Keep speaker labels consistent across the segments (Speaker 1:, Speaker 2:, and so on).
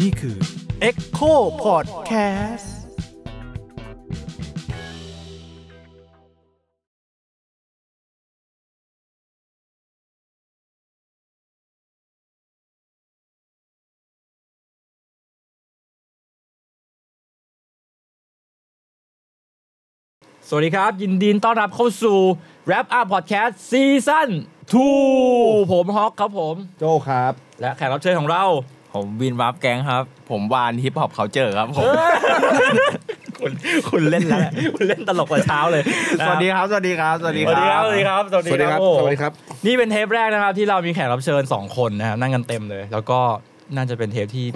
Speaker 1: นี่คือ
Speaker 2: Echo Podcast
Speaker 3: สวัสดีครับ ยินดีต้อนรับเข้าสู่ Wrap Up Podcast Season 2 ผมฮอกครับผม
Speaker 2: โจครับ
Speaker 3: และแขกรับเชิญของเรา
Speaker 4: ผมวินวับแกงครับ ผมวานฮิปฮอปเคาเจอครับผม
Speaker 3: คุณคุณเล่นแล้วคุณเล่นตลกกว่าเช้าเลยนะ
Speaker 4: ส
Speaker 3: ครั
Speaker 4: วั
Speaker 3: บ
Speaker 4: สดีครับ สวัสดีครับ สวัสดี
Speaker 3: สวัสดีครับ สวัสดีครับ สวัสดีครับโอ้โห
Speaker 2: สวัสดีครับ
Speaker 3: นี่เป็นเทปแรกนะครับ ที่เรามีแขกรับเชิญ 2 คนนะครับนั่งกันเต็มเลย แล้วก็น่าจะเป็นเทปที่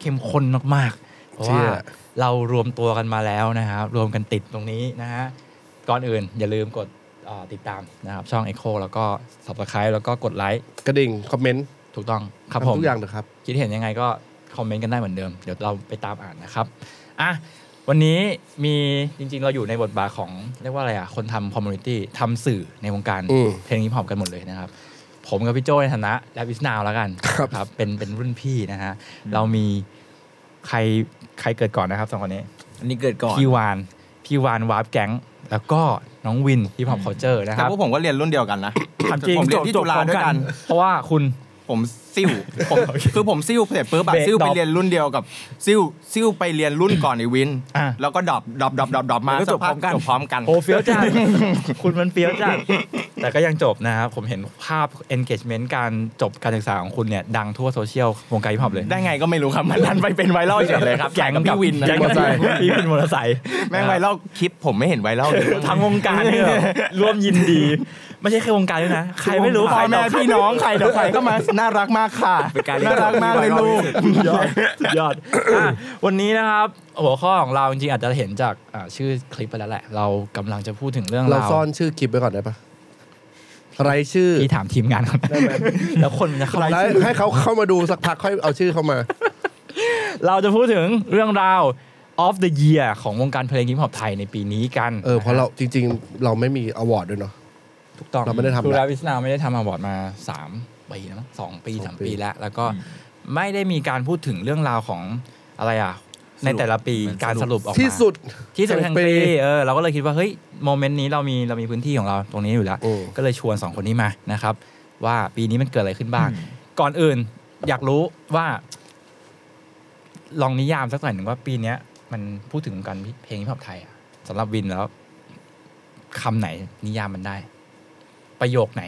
Speaker 3: เข้มข้นมากๆ เพราะ
Speaker 2: เชื่
Speaker 3: ว่า
Speaker 2: อ
Speaker 3: เรารวมตัวกันมาแล้วนะครับ รวมกันติดตรงนี้นะฮะ ก่อนอื่นอย่าลืมกดเอ่อติดตามนะครับช่อง Echo แล้วก็ Subscribe แล้วก็กดไลค์
Speaker 2: กระดิ่ง คอมเมนต์
Speaker 3: ถูกต้องครับผม
Speaker 2: ทำทุกอย่างเถอะครับ
Speaker 3: คิดเห็นยังไงก็คอมเมนต์กันได้เหมือนเดิม เดี๋ยวเราไปตามอ่านนะครับอ่ะวันนี้มีจริงๆ เราอยู่ในบทบาทของเรียกว่าอะไรอ่ะ คนทำคอมมูนิตี้ทำสื่อในวงการ
Speaker 2: อืม
Speaker 3: เพลงนี้พร้อมกันหมดเลยนะครับ ผมกับพี่โจในฐานะและวิสนาวแล้วกัน
Speaker 2: ครับ
Speaker 3: เป็นเป็นรุ่นพี่นะฮะ เรามีใครใครเกิดก่อนนะครับสองคนนี้
Speaker 4: อันนี้เกิดก่อน
Speaker 3: พี่วาน พี่วานวาร์ปแก๊ง แล้วก็น้องวินที่พอมเคาเจอร์นะค
Speaker 4: แต่
Speaker 3: รับ
Speaker 4: พวกผมก็เรียนรุ่นเดียวกันนะ
Speaker 3: ถามจริง
Speaker 4: ผมเรียนที่
Speaker 3: จบ
Speaker 4: จุฬาด้วยกัน
Speaker 3: เพราะว่าคุณ
Speaker 4: ผมซิ่วผมคือผมซิ่วเสร็จปุ๊บอะ
Speaker 3: เบรก
Speaker 4: ซิ่วไป
Speaker 3: ดรอป
Speaker 4: เรียนรุ่นเดียวกับซิ่วซิ่วไปเรียนรุ่นก่อนไอ้วิน
Speaker 3: อ่ะ
Speaker 4: แล้วก็ดรอปดรอปดรอปดรอปดรอปมาสักพักจบพร้อมกัน
Speaker 3: โอ้เฟี้ยวจัด คุณมันเฟี้ยวจัด แต่ก็ยังจบนะครับ ผมเห็นภาพ engagement การจบการศึกษาของคุณเนี่ย ดังทั่วโซเชียลวงการฮิปฮอปเลย
Speaker 4: ได้ไงก็ไม่รู้ครับมันดันไปเป็นไวรัลเฉยเลยครับ
Speaker 3: แข่ง
Speaker 4: กับพี่วินนะ
Speaker 3: แข่งกับพี่วินมอเตอร์ไซค์
Speaker 4: แม่งไวรัลคลิปผมไม่เห็นไวรัลเลย
Speaker 3: ทั้งวงการเนี่ยเหรอร่วมยินดี ไม่ใช่แค่วงการด้วยนะ ใครไม่รู้
Speaker 4: พ่อแม่
Speaker 3: ใคร
Speaker 4: พี่น้องใครต่อใครก็มาน่ารักมากค่ะ
Speaker 2: เป็นการเรียน
Speaker 4: น่ารักมากเลยลูก
Speaker 3: สุดยอดสุดยอดอ่ะวันนี้นะครับหัวข้อของเราจริงๆอาจจะเห็นจากอ่าชื่อคลิปไปแล้วแหละ เรากำลังจะพูดถึงเรื่อง
Speaker 2: เรา
Speaker 3: ราว
Speaker 2: ซ่อนชื่อคลิปไว้ก่อนได้ปะไรายชื่อ
Speaker 3: ที่ถามทีมงานก่อน
Speaker 2: ได้ไหม
Speaker 3: แล้วคนมันจะเข้า
Speaker 2: แล้วให้เขาเข้ามาดูสักพักค่อยเอาชื่อเข้ามา
Speaker 3: เราจะพูดถึงเรื่องราว of the year ของวงการเพลงฮิปฮอปไทยในปีนี้กัน
Speaker 2: เออเพราะเราจริง ๆ เราไม่มีอวอร์ดด้วยเนาะ
Speaker 3: ถูกต้อง
Speaker 2: เราไม่ได้ทำ
Speaker 3: คือ
Speaker 2: ละ
Speaker 3: ราวิสนาไม่ได้ทำอวอร์ดมา 3 ปีแล้วมั้งสองปี
Speaker 2: สอง
Speaker 3: สาม
Speaker 2: ปี
Speaker 3: ปีแล้ว แล้วก็ไม่ได้มีการพูดถึงเรื่องราวของอะไรอ่ะ ในแต่ละปี
Speaker 4: เหมือนสรุป
Speaker 3: การสรุปออกมา
Speaker 2: ที่สุด
Speaker 3: ที่สุดแห่ง
Speaker 2: แห่
Speaker 3: ปี
Speaker 2: งปี
Speaker 3: เออเราก็เลยคิดว่า เฮ้ย โมเมนต์นี้เรามีเรามีพื้นที่ของเราตรงนี้อยู่แล้ว
Speaker 2: โอ้
Speaker 3: ก็เลยชวน 2 คนนี้มานะครับ ว่าปีนี้มันเกิดอะไรขึ้นบ้าง ก่อนอื่น อยากรู้ว่า ลองนิยามสักหน่อยหนึ่งว่าปีเนี้ย มันพูดถึงกันเพลงฮิปฮอปไทยอะสำหรับวินแล้วคำไหนนิยามมันได้ ประโยคไหน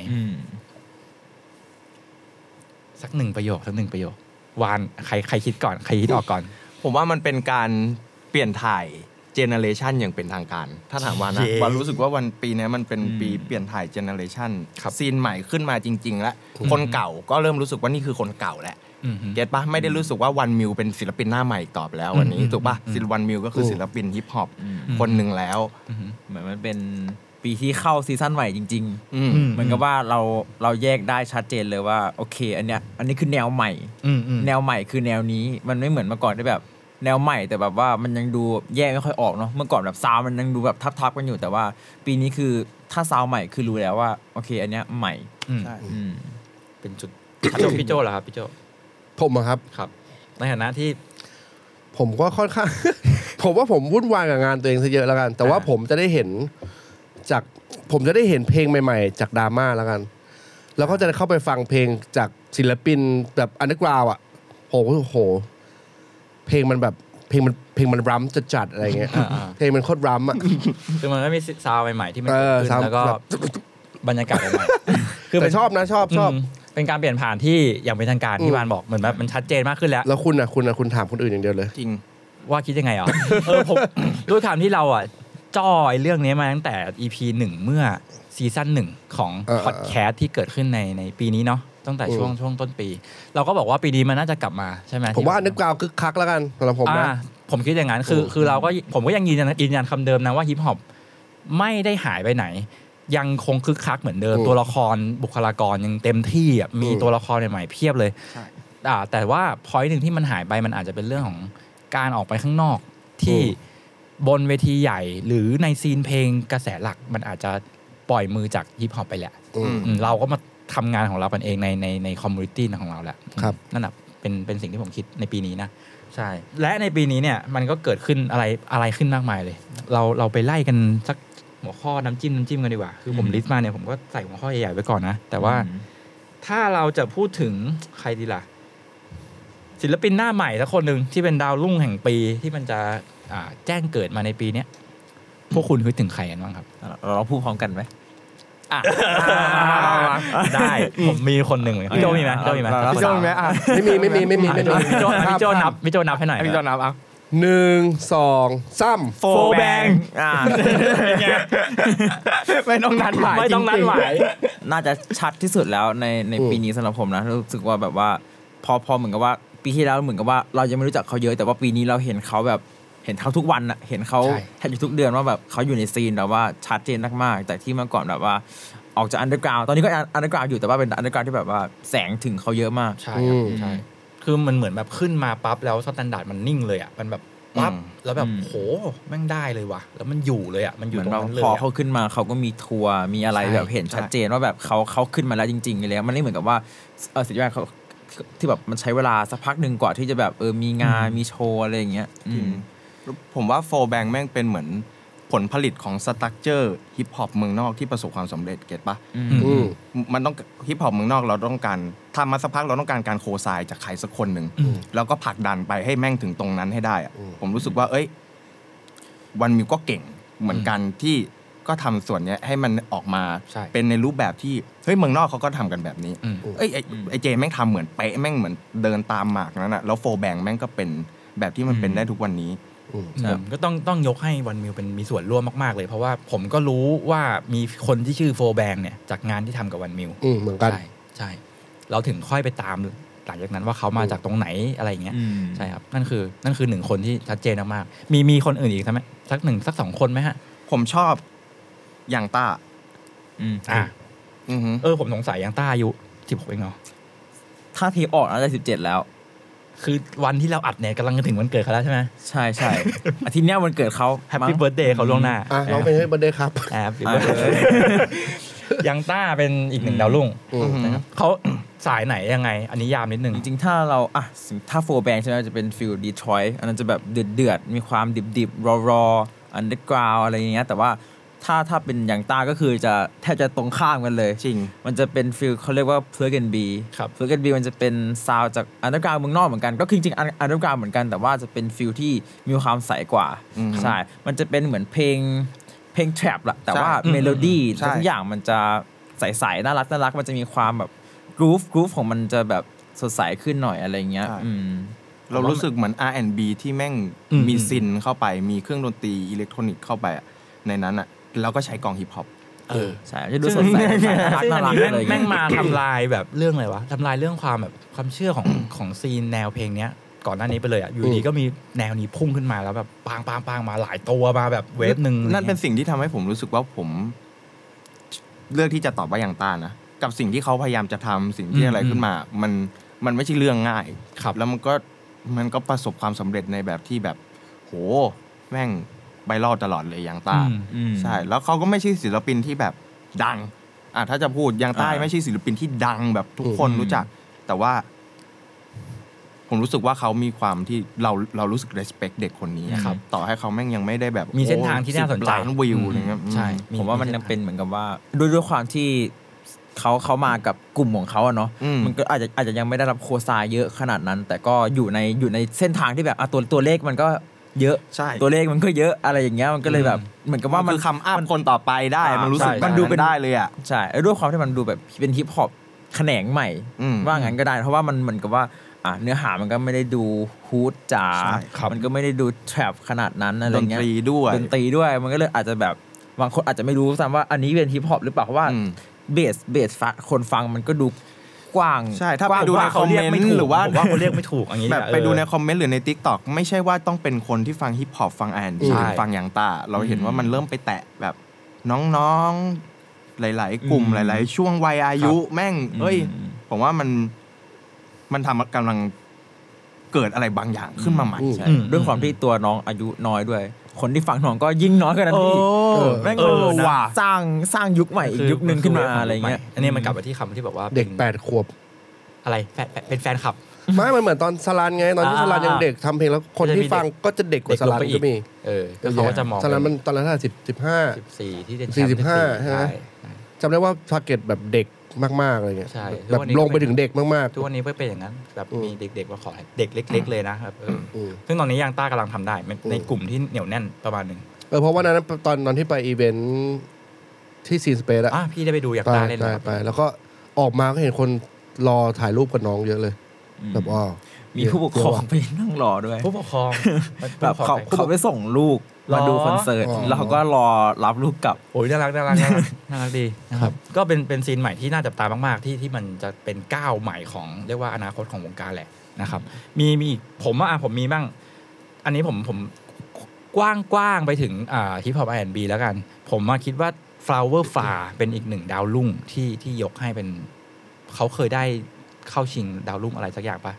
Speaker 3: สักหนึ่งประโยค สักหนึ่งประโยค วานใครใครคิดก่อน ใครคิดออกก่อน
Speaker 4: ผมว่ามันเป็นการเปลี่ยนถ่ายเจเนเรชันอย่างเป็นทางการ ถ้าถามว่านะ
Speaker 3: เย้
Speaker 4: ว่ารู้สึกว่าวันปีเนี้ยมันเป็น
Speaker 5: อืม
Speaker 4: ปีเปลี่ยนถ่ายเจเนเรชัน
Speaker 3: ครับ
Speaker 4: ซีนใหม่ขึ้นมาจริง ๆ แล้ว
Speaker 3: อืม
Speaker 4: คนเก่าก็เริ่มรู้สึกว่านี่คือคนเก่าแหละ
Speaker 3: อืมฮึ
Speaker 4: เก็ตปะไม่ได้รู้สึกว่าวันมิวเป็นศิลปินหน้าใหม่อีกต่อไปแล้ววันนี้
Speaker 3: อืม
Speaker 4: ถูกปะ
Speaker 3: อืม
Speaker 4: ศิลวันมิวก็คือศิลปินฮิปฮอป
Speaker 5: อืม
Speaker 3: อืม
Speaker 4: คนหนึ่งแล้ว
Speaker 3: อืมฮึ
Speaker 5: เหมือนมันเป็นปีที่เข้าซีซั่นใหม่จริง
Speaker 4: อืม
Speaker 3: อืม
Speaker 5: ๆ เหมือนกับว่าเราเราแยกได้ชัดเจนเลยว่า โอเค อันเนี้ยอันนี้คือแนวใหม่
Speaker 3: อืมอืม
Speaker 5: แนวใหม่คือแนวนี้มันไม่เหมือนเมื่อก่อนที่แบบ แนวใหม่แต่แบบว่ามันยังดูแยกไม่ค่อยออกเนาะเมื่อก่อนแบบซาวด์มันยังดูแบบทับๆกันอยู่แต่ว่า ปีนี้คือถ้าซาวด์ใหม่คือรู้แล้วว่าโอเค อันเนี้ยใหม่
Speaker 3: อืม
Speaker 5: ใช่อืม
Speaker 3: เป็นจุดจ บพี่โจเหรอครับพี่โจ
Speaker 2: ผมอะครับ
Speaker 3: ครับ ในฐานะที่
Speaker 2: ผมก็ค่อนข้าง ผมว่าผมวุ่นวายกับงานตัวเองซะเยอะแล้วกัน แต่ว่า
Speaker 3: อ่า
Speaker 2: ผมจะได้เห็นจากผมจะได้เห็นเพลงใหม่ ๆ จากดราม่าแล้วกัน แล้วก็จะได้เข้าไปฟังเพลงจากศิลปินแบบอันดักราวอ่ะผมก็โอ้โห เพลงมันแบบเพลงมันเพลงมันรัมจัดๆอะไรเงี้ย
Speaker 3: อ่าอ่า
Speaker 2: เพลงมันโคตรรัม อ่ะ
Speaker 3: คือมันก็มีซาวด์ใหม่ๆที่มัน
Speaker 2: เอ
Speaker 3: เกิด
Speaker 2: อ
Speaker 3: ขึ้น
Speaker 2: ซาวด์
Speaker 3: แล้วก็
Speaker 2: แบบ
Speaker 3: บรรยากาศใหม่ ๆ
Speaker 2: แต่
Speaker 3: เป็น
Speaker 2: ชอบนะชอบชอบ
Speaker 3: มเป็นการเปลี่ยนผ่านที่อย่างเป็นทางการ
Speaker 2: อื
Speaker 3: ที่
Speaker 2: ม
Speaker 3: วานบอกเหมือนแบบมันชัดเจนมากขึ้นแล้ว
Speaker 2: แล้วคุณอ่ะคุณอ่ะคุณถามคนอื่นอย่างเดียวเลย
Speaker 4: จริง
Speaker 3: ว่าคิดยังไงอ่ะ เออผม ด้วยความที่เราอ่ะจ้อยเรื่องนี้มาตั้งแต่ EP หนึ่งเมื่อซีซั่นหนึ่งของ
Speaker 2: เออ
Speaker 3: พอดแคสต์ที่เกิดขึ้นในในปีนี้เนาะตั้งแต่
Speaker 2: อืม
Speaker 3: ช่วงช่วงต้นปี เราก็บอกว่าปีนี้มันน่าจะกลับมาใช่ไหม
Speaker 2: ผมว่าอันดั
Speaker 3: ที่
Speaker 2: กราวคึกคักแล้วกันสำหรับผมนะ
Speaker 3: อ่าผมคิดอย่างนั้นคือ
Speaker 2: อืม
Speaker 3: คือเราก็ผมก็ยังยืนยันยืนยันคำเดิมนะว่าฮิปฮอปไม่ได้หายไปไหน ยังคงคึกคักเหมือนเดิม
Speaker 2: อืม
Speaker 3: ตัวละครบุคลากรยังเต็มที่อ่ะมี
Speaker 2: อืม
Speaker 3: ตัวละครใหม่ๆเพียบเลย
Speaker 4: ใช่
Speaker 3: อ่าแต่ว่าพอยหนึ่งที่มันหายไปมันอาจจะเป็นเรื่องของการออกไปข้างนอกที่บนเวทีใหญ่หรือในซีนเพลงกระแสหลักมันอาจจะปล่อยมือจากฮิปฮอปไปแหละ
Speaker 2: อืม
Speaker 3: อืมเราก็มา ทำงานของเรากันเองในในในคอมมูนิตี้ของเราแหละ
Speaker 2: ครับ
Speaker 3: นั่นแหละเป็นเป็นสิ่งที่ผมคิดในปีนี้นะ ใช่ และในปีนี้เนี่ยมันก็เกิดขึ้นอะไรอะไรขึ้นมากมายเลย เราเราไปไล่กันสักหัวข้อน้ำจิ้มน้ำจิ้มกันดีกว่า คือผม
Speaker 5: อืม
Speaker 3: ลิสต์มาเนี่ยผมก็ใส่หัวข้อใหญ่ๆไว้ก่อนนะ แต่ว่าถ้าเราจะพูดถึงใครดีล่ะ ศิลปินหน้าใหม่สักคนหนึ่งที่เป็นดาวรุ่งแห่งปีที่มันจะอ่าแจ้งเกิดมาในปีเนี้ยพวกคุณคิดถึงใครกันบ้างครับ
Speaker 5: เราเราพูดพร้อมกันไหม
Speaker 3: อ่ะได้ผมมีคนหนึ่งเหมือนกันพี่โจมีไหมพี่โจมีไหม
Speaker 5: เราเรา
Speaker 1: พี่โจมีไหมอ่ะ
Speaker 2: ไม่มีไม่มีไม่มีไม่มี
Speaker 3: พี่โจพี่โจนับพี่โจนับให้หน่อย
Speaker 1: ให้พี่โจนับอ่ะ
Speaker 2: หนึ่งสองสาม
Speaker 5: โฟแบงอ่า
Speaker 1: ไม่ต้องนัดหมาย
Speaker 3: ไม่ต้องนัดหมาย
Speaker 5: น่าจะชัดที่สุดแล้วในใน
Speaker 2: อืม
Speaker 5: ปีนี้สำหรับผมนะรู้สึกว่าแบบว่าพอพอเหมือนกับว่าปีที่แล้วเหมือนกับว่าเรายังไม่รู้จักเขาเยอะ แต่ว่าปีนี้เราเห็นเขาแบบเห็นเขาทุกวันอะเห็นเขา
Speaker 3: ใช่
Speaker 5: แทบจะทุกเดือนว่าแบบเขาอยู่ในซีนแบบว่าชัดเจนมากๆแต่ที่เมื่อก่อนแบบว่าออกจากอันเดอร์กราวตอนนี้ก็อันเดอร์กราวอยู่แต่ว่าเป็นอันเดอร์กราวที่แบบว่าแสงถึงเขาเยอะมาก
Speaker 3: ใช่
Speaker 2: อืม
Speaker 3: ใช่ คือมันเหมือนแบบขึ้นมาปั๊บแล้วสแตนดาร์ดมันนิ่งเลยอ่ะ มันแบบปั๊บ
Speaker 5: อืม
Speaker 3: แล้วแบบ
Speaker 5: อืม
Speaker 3: โหแม่งได้เลยว่ะ แล้วมันอยู่เลยอ่ะ มันอ
Speaker 5: เห
Speaker 3: ยู่
Speaker 5: มือ
Speaker 3: ตร
Speaker 5: น
Speaker 3: ง
Speaker 5: แบบ
Speaker 3: นั้นเลย
Speaker 5: พอ
Speaker 3: อะ
Speaker 5: เขาขึ้นมาเขาก็มีทัวร์มีอะไร
Speaker 3: ใช่
Speaker 5: แบบเห็น
Speaker 3: ใช่
Speaker 5: ชัดเจนว่าแบบเขาเขาขึ้นมาแล้วจริงๆเลยแล้วมันไม่เหมือนกับว่าเออศิลปินเขาที่แบบมันใช้เวลาสักพักหนึ่งกว่าที่จะแบบเออมีงานมีโชว์อะไรอย่างเงี้ยอืม
Speaker 4: ผมว่าโฟแบงแม่งเป็นเหมือนผลผลิตของสตั๊กเจอร์ฮิปฮอปเมืองนอกที่ประสบความสำเร็จเก็ตปะ
Speaker 2: อืม
Speaker 4: มันต้องฮิปฮอปเมืองนอกเราต้องการทำมาสักพักเราต้องการการโคไซน์จากใครสักคนหนึ่ง
Speaker 3: อืม
Speaker 4: แล้วก็ผลักดันไปให้แม่งถึงตรงนั้นให้ได้อะ
Speaker 2: อืม
Speaker 4: ผมรู้สึกว่า เอ้ย วันมิวก็เก่งเหมือนกันที่ก็ทำส่วนเนี้ยให้มันออกมา
Speaker 3: ใช่
Speaker 4: เป็นในรูปแบบที่เฮ้ยเมืองนอกเขาก็ทำกันแบบนี้
Speaker 3: อืม
Speaker 4: เอ้ยไอ้ไอเจแม่งทำเหมือนเป๊ะแม่งเหมือนเดินตามหมากนั้นอะแล้วโฟแบงแม่งก็เป็นแบบที่มันเป็น
Speaker 3: อืม
Speaker 4: ได้ทุกวันนี้
Speaker 2: อืม
Speaker 5: ค
Speaker 3: ผ
Speaker 5: รับ
Speaker 3: มก็ต้องต้องยกให้วันมิวเป็นมีส่วนร่วมมาก ๆ เลย เพราะว่าผมก็รู้ว่ามีคนที่ชื่อโฟแบงเนี่ยจากงานที่ทำกับวันมิว
Speaker 2: อืมเหมือนกัน
Speaker 3: ใช่ใช่ เราถึงค่อยไปตามหลังจากนั้นว่าเขามาจากตรงไหนอะไรอย่างเงี้ย
Speaker 5: อืม
Speaker 3: ใช่ครับ นั่นคือนั่นคือหนึ่งคนที่ชัดเจนมากๆมีมีคนอื่นอีกใช่ไหมสักหนึ่งสักสองคนไหมฮะ
Speaker 4: ผมชอบอย่างต้า
Speaker 5: อืม
Speaker 3: อ่ะ
Speaker 4: อือหือ
Speaker 3: เออผมสงสัยยังต้าอายุสิบหกเองเหรอ
Speaker 5: ถ้าเทีออกน่าจะสิบเจ็ดแล้ว
Speaker 3: คือวันที่เราอัดเนี่ยกำลังจะถึงวันเกิดเขาแล้วใช่ไหม
Speaker 5: ใช่ ใช่ อาทิตย์เนี้ยวันเกิดเขา
Speaker 3: แฮปปี้เบิร์ดเดย์เขาล่วงหน้า
Speaker 2: อ่ะร้องเพลงให้บันเดย์ครับ
Speaker 3: แฮปปี้
Speaker 5: อ่ะ
Speaker 3: เบิร์ดเดย์ ยังต้าเป็นอีกหนึ่งดาวรุ่ง
Speaker 2: อืม
Speaker 3: นะครับเขา สายไหนยังไง อันนี้ยามนิดนึง
Speaker 5: จริงๆ ถ้าเราอ่ะถ้าโฟร์แบงใช่ไหมจะเป็นฟิลดีทรอยต์อันนั้นจะแบบเดือดๆ มีความดิบๆ รอรออันเดอร์กราวอะไรอย่างเงี้ยแต่ว่าถ้าถ้าเป็นอย่างต้าก็คือจะแทบจะตรงข้ามกันเลย
Speaker 4: จริง
Speaker 5: มันจะเป็นฟิลเขาเรียกว่าเพล u กันบี
Speaker 3: ครับ
Speaker 5: เพล g กันบีมันจะเป็นซาวจากอันเดอร์กราวเมืองนอกเหมือนกัน ก็คือจริงๆอันเดอร์กราวเหมือนกันแต่ว่าจะเป็นฟิลที่มีความใสกว่า
Speaker 4: อืม
Speaker 5: ใช่ มันจะเป็นเหมือนเพลงเพลงแทร็บแหละแต่ว่า
Speaker 4: ใช่
Speaker 5: เมโลดี้
Speaker 4: ใช่
Speaker 5: ทุกอย่างมันจะใสๆน่ารักน่ารักมันจะมีความแบบกรูฟกรูฟของมันจะแบบสดใสขึ้นหน่อยอะไรเงี้ยอืม
Speaker 4: เรารู้สึกเหมือน R&B ที่แม่ง
Speaker 3: อืม
Speaker 4: มีซินเข้าไป มีเครื่องดนตรีอิเล็กทรอนิกส์เข้าไปอะในนั้นอ่ะ แล้วก็ใช้กลองฮิปฮอป
Speaker 3: เออ
Speaker 5: ใช่จะดูสดใสน่ารัก
Speaker 3: ซึ่ง
Speaker 5: น่า
Speaker 3: อัน
Speaker 5: รัก
Speaker 3: นี้แม่ง
Speaker 5: อะไร
Speaker 3: แม่ง
Speaker 5: เงี้ย
Speaker 3: มาทำลายแบบเรื่องอะไรวะทำลายเรื่องความแบบความเชื่อของ ของซีนแนวเพลงเนี้ย ก่อนหน้านี้ไปเลยอ่ะ อยู่ดีก็มีแนวนี้พุ่งขึ้นมาแล้วแบบปางปางปางมาหลายตัวมาแบบเวฟหนึ่ง
Speaker 4: นั่นเป็นสิ่งที่ทำให้ผมรู้สึกว่าผม เลือกที่จะตอบว่าอย่างต้านะ กับสิ่งที่เขาพยายามจะทำสิ่งที่อะไรขึ้นมา มันมันไม่ใช่เรื่องง่าย
Speaker 3: ขับ
Speaker 4: แล้วมันก็มันก็ประสบความสำเร็จในแบบที่แบบ โห แม่งไบรอลตลอดเลยอย่างต้า
Speaker 3: อืม
Speaker 5: อืม
Speaker 4: ใช่ แล้วเขาก็ไม่ใช่ศิลปินที่แบบดัง อ่ะถ้าจะพูดยังใต้
Speaker 5: อ่า
Speaker 4: ไม่ใช่ศิลปินที่ดังแบบทุกคน
Speaker 5: อืม
Speaker 4: รู้จัก แต่ว่า ผมรู้สึกว่าเขามีความที่เราเรารู้สึก respect เด็กคนนี้อะ
Speaker 3: ครับ
Speaker 4: ต่อให้เขาแม่งยังไม่ได้แบบ
Speaker 3: มีเส้นทาง
Speaker 4: โอ้
Speaker 3: ที่น่าสน
Speaker 4: บ
Speaker 3: ใจ
Speaker 4: ล้านวิวอะไรเงี้ย
Speaker 3: ใช่
Speaker 4: อืม
Speaker 3: มี
Speaker 5: ผมว่ามัน
Speaker 3: มีเส้น
Speaker 5: ยังเป็นเหมือนกับว่าด้วยด้วยความที่เขาเขามากับกลุ่มของเขาอะเนาะ
Speaker 4: อืม
Speaker 5: มันก็อาจจะอาจจะยังไม่ได้รับโคซาเยอะขนาดนั้น แต่ก็อยู่ในอยู่ในเส้นทางที่แบบอ่ะตัวตัวเลขมันก็เยอะ
Speaker 4: ใช่
Speaker 5: ตัวเลขมันก็เยอะอะไรอย่างเงี้ยมันก็เลยแบบ
Speaker 3: อืม
Speaker 5: เหมือนกับ
Speaker 4: ว่า
Speaker 5: ว่า
Speaker 4: มั
Speaker 5: มัน น
Speaker 4: คำอ้าคนต่อไปได้
Speaker 5: อ่ามั
Speaker 4: มันรู้สึก
Speaker 5: ใช่
Speaker 4: มัน
Speaker 5: ใช่
Speaker 4: ดูเป็นได้เลยอ่ะ
Speaker 5: ใช่ด้วยความที่มันดูแบบเป็นฮิปฮอปแขนงใหม่
Speaker 4: อืม
Speaker 5: ว่างั้นก็ได้ เพราะว่ามันเหมือนกับว่าอ่ะเนื้อหามันก็ไม่ได้ดูฮูดจ๋า
Speaker 4: ใช่ครับ
Speaker 5: มันก็ไม่ได้ดูแทร็บขนาดนั้นอะไร
Speaker 4: ดน
Speaker 5: เงี้ย
Speaker 4: ตรีด้วย
Speaker 5: ดนตรีด้วยมันก็เลยอาจจะแบบบางคนอาจจะไม่รู้ซ้ำว่าอันนี้เป็นฮิปฮอปหรือเปล่าเพราะว่า
Speaker 4: อืม
Speaker 5: เบสเบสฟังคนฟังมันก็ดูกว้าง
Speaker 4: ใช่ ถ้าก
Speaker 5: ว้า
Speaker 4: ไป
Speaker 5: ง
Speaker 4: ดู
Speaker 5: ก
Speaker 4: ใน
Speaker 5: ว่า
Speaker 4: ค
Speaker 5: เขา
Speaker 4: อม
Speaker 5: เรี
Speaker 4: เมน
Speaker 5: ยกไม่
Speaker 4: ต์
Speaker 5: ถูก
Speaker 4: หรือว่า
Speaker 3: ผมว่าคนเรียกไม่ถูกอย่างนี้
Speaker 4: แบบ
Speaker 3: หละ
Speaker 4: ไปดูใน
Speaker 3: เออ
Speaker 4: คอมเมนต์หรือใน t ิ k t o k ไม่ใช่ว่าต้องเป็นคนที่ฟังฮิปฮอปฟังแอนดี
Speaker 2: ใช่
Speaker 4: ฟังอย่างตา เราเห็นว่ามันเริ่มไปแตะแบบน้องๆ หลาย ๆ กลุ่มหลาย ๆ ช่วงวัยอายุแม่ง เอ้ย
Speaker 5: อืม
Speaker 4: ผมว่ามันมันทำกำลังเกิดอะไรบางอย่างขึ้นมาใหม่
Speaker 2: อืม
Speaker 5: ใช่
Speaker 3: อืม
Speaker 5: ด้วยความที่ตัวน้องอายุน้อยด้วย คนที่ฟังหนองก็ยิ่งน้อยกว่านั้นอีก
Speaker 2: เออ
Speaker 5: แม่ง
Speaker 3: เออ
Speaker 5: เลย
Speaker 3: ว่ะ
Speaker 5: สร้างสร้างยุคใหม่อีกยุคหนึ่งขึ้นมาอะไรเงี้ย
Speaker 3: อันนี้มันกลับมาที่คำที่แบบว่า
Speaker 2: เด็ก
Speaker 3: ป็น
Speaker 2: แปดขวบ
Speaker 3: อะไรแฟนเป็นแฟนคลับ
Speaker 2: ไม่มันเหมือนตอนสลันไง ตอนที่
Speaker 3: อ่า
Speaker 2: สลันยังเด็กทำเพลงแล้วคน
Speaker 3: มันจะมี
Speaker 2: ที่ฟังก็จะเด็กกว่าสลัน
Speaker 3: เด็ลงไปอี
Speaker 2: ก็มี
Speaker 3: เออก็เขาก็จะมอง
Speaker 2: สลันมันตอนนั้นสิบสิบห้า
Speaker 3: สิบสี่ที่เด่น
Speaker 2: สี่สิบห้าใช่
Speaker 3: ใช่
Speaker 2: ไหม จำได้ว่าทาร์เก็ตแบบเด็กมากๆอะไรเงี้ย
Speaker 3: ใช่ทุ
Speaker 2: แบ
Speaker 3: ก
Speaker 2: บ
Speaker 3: วันนี้
Speaker 2: ลงไปถึงเด็กมาก
Speaker 3: ทุกวันนี้ก็เป็นอย่างนั้นแบบ
Speaker 2: อืม
Speaker 3: มีเด็กๆมาขอให้เด็กเล็ก ๆ เลยนะแบบเอออ
Speaker 2: ๆอืม
Speaker 3: ซึ่งตอนนี้ยางต้ากำลังทำได้ในใน
Speaker 2: อืม
Speaker 3: กลุ่มที่เหนียวแน่นประมาณหนึ่ง
Speaker 2: เออเพราะว่านั้นตอนตอนที่ไปอีเวนท์ที่ซีนสเปซอะ
Speaker 3: อ่ะพี่ได้ไปดูยาง
Speaker 2: ไป
Speaker 3: ต้าเล่นเห
Speaker 2: ไป
Speaker 3: รอครับ
Speaker 2: ไปแล้วก็ออกมาก็เห็นคนรอถ่ายรูปกับน้องเยอะเลย แบบอ๋อ
Speaker 5: มีผู้ปกครองไปนั่งรอด้วย
Speaker 3: ผู้ปกครอง
Speaker 5: แบบเขา
Speaker 3: ผู้ปกค
Speaker 5: เขา
Speaker 3: รอง
Speaker 5: ไปส่งลูกมาดูคอนเสิร์ต
Speaker 3: อ๋อ
Speaker 5: แล้วเขาก็รอรับลูกกลับ
Speaker 3: โอ้ยน่ารักน่ารักน่ารัก น่ารักดีนะครับก็เป็นเป็นซีนใหม่ที่น่าจับตามาก ๆ ที่ที่มันจะเป็นก้าวใหม่ของเรียกว่าอนาคตของวงการแหละนะครับ มีมีอีกผมว่าอ่ะผมมีบ้าง อันนี้ผมผมกว้างกว้างไปถึงอ่าฮิปฮอปไอแอนบีแล้วกัน ผมมาคิดว่า Flower f l a r เป็นอีกหนึ่งดาวรุ่งที่ที่ยกให้เป็นเขาเคยได้เข้าชิงดาวรุ่งอะไรสักอย่างปะ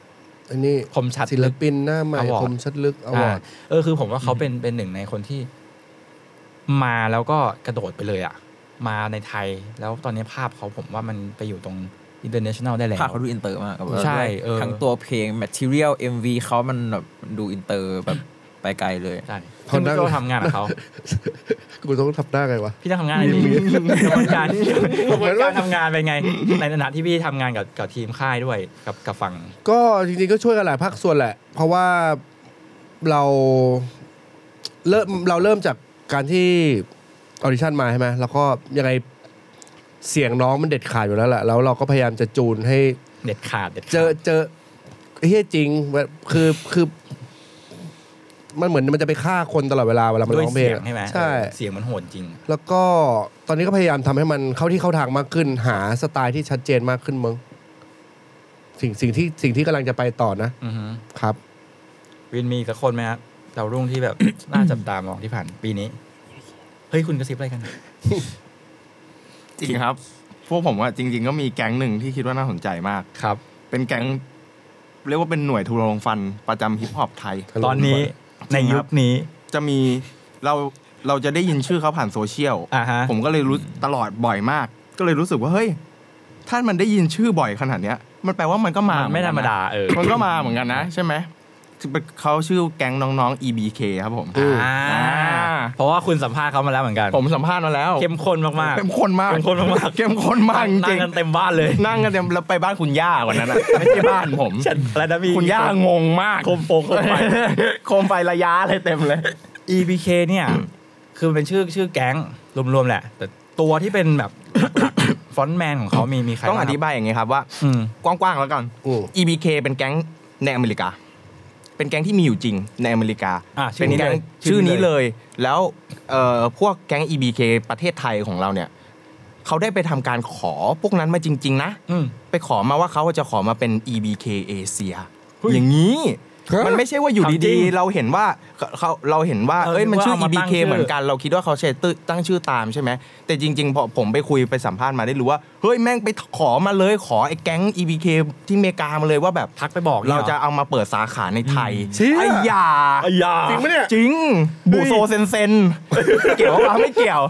Speaker 2: อันนี้
Speaker 3: คมชัด
Speaker 2: ศิล
Speaker 3: ลึก
Speaker 2: ปินหน้าใหม่
Speaker 3: Award
Speaker 2: คมชัดลึกอวอร์ด
Speaker 3: เออคือผมว่าเขาเป็นเป็นหนึ่งในคนที่มาแล้วก็กระโดดไปเลยอ่ะ มาในไทยแล้วตอนนี้ภาพเขาผมว่ามันไปอยู่ตรง international ได้แล้ว
Speaker 5: ภาคเขาดูอินเตอร์มากกับ
Speaker 3: ใช่เออ
Speaker 5: ทั้งตัวเพลงแมทเทียลเอ็มวีเขามันแบบดูอินเตอร์แบบไปไกลเลย
Speaker 3: ใช่
Speaker 2: เขา
Speaker 3: ซึ่ง
Speaker 2: นั่ง
Speaker 3: พี่โจทำงานกับ เขา
Speaker 2: กูต้องทับหน้าไงวะ
Speaker 3: พี่ต้องทำงานในนี้กระบวน การกระบวนการทำงาน เป็นไง ในฐานะที่พี่ทำงานกับกับทีมค่ายด้วยกับกับฝั่ง
Speaker 2: ก็จริงๆก็ช่วยกันหลายภาคส่วนแหละ เพราะว่าเราเริ่มเราเริ่มจากการที่ออดิชั่นมาใช่ไหมแล้วก็ยังไงเสียงน้องมันเด็ดขาดอยู่แล้วแหละแล้วเราก็พยายามจะจูนให้
Speaker 3: เด็ดขาดเด็ดขาด
Speaker 2: เจอเจอเฮียจริงแบบคือคือ มันเหมือนมันจะไปฆ่าคนตลอดเวลาเวลามัน
Speaker 3: ด้วย
Speaker 2: ร้องเพล
Speaker 3: เสี
Speaker 2: ง
Speaker 3: ยง
Speaker 2: อะ
Speaker 3: ใช่ไหม
Speaker 2: ใช่
Speaker 3: เออเสียงมันโหดจริง
Speaker 2: แล้วก็ตอนนี้ก็พยายามทำให้มันเข้าที่เข้าทางมากขึ้น หาสไตล์ที่ชัดเจนมากขึ้นมึงสิ่งสิ่งที่สิ่งที่กำลังจะไปต่อนะ
Speaker 3: อือฮึ
Speaker 2: ครับ
Speaker 3: วินมีอีกสักคนไหมครับดาวรุ่งที่แบบ น่าจับตามองที่ผ่านปีนี้เฮ้ยคุณกระซิบอะไรกัน
Speaker 4: จริงครับ พวกผมว่าจริง ๆ ก็มีแก๊งหนึ่งที่คิดว่าน่าสนใจมาก
Speaker 3: ครับ
Speaker 4: เป็นแก๊งเรียกว่าเป็นหน่วยทุรนงฟันประจำฮิปฮอปไทย
Speaker 3: ตอนนี้ในยุคนี้
Speaker 4: จะมีเราเราจะได้ยินชื่อเขาผ่านโซเชียล
Speaker 3: อ่าฮะ
Speaker 4: ผมก็เลยรู้ตลอดบ่อยมาก ก็เลยรู้สึกว่าเฮ้ย ถ้ามันได้ยินชื่อบ่อยขนาดเนี้ย มันแปลว่ามันก็มาม
Speaker 3: นไม่ธรรมดาเออ
Speaker 4: มันก็มาเหมือนกันนะ ใช่ไหมเขาชื่อแก๊งน้องๆ EBK ครับผม
Speaker 2: อืม
Speaker 3: อ่า
Speaker 4: อ่า
Speaker 3: เพราะว่าคุณสัมภาษณ์เขามาแล้วเหมือนกัน
Speaker 4: ผมสัมภาษณ์มาแล้ว
Speaker 3: เข้มข้นมาก
Speaker 4: เข้มข้นมาก
Speaker 3: เข้มข้นมาก
Speaker 4: เข้มข้น
Speaker 3: ๆ
Speaker 4: มากจ
Speaker 3: นั่
Speaker 4: ริ
Speaker 3: ง
Speaker 4: ง
Speaker 3: กันเต็มบ้านเลย
Speaker 4: ๆนั่งกันเต็มแล้วไปบ้านคุณย่าวันนั้นอะไม่ใช่บ้านผม
Speaker 3: ฉันแล้วนะมี
Speaker 4: คุณย่างงมาก
Speaker 3: โคมโปงโคมไป
Speaker 4: โคมไฟระยะเลยเต็มเลย
Speaker 3: EBK เนี่ย คือมันเป็นชื่อชื่อแก๊งรวมๆแหละ แต่ตัวที่เป็นแบบ ฟอนต์แมนของเขามีมีใคร
Speaker 4: ต้องอ
Speaker 3: บ้ครับ
Speaker 4: ธิายอย่างไงครับว่า
Speaker 3: อืม
Speaker 4: กว้างๆแล้วกัน
Speaker 2: อืม
Speaker 4: EBK เป็นแก๊งในอเมริกา เป็นแก๊งที่มีอยู่จริงในอเมริกา
Speaker 3: อ่ะชื่
Speaker 4: เป็
Speaker 3: อน นี้
Speaker 4: แก๊ง
Speaker 3: เลยชื่
Speaker 4: ชื่
Speaker 3: อ
Speaker 4: อ
Speaker 3: นี้
Speaker 4: นี้
Speaker 3: เล
Speaker 4: เลย ย แล้วเอ่อพวกแก๊ง EBK ประเทศไทยของเราเนี่ย เขาได้ไปทำการขอพวกนั้นมาจริง ๆ นะ
Speaker 3: อืม
Speaker 4: ไปขอมาว่าเขาจะขอมาเป็น EBK เอเชีย
Speaker 3: เฮ้ย
Speaker 4: อย่างนี้
Speaker 2: ฮะ
Speaker 4: มันไม่ใช่ว่าอยู่
Speaker 3: ทำจริ
Speaker 4: ดี
Speaker 3: ง
Speaker 4: ๆ เราเห็นว่าเขาเราเห็นว่า
Speaker 3: เออ
Speaker 4: เอ้ยมันชื่อ
Speaker 3: นึกว่าเอามาตั้ง
Speaker 4: EBK
Speaker 3: ชื่อ
Speaker 4: เหมือนกันเราคิดว่าเขาใช้ตื้อตั้งชื่อตามใช่ไหมแต่จริงๆพอผมไปคุยไปสัมภาษณ์มาได้รู้ว่าเฮ้ยแม่งไปขอมาเลยขอไอ้แก๊ง EBK ที่อเมริกามาเลยว่าแบบ
Speaker 3: ทักไปบอกนี่
Speaker 4: เรา
Speaker 3: หอ
Speaker 4: จะเอามาเปิดสาขาในไทย
Speaker 2: เชี่ย
Speaker 4: ไอ้ยา
Speaker 3: ไอ้ยา
Speaker 4: จริงไหมเนี่ย จริง บูโซเซนเซน เกี่ยวว่าไม่เกี่ยว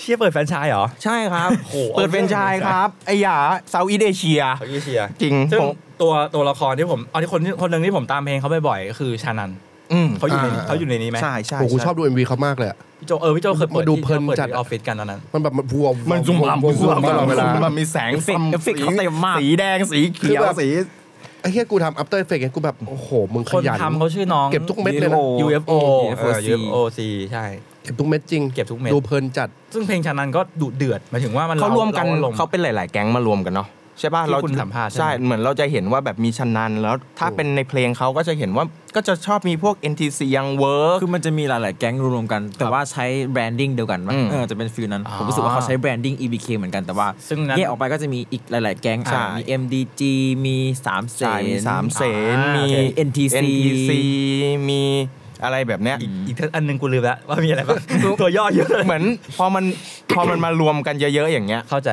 Speaker 3: เชี่ยเปิดแฟรนไชส์เหรอ
Speaker 4: ใช่ครับ
Speaker 3: โห
Speaker 4: เปิดเป็นไชายครับ ไอ้ยาเซาท์อีเดเชีย
Speaker 3: เขาเชีย
Speaker 4: จริง
Speaker 3: ซึ่ง
Speaker 4: ผม
Speaker 3: ตัวตัวละครที่ผมเอาที่คนที่คนหนึ่งที่ผมตามเพลงเขาบ่อยๆก็คือชานัน
Speaker 4: อืม
Speaker 3: เขาอยู่ใน
Speaker 2: อ่า
Speaker 3: เขาอยู่ในนี้ไหม
Speaker 4: ใช่ใช่
Speaker 2: โอ้กู
Speaker 4: ใ
Speaker 2: ชอบดู MV เขามากเลยอะ
Speaker 3: พี่โจเออพี่โจเคยเปิด
Speaker 2: ดู
Speaker 3: ที่
Speaker 2: เพลิน
Speaker 3: ปิด
Speaker 2: จัด
Speaker 3: ที่
Speaker 2: อะ
Speaker 3: ออฟฟิศกันตอนนั้น
Speaker 2: มันแบบมันพวม
Speaker 4: มันซุ่มลำ
Speaker 2: พวมตลอดเวลา
Speaker 4: มันมีแสง
Speaker 5: เอฟเฟกต์
Speaker 4: ซ้ำ
Speaker 5: เอฟเฟกต์เขาเต็มมาก
Speaker 4: สีแดงสีเขียว
Speaker 2: คือแบบ
Speaker 4: สี
Speaker 2: ไอ้เฮียกูทำ After Effects เนี่ยกูแบบ โอ้โห มึงข
Speaker 3: คน
Speaker 2: ยัน
Speaker 3: ทำเขาชื่อน้อง
Speaker 2: เก็บทุกเม็ดเลยนะ
Speaker 3: UFO เออ
Speaker 5: UFOC
Speaker 3: UFOC ใช่
Speaker 2: เก็บทุกเม็ดจริง
Speaker 3: เก็บทุกเม็ด
Speaker 2: ดูเพลินจัด
Speaker 3: ซึ่งเพลงชานันก็ดุเดือดหมายถึงว่ามัน
Speaker 4: เขารวมกัน
Speaker 3: อารมณ์
Speaker 4: เขาเป็นหลาย ๆ แก๊งมารวมกันเนาะใช่ป่ะ
Speaker 3: ที่
Speaker 4: เรา
Speaker 3: คุณสัมภาษณ์ใช่
Speaker 4: ใช่
Speaker 3: ไหม
Speaker 4: เหมือนเราจะเห็นว่าแบบมีชันนันแล้วถ้า
Speaker 2: อืม
Speaker 4: เป็นในเพลงเขาก็จะเห็นว่าก็จะชอบมีพวก NTC ยังเวิร์ก
Speaker 5: คือมันจะมีหลาย ๆ แก๊งรวมๆกัน แต่ว่าใช้แบรนดิ้งเดียวกันมั้ง
Speaker 4: อืม
Speaker 5: เออจะเป็นฟิลนั้น
Speaker 3: อ๋อ
Speaker 5: ผมรู้สึกว่าเขาใช้แบรนดิ้ง EBK เหมือนกันแต่ว่า
Speaker 3: ซึ่งนั้น
Speaker 5: แยกออกไปก็จะมีอีกหลาย ๆ แก๊งอ่ะ
Speaker 4: ใช่
Speaker 5: มี MDG มีสามเส
Speaker 4: ใช่
Speaker 5: น
Speaker 4: มีสามเสน
Speaker 3: อ่ามี
Speaker 4: มี
Speaker 5: NTC
Speaker 4: NTC มีอะไรแบบเนี้ย
Speaker 3: อีกท่านอันหนึงกูลืมแล้วว่ามีอะไรบ้าง ตัวย่อเยอะเลย
Speaker 4: เหมือนพอมันพอมันมารวมกันเยอะ ๆ อย่างเงี้ย
Speaker 3: เข้าใจ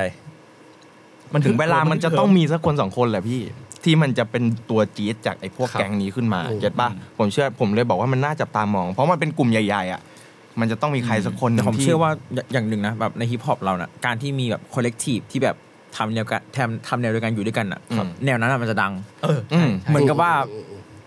Speaker 4: ถึงเวลามันจะต้องมีสักคนสองคนแหละพี่ ท ที่มันจะเป็นตัวจี๊ดจากไอ้พวก
Speaker 3: ครับ
Speaker 4: แก๊งนี้ขึ้นมา
Speaker 2: อืม
Speaker 4: เก็ตป่ะผมเชื่อผมเลยบอกว่ามันน่าจับตามอง เพราะมันเป็นกลุ่มใหญ่ๆอ่ะมันจะต้องมีใครสักคนหนึ่
Speaker 5: แต่
Speaker 4: ง
Speaker 5: ผม
Speaker 4: ที่
Speaker 5: เชื่อว่าอย่าอย่างหนึ่งนะแบบในฮิปฮอปเรานะการที่มีแบบคอลเลกทีฟที่แบบทำแนวกันทำทำแนวเดียวกันอยู่ด้วยกันอ่ะ
Speaker 4: อืม
Speaker 5: แนวนั้นอะมันจะดัง
Speaker 4: อืม
Speaker 5: เหมือนกับว่า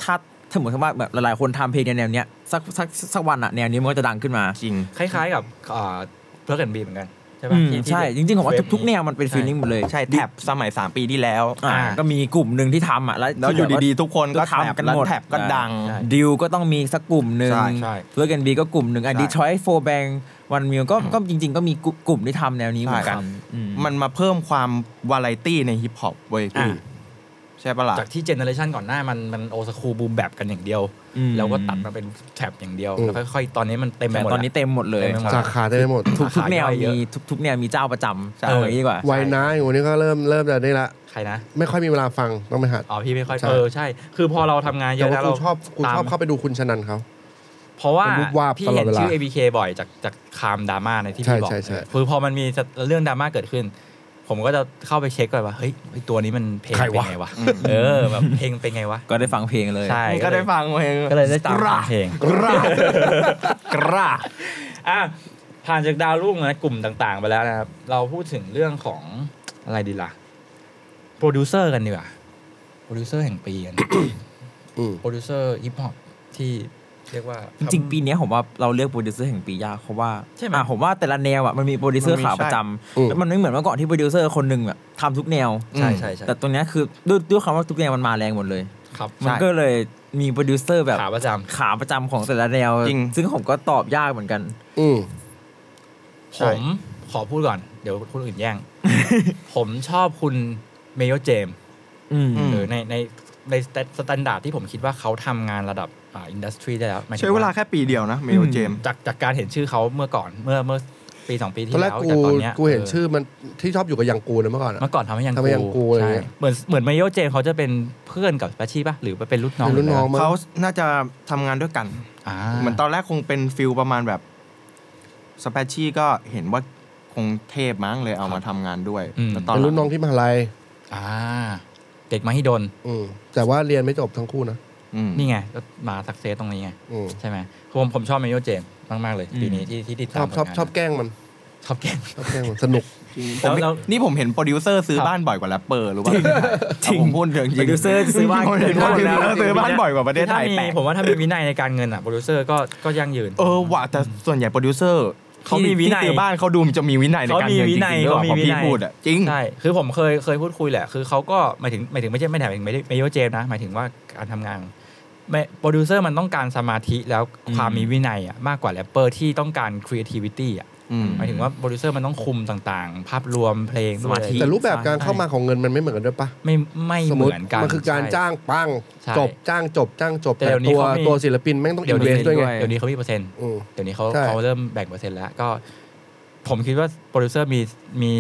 Speaker 5: ถ้าถ้าเหมือนกับว่าแบบหลายๆคนทำเพลงในแนวเนี้ยสักสักสักวันอ่ะแนวนี้มันก็จะดังขึ้นมา
Speaker 4: จริง
Speaker 3: คล้ายๆกับเพิร์กันบีเหมือนกัน ใช่ปะ
Speaker 5: อืม
Speaker 3: ที่ที่
Speaker 5: ใช่ จริงๆผมว่า
Speaker 3: เฟนี้
Speaker 5: ทุกทุกแนวมันเป็น
Speaker 3: ใช่
Speaker 5: ฟีลลิ่งหมดเลย
Speaker 4: ใช่แท็บสมัย 3 ปีที่แล้ว
Speaker 5: อ่า
Speaker 3: อ่า
Speaker 5: ก็มีกลุ่มหนึ่งที่ทำอ่ะแล้ว
Speaker 4: แล้วอยู่ดีๆ ทุกคนก็
Speaker 5: ก็ทำ
Speaker 4: ทำ
Speaker 5: กั
Speaker 4: กัน น
Speaker 5: ห
Speaker 4: ห
Speaker 5: ม
Speaker 4: ม
Speaker 5: ด
Speaker 4: ดแท็บก็
Speaker 5: อ่า
Speaker 4: ดัง
Speaker 3: ใช่
Speaker 5: ดิวก็ต้องมีสักกลุ่มหนึ่ง
Speaker 4: ใช่
Speaker 3: ใช่
Speaker 5: เพื่อกันบีก็กลุ่มหนึ่งอ่ะ
Speaker 4: ใช่
Speaker 5: ดีทรอยต์โฟร์แบงวันมิวก็ก็จริง ๆ ก็มีกลุ่มที่ทำแนวนี้เหมือนกัน
Speaker 4: ใช่ครับ
Speaker 5: อืม
Speaker 4: มันมาเพิ่มความวาไรตี้ในฮิปฮอปเว้ยพี่
Speaker 3: อ่า
Speaker 4: ใช่ปะล่ะ
Speaker 3: จากที่เจเนอเรชันก่อนหน้ามันมันโอสคูบูมแบบกันอย่างเดียว
Speaker 5: อืม
Speaker 3: แล้วก็ตัดมาเป็นแท็บอย่างเดียว
Speaker 2: อืม
Speaker 3: แล้วค่อยๆ ตอนนี้มันเต็มไป
Speaker 5: แต่
Speaker 3: หมด
Speaker 5: ตอน
Speaker 3: ละ
Speaker 5: นี้เต็มหมดเลย
Speaker 3: เต็มไปหมด
Speaker 2: สาขาได้ไปหมด
Speaker 5: ทุกทุกแนว
Speaker 3: ขายย่อยเย
Speaker 5: มี
Speaker 3: อะ
Speaker 5: ทุกทุกแนวมีเจ้าประจำ
Speaker 4: ใช่
Speaker 5: เอาอย่างนี้ดีกว่า
Speaker 2: วัยน้าอยู่วันนี้ก็เริ่มเริ่มจะนี่ละ
Speaker 3: ใครนะ
Speaker 2: ไม่ค่อยมีเวลาฟังต้องไปหัด
Speaker 3: อ๋อพี่ไม่ค่อย
Speaker 2: ใช่
Speaker 3: เออใช่ คือพอเราทำงานเย
Speaker 2: แต่
Speaker 3: อะ
Speaker 2: ว่า
Speaker 3: แล้ว
Speaker 2: กู
Speaker 3: เรา
Speaker 2: ชอบกูชอบเข้าไปดูคุณชนันเขา
Speaker 3: เพราะว่า
Speaker 2: ผมรูปวาด
Speaker 3: พี่
Speaker 2: ตล
Speaker 3: เห็
Speaker 2: อด
Speaker 3: น
Speaker 2: เวลา
Speaker 3: ชื่อ ABK บ่อยจากจากคามดราม่าในที่
Speaker 2: ใช่
Speaker 3: พี่บอก
Speaker 2: ใช่ใช่
Speaker 3: คือพอมันมีเรื่องดราม่าเกิดขึ้น ผมก็จะเข้าไปเช็คก่อนว่าเฮ้ยไอ้ตัวนี้มันเพลงเป็นไงวะเออแบบเพลงเป็นไงวะ
Speaker 5: ก็ได้ฟังเพลงเลย
Speaker 3: ใช่
Speaker 4: ก็
Speaker 3: ก็เล
Speaker 4: ได้
Speaker 3: ย
Speaker 4: ฟังเอง
Speaker 3: ก็เลยได้ตามฟังเพลง
Speaker 4: กราดกราด
Speaker 3: อ่ะผ่านจากดาวรุ่งนะกลุ่มต่าง ๆ ไปแล้วนะครับ เราพูดถึงเรื่องของอะไรดีล่ะ โปรดิวเซอร์กันดีกว่าโปรดิวเซอร์แห่งปีกัน
Speaker 2: อืม
Speaker 3: โปรดิวเซอร์ฮิปฮอปที่เรียกว่า
Speaker 5: จริง
Speaker 3: ทำ
Speaker 5: ๆปีเนี้ยผมว่าเราเลือกโปรดิวเซอร์แห่งปียากเพราะว่า
Speaker 3: ใช่ไหม
Speaker 5: อ่ะผมว่าแต่ละแนวอ่ะมันมีโปรดิวเซอร์
Speaker 4: มันมี
Speaker 5: ขาประจ
Speaker 2: อืม
Speaker 5: ำแล้วมันไม่เหมือนเมื่อก่อนที่โปรดิวเซอร์คนหนึ่งแบบทำทุกแนว
Speaker 4: อืม
Speaker 3: ใช่ใช่ใช่
Speaker 5: แต่ตรงเนี้ยคือด้วยด้วยคำว่าทุกแนวมันมาแรงหมดเลย
Speaker 3: ครับ
Speaker 5: มันก็เลยมีโปรดิวเซอร์แบบ
Speaker 3: ขาประจ
Speaker 5: ขาประจำของแต่ละแนว
Speaker 4: จริง
Speaker 5: ซึ่งผมก็ตอบยากเหมือนกัน
Speaker 2: อืม
Speaker 3: ำ
Speaker 4: ใช่
Speaker 3: ผมขอพูดก่อน เดี๋ยวคนอื่นแย่ง ผมชอบคุณเมโยเจมส์
Speaker 5: อืม
Speaker 4: อืม
Speaker 3: เออในในในสแตนดาร์ดที่ผมคิดว่าเขาทำงานระดับอ่าอินดัสทรีได้แล้วหมยถึง
Speaker 4: ใช้เวลาแค่ปีเดียวนะเมลเจม
Speaker 3: จากจากการเห็นชื่อเขาเมื่อก่อนเมื่อเมื่อปีสองปี
Speaker 2: ตอ
Speaker 3: ที่
Speaker 2: นแรก
Speaker 3: แล้ว
Speaker 2: กู
Speaker 3: จากตอนเนี้ย
Speaker 2: กูเห็น
Speaker 3: ออ
Speaker 2: ชื่อมันที่ชอบอยู่กับยังกูนะเมื่อก่อนอะ
Speaker 3: เมื่อก่อนทำให้ยัง
Speaker 2: ทำให้ยังกู
Speaker 3: กู
Speaker 2: อะไร
Speaker 3: ใช่
Speaker 2: เงี้ย
Speaker 3: เหมือนเหมือนมาริโอเจมส์เขาจะเป็นเพื่อนกับปาชี่ปะหรือว่าเป็นรุ่นน้อง
Speaker 2: เป็นรุ่นน้องมั้ง
Speaker 4: เขาน่าจะทำงานด้วยกัน
Speaker 3: อ่า
Speaker 4: เหมือนตอนแรกคงเป็นฟิลประมาณแบบสเปชชี่ก็เห็นว่าคงเทพมั้งเลยเอามาทำงานด้วยแล้วตอน
Speaker 2: เป็น
Speaker 4: ห
Speaker 2: รุ่นน้
Speaker 4: ลั
Speaker 2: อง
Speaker 4: ง
Speaker 2: ที่มหาลัย
Speaker 3: อ่าเด็กมหิดล
Speaker 2: อืมแต่ว่าเรียนไม่จบทั้งคู่นะ
Speaker 4: อืม
Speaker 3: นี่ไงก็มาสักเซสตรงนี้ไง
Speaker 2: อืม
Speaker 3: ใช่ไหมผมผมชอบมาริโอเจมส์มาก ๆ เลย
Speaker 5: อืม
Speaker 3: ปีนี้ที่ที่ติด
Speaker 2: ช
Speaker 3: ตา
Speaker 2: อ
Speaker 3: ม
Speaker 2: บชอบ
Speaker 3: ผลงาน
Speaker 2: ชอบแกล้งมัน
Speaker 3: ชอบแกง
Speaker 2: ชอบแกล้งมันสนุก
Speaker 4: ผม
Speaker 3: แล้วแล้ว
Speaker 4: นี่ผมเห็นโปรดิวเซอร์ซื้อ
Speaker 3: ครับ
Speaker 4: บ้านบ่อยกว่าแรปเปอร์รู้ป่ะเอาผมพูดจริงจ
Speaker 5: โปรดิวเซอร์ซื้อบ้าน
Speaker 4: ผมเห็นโปรดิวเซอร์ซื้อบ้านบ่อยกว่าประเทศไทย
Speaker 3: ถ้ามี
Speaker 4: แปลก
Speaker 3: ผมว่าถ้ามีวินัยในการเงินอ่ะโปรดิวเซอร์ก็ก็ยั่งยืน
Speaker 4: เออว่ะแต่ส่วนใหญ่โปรดิวเซอร์
Speaker 3: เขามี
Speaker 4: ที่
Speaker 3: วินัย
Speaker 4: ที่ซื้อบ้านเขาดูมันจะมีวินัยในการเงินจริงๆด้วย
Speaker 3: เขา
Speaker 4: ว่ะ
Speaker 3: มี
Speaker 4: พอ
Speaker 3: วิ
Speaker 4: พี่
Speaker 3: นัย
Speaker 4: พูดอ่ะจริง
Speaker 3: ใช่ คือผมเคยเคยพูดคุยแหละ คือเขาก็หมายถึงหมายถึงไม่ใช่ไม่ได้หมายถึงไม่ได้ไม่ได้ว่าเจมส์นะ หมายถึงว่าการทำงานไม่โปรดิวเซอร์มันต้องการสมาธิแล้วความมีวินัยอะมากกว่าแรปเปอร์ที่ต้องการ creativity อ่ะ
Speaker 4: อืม
Speaker 3: หมายถึงว่าโปรดิวเซอร์มันต้องคุมต่างๆ ภาพรวมเพลงด้วย
Speaker 5: สมาธิ
Speaker 2: แต่รูปแบบการเข้ามาของเงินมันไม่เหมือนกันด้วยปะ
Speaker 3: ไม่ไม่
Speaker 2: สม
Speaker 3: เห
Speaker 2: ม
Speaker 3: มื
Speaker 2: ติ
Speaker 3: อนกัน
Speaker 2: มันคือการจ้างปัง
Speaker 3: ใช่
Speaker 2: จบจ้างจบจ้างจบ
Speaker 3: แต่เดี๋ยวนี้
Speaker 2: ตัว
Speaker 3: เขามี
Speaker 2: ตัวศิลปินแม่งต้อง
Speaker 3: เดี๋ย
Speaker 2: อิ
Speaker 3: วน
Speaker 2: เว
Speaker 3: นี้
Speaker 2: สด้วยไง
Speaker 3: เดี๋ยวนี้เขามีเปอร์เซ็นต์
Speaker 2: อืม
Speaker 3: เดี๋ยวนี้เขา
Speaker 2: ใช่
Speaker 3: เขาเริ่มแบ่งเปอร์เซ็นต์แล้วก็ ผมคิดว่าโปรดิวเซอร์มีมี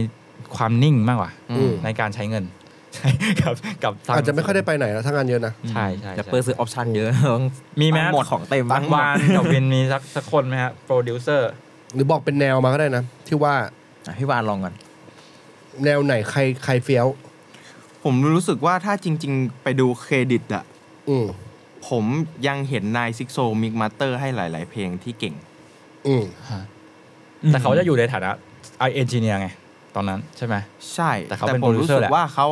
Speaker 3: ความนิ่งมากกว่า
Speaker 4: อืม
Speaker 3: ในการใช้เงิน ใช่กับกับทง
Speaker 2: อาจจะไม่ค่อยได้ไปไหนแล้วถ้างานเยอะนะ
Speaker 3: ใช่ใช่
Speaker 5: แต่
Speaker 3: ใช่
Speaker 5: เปิดซื้อออปชั่นเยอะต้อง
Speaker 3: มีไหม
Speaker 5: หมดของเต็ม
Speaker 3: บางวาน กับวินมีสักสักคนไหมฮะโปรดิวเซอร์
Speaker 2: หรือบอกเป็นแนวมาก็ได้นะ ที่ว่า
Speaker 5: อ่ะพี่วานลองก่อน
Speaker 2: แนวไหนใครใครเฟี้ยว
Speaker 4: ผมรู้สึกว่าถ้าจริง ๆ ไปดูเครดิตอ่ะ
Speaker 2: อืม
Speaker 4: ผมยังเห็นนายซิกโซมิกมาสเตอร์ให้หลาย ๆ เพลงที่เก่ง
Speaker 2: อืม
Speaker 3: แต่เขาจะอยู่ในฐานะไอเอนจิเนียร์ไง ตอนนั้นใช่ไหม
Speaker 4: ใช่
Speaker 3: แต่เขาเป็น
Speaker 4: ผมรู้
Speaker 3: producer
Speaker 4: สึก
Speaker 3: แหละ
Speaker 4: ว่าเขา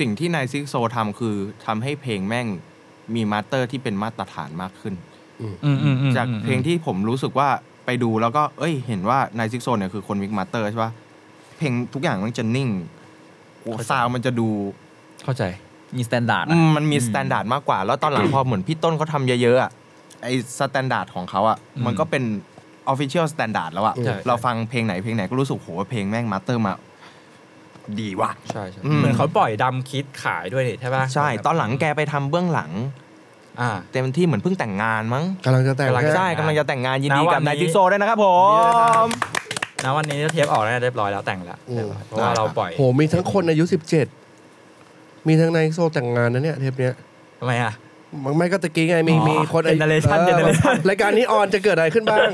Speaker 4: สิ่งที่นายซิกโซทำคือทำให้เพลงแม่งมีมาสเตอร์ที่เป็นมาตรฐานมากขึ้น
Speaker 3: อืมอืมอืม
Speaker 4: จาก
Speaker 3: อืม
Speaker 4: เพลงที่ผมรู้สึกว่าไปดูแล้วก็ เอ้ย เห็นว่านายซิกโซเนี่ยคือคนมิกมาสเตอร์ใช่ป่ะ เพลงทุกอย่างมันจะนิ่งโอ้ซาวด์มันจะดู
Speaker 3: เข้าใจ
Speaker 5: มีสแตนดาร์ด
Speaker 4: อืมมันมีสแตนดาร์ดมากกว่า แล้วตอนหลัง พอเหมือนพี่ต้นเขาทำเยอะ ๆอะไอสแตนดาร์ดของเขาอะ
Speaker 3: อืม
Speaker 4: มันก็เป็นออฟฟิเชียลสแตนดาร์ดแล้วอะ
Speaker 3: ใช่
Speaker 4: เราฟังเพลงไหนเพลงไหนก็รู้สึกโหเพลงแม่งมาสเตอร์มา ดีว่ะ
Speaker 3: ใช่ใช่
Speaker 4: อืม
Speaker 3: เหมือนเขาปล่อยดำคิดขายด้วยนี่ใช่ป่ะ
Speaker 4: ใช่ ตอนหลังแกไปทำเบื้องหลัง
Speaker 3: อ่า
Speaker 4: เต็มที่เหมือนเพิ่งแต่งงานมั้ง
Speaker 2: กำลังจะแต่ง
Speaker 3: กำลังจะ
Speaker 2: แค่
Speaker 4: ใช่กำลังจะแต่งงานยินดีกับ
Speaker 3: ณวันนี้
Speaker 4: นายซิกโซด้วยนะครับผม
Speaker 3: นะวันนี้เทปออกแล้วเรียบร้อยแล้วแต่งแล้วเรียบร้อยเพราะว่าเราปล่อย
Speaker 2: โหมีทั้งคนอายุสิบเจ็ดมีทั้งนายโซแต่งงานนะเนี่ยเทปเนี้ย
Speaker 3: ทำไมอ่ะ
Speaker 2: มันไม่ก็ตะกี้ไงมี
Speaker 3: อ๋อ
Speaker 2: มีคนไอ้
Speaker 3: generation
Speaker 2: ออ
Speaker 3: generation
Speaker 2: รายการนี้ออนจะเกิดอะไรขึ้นบ้าง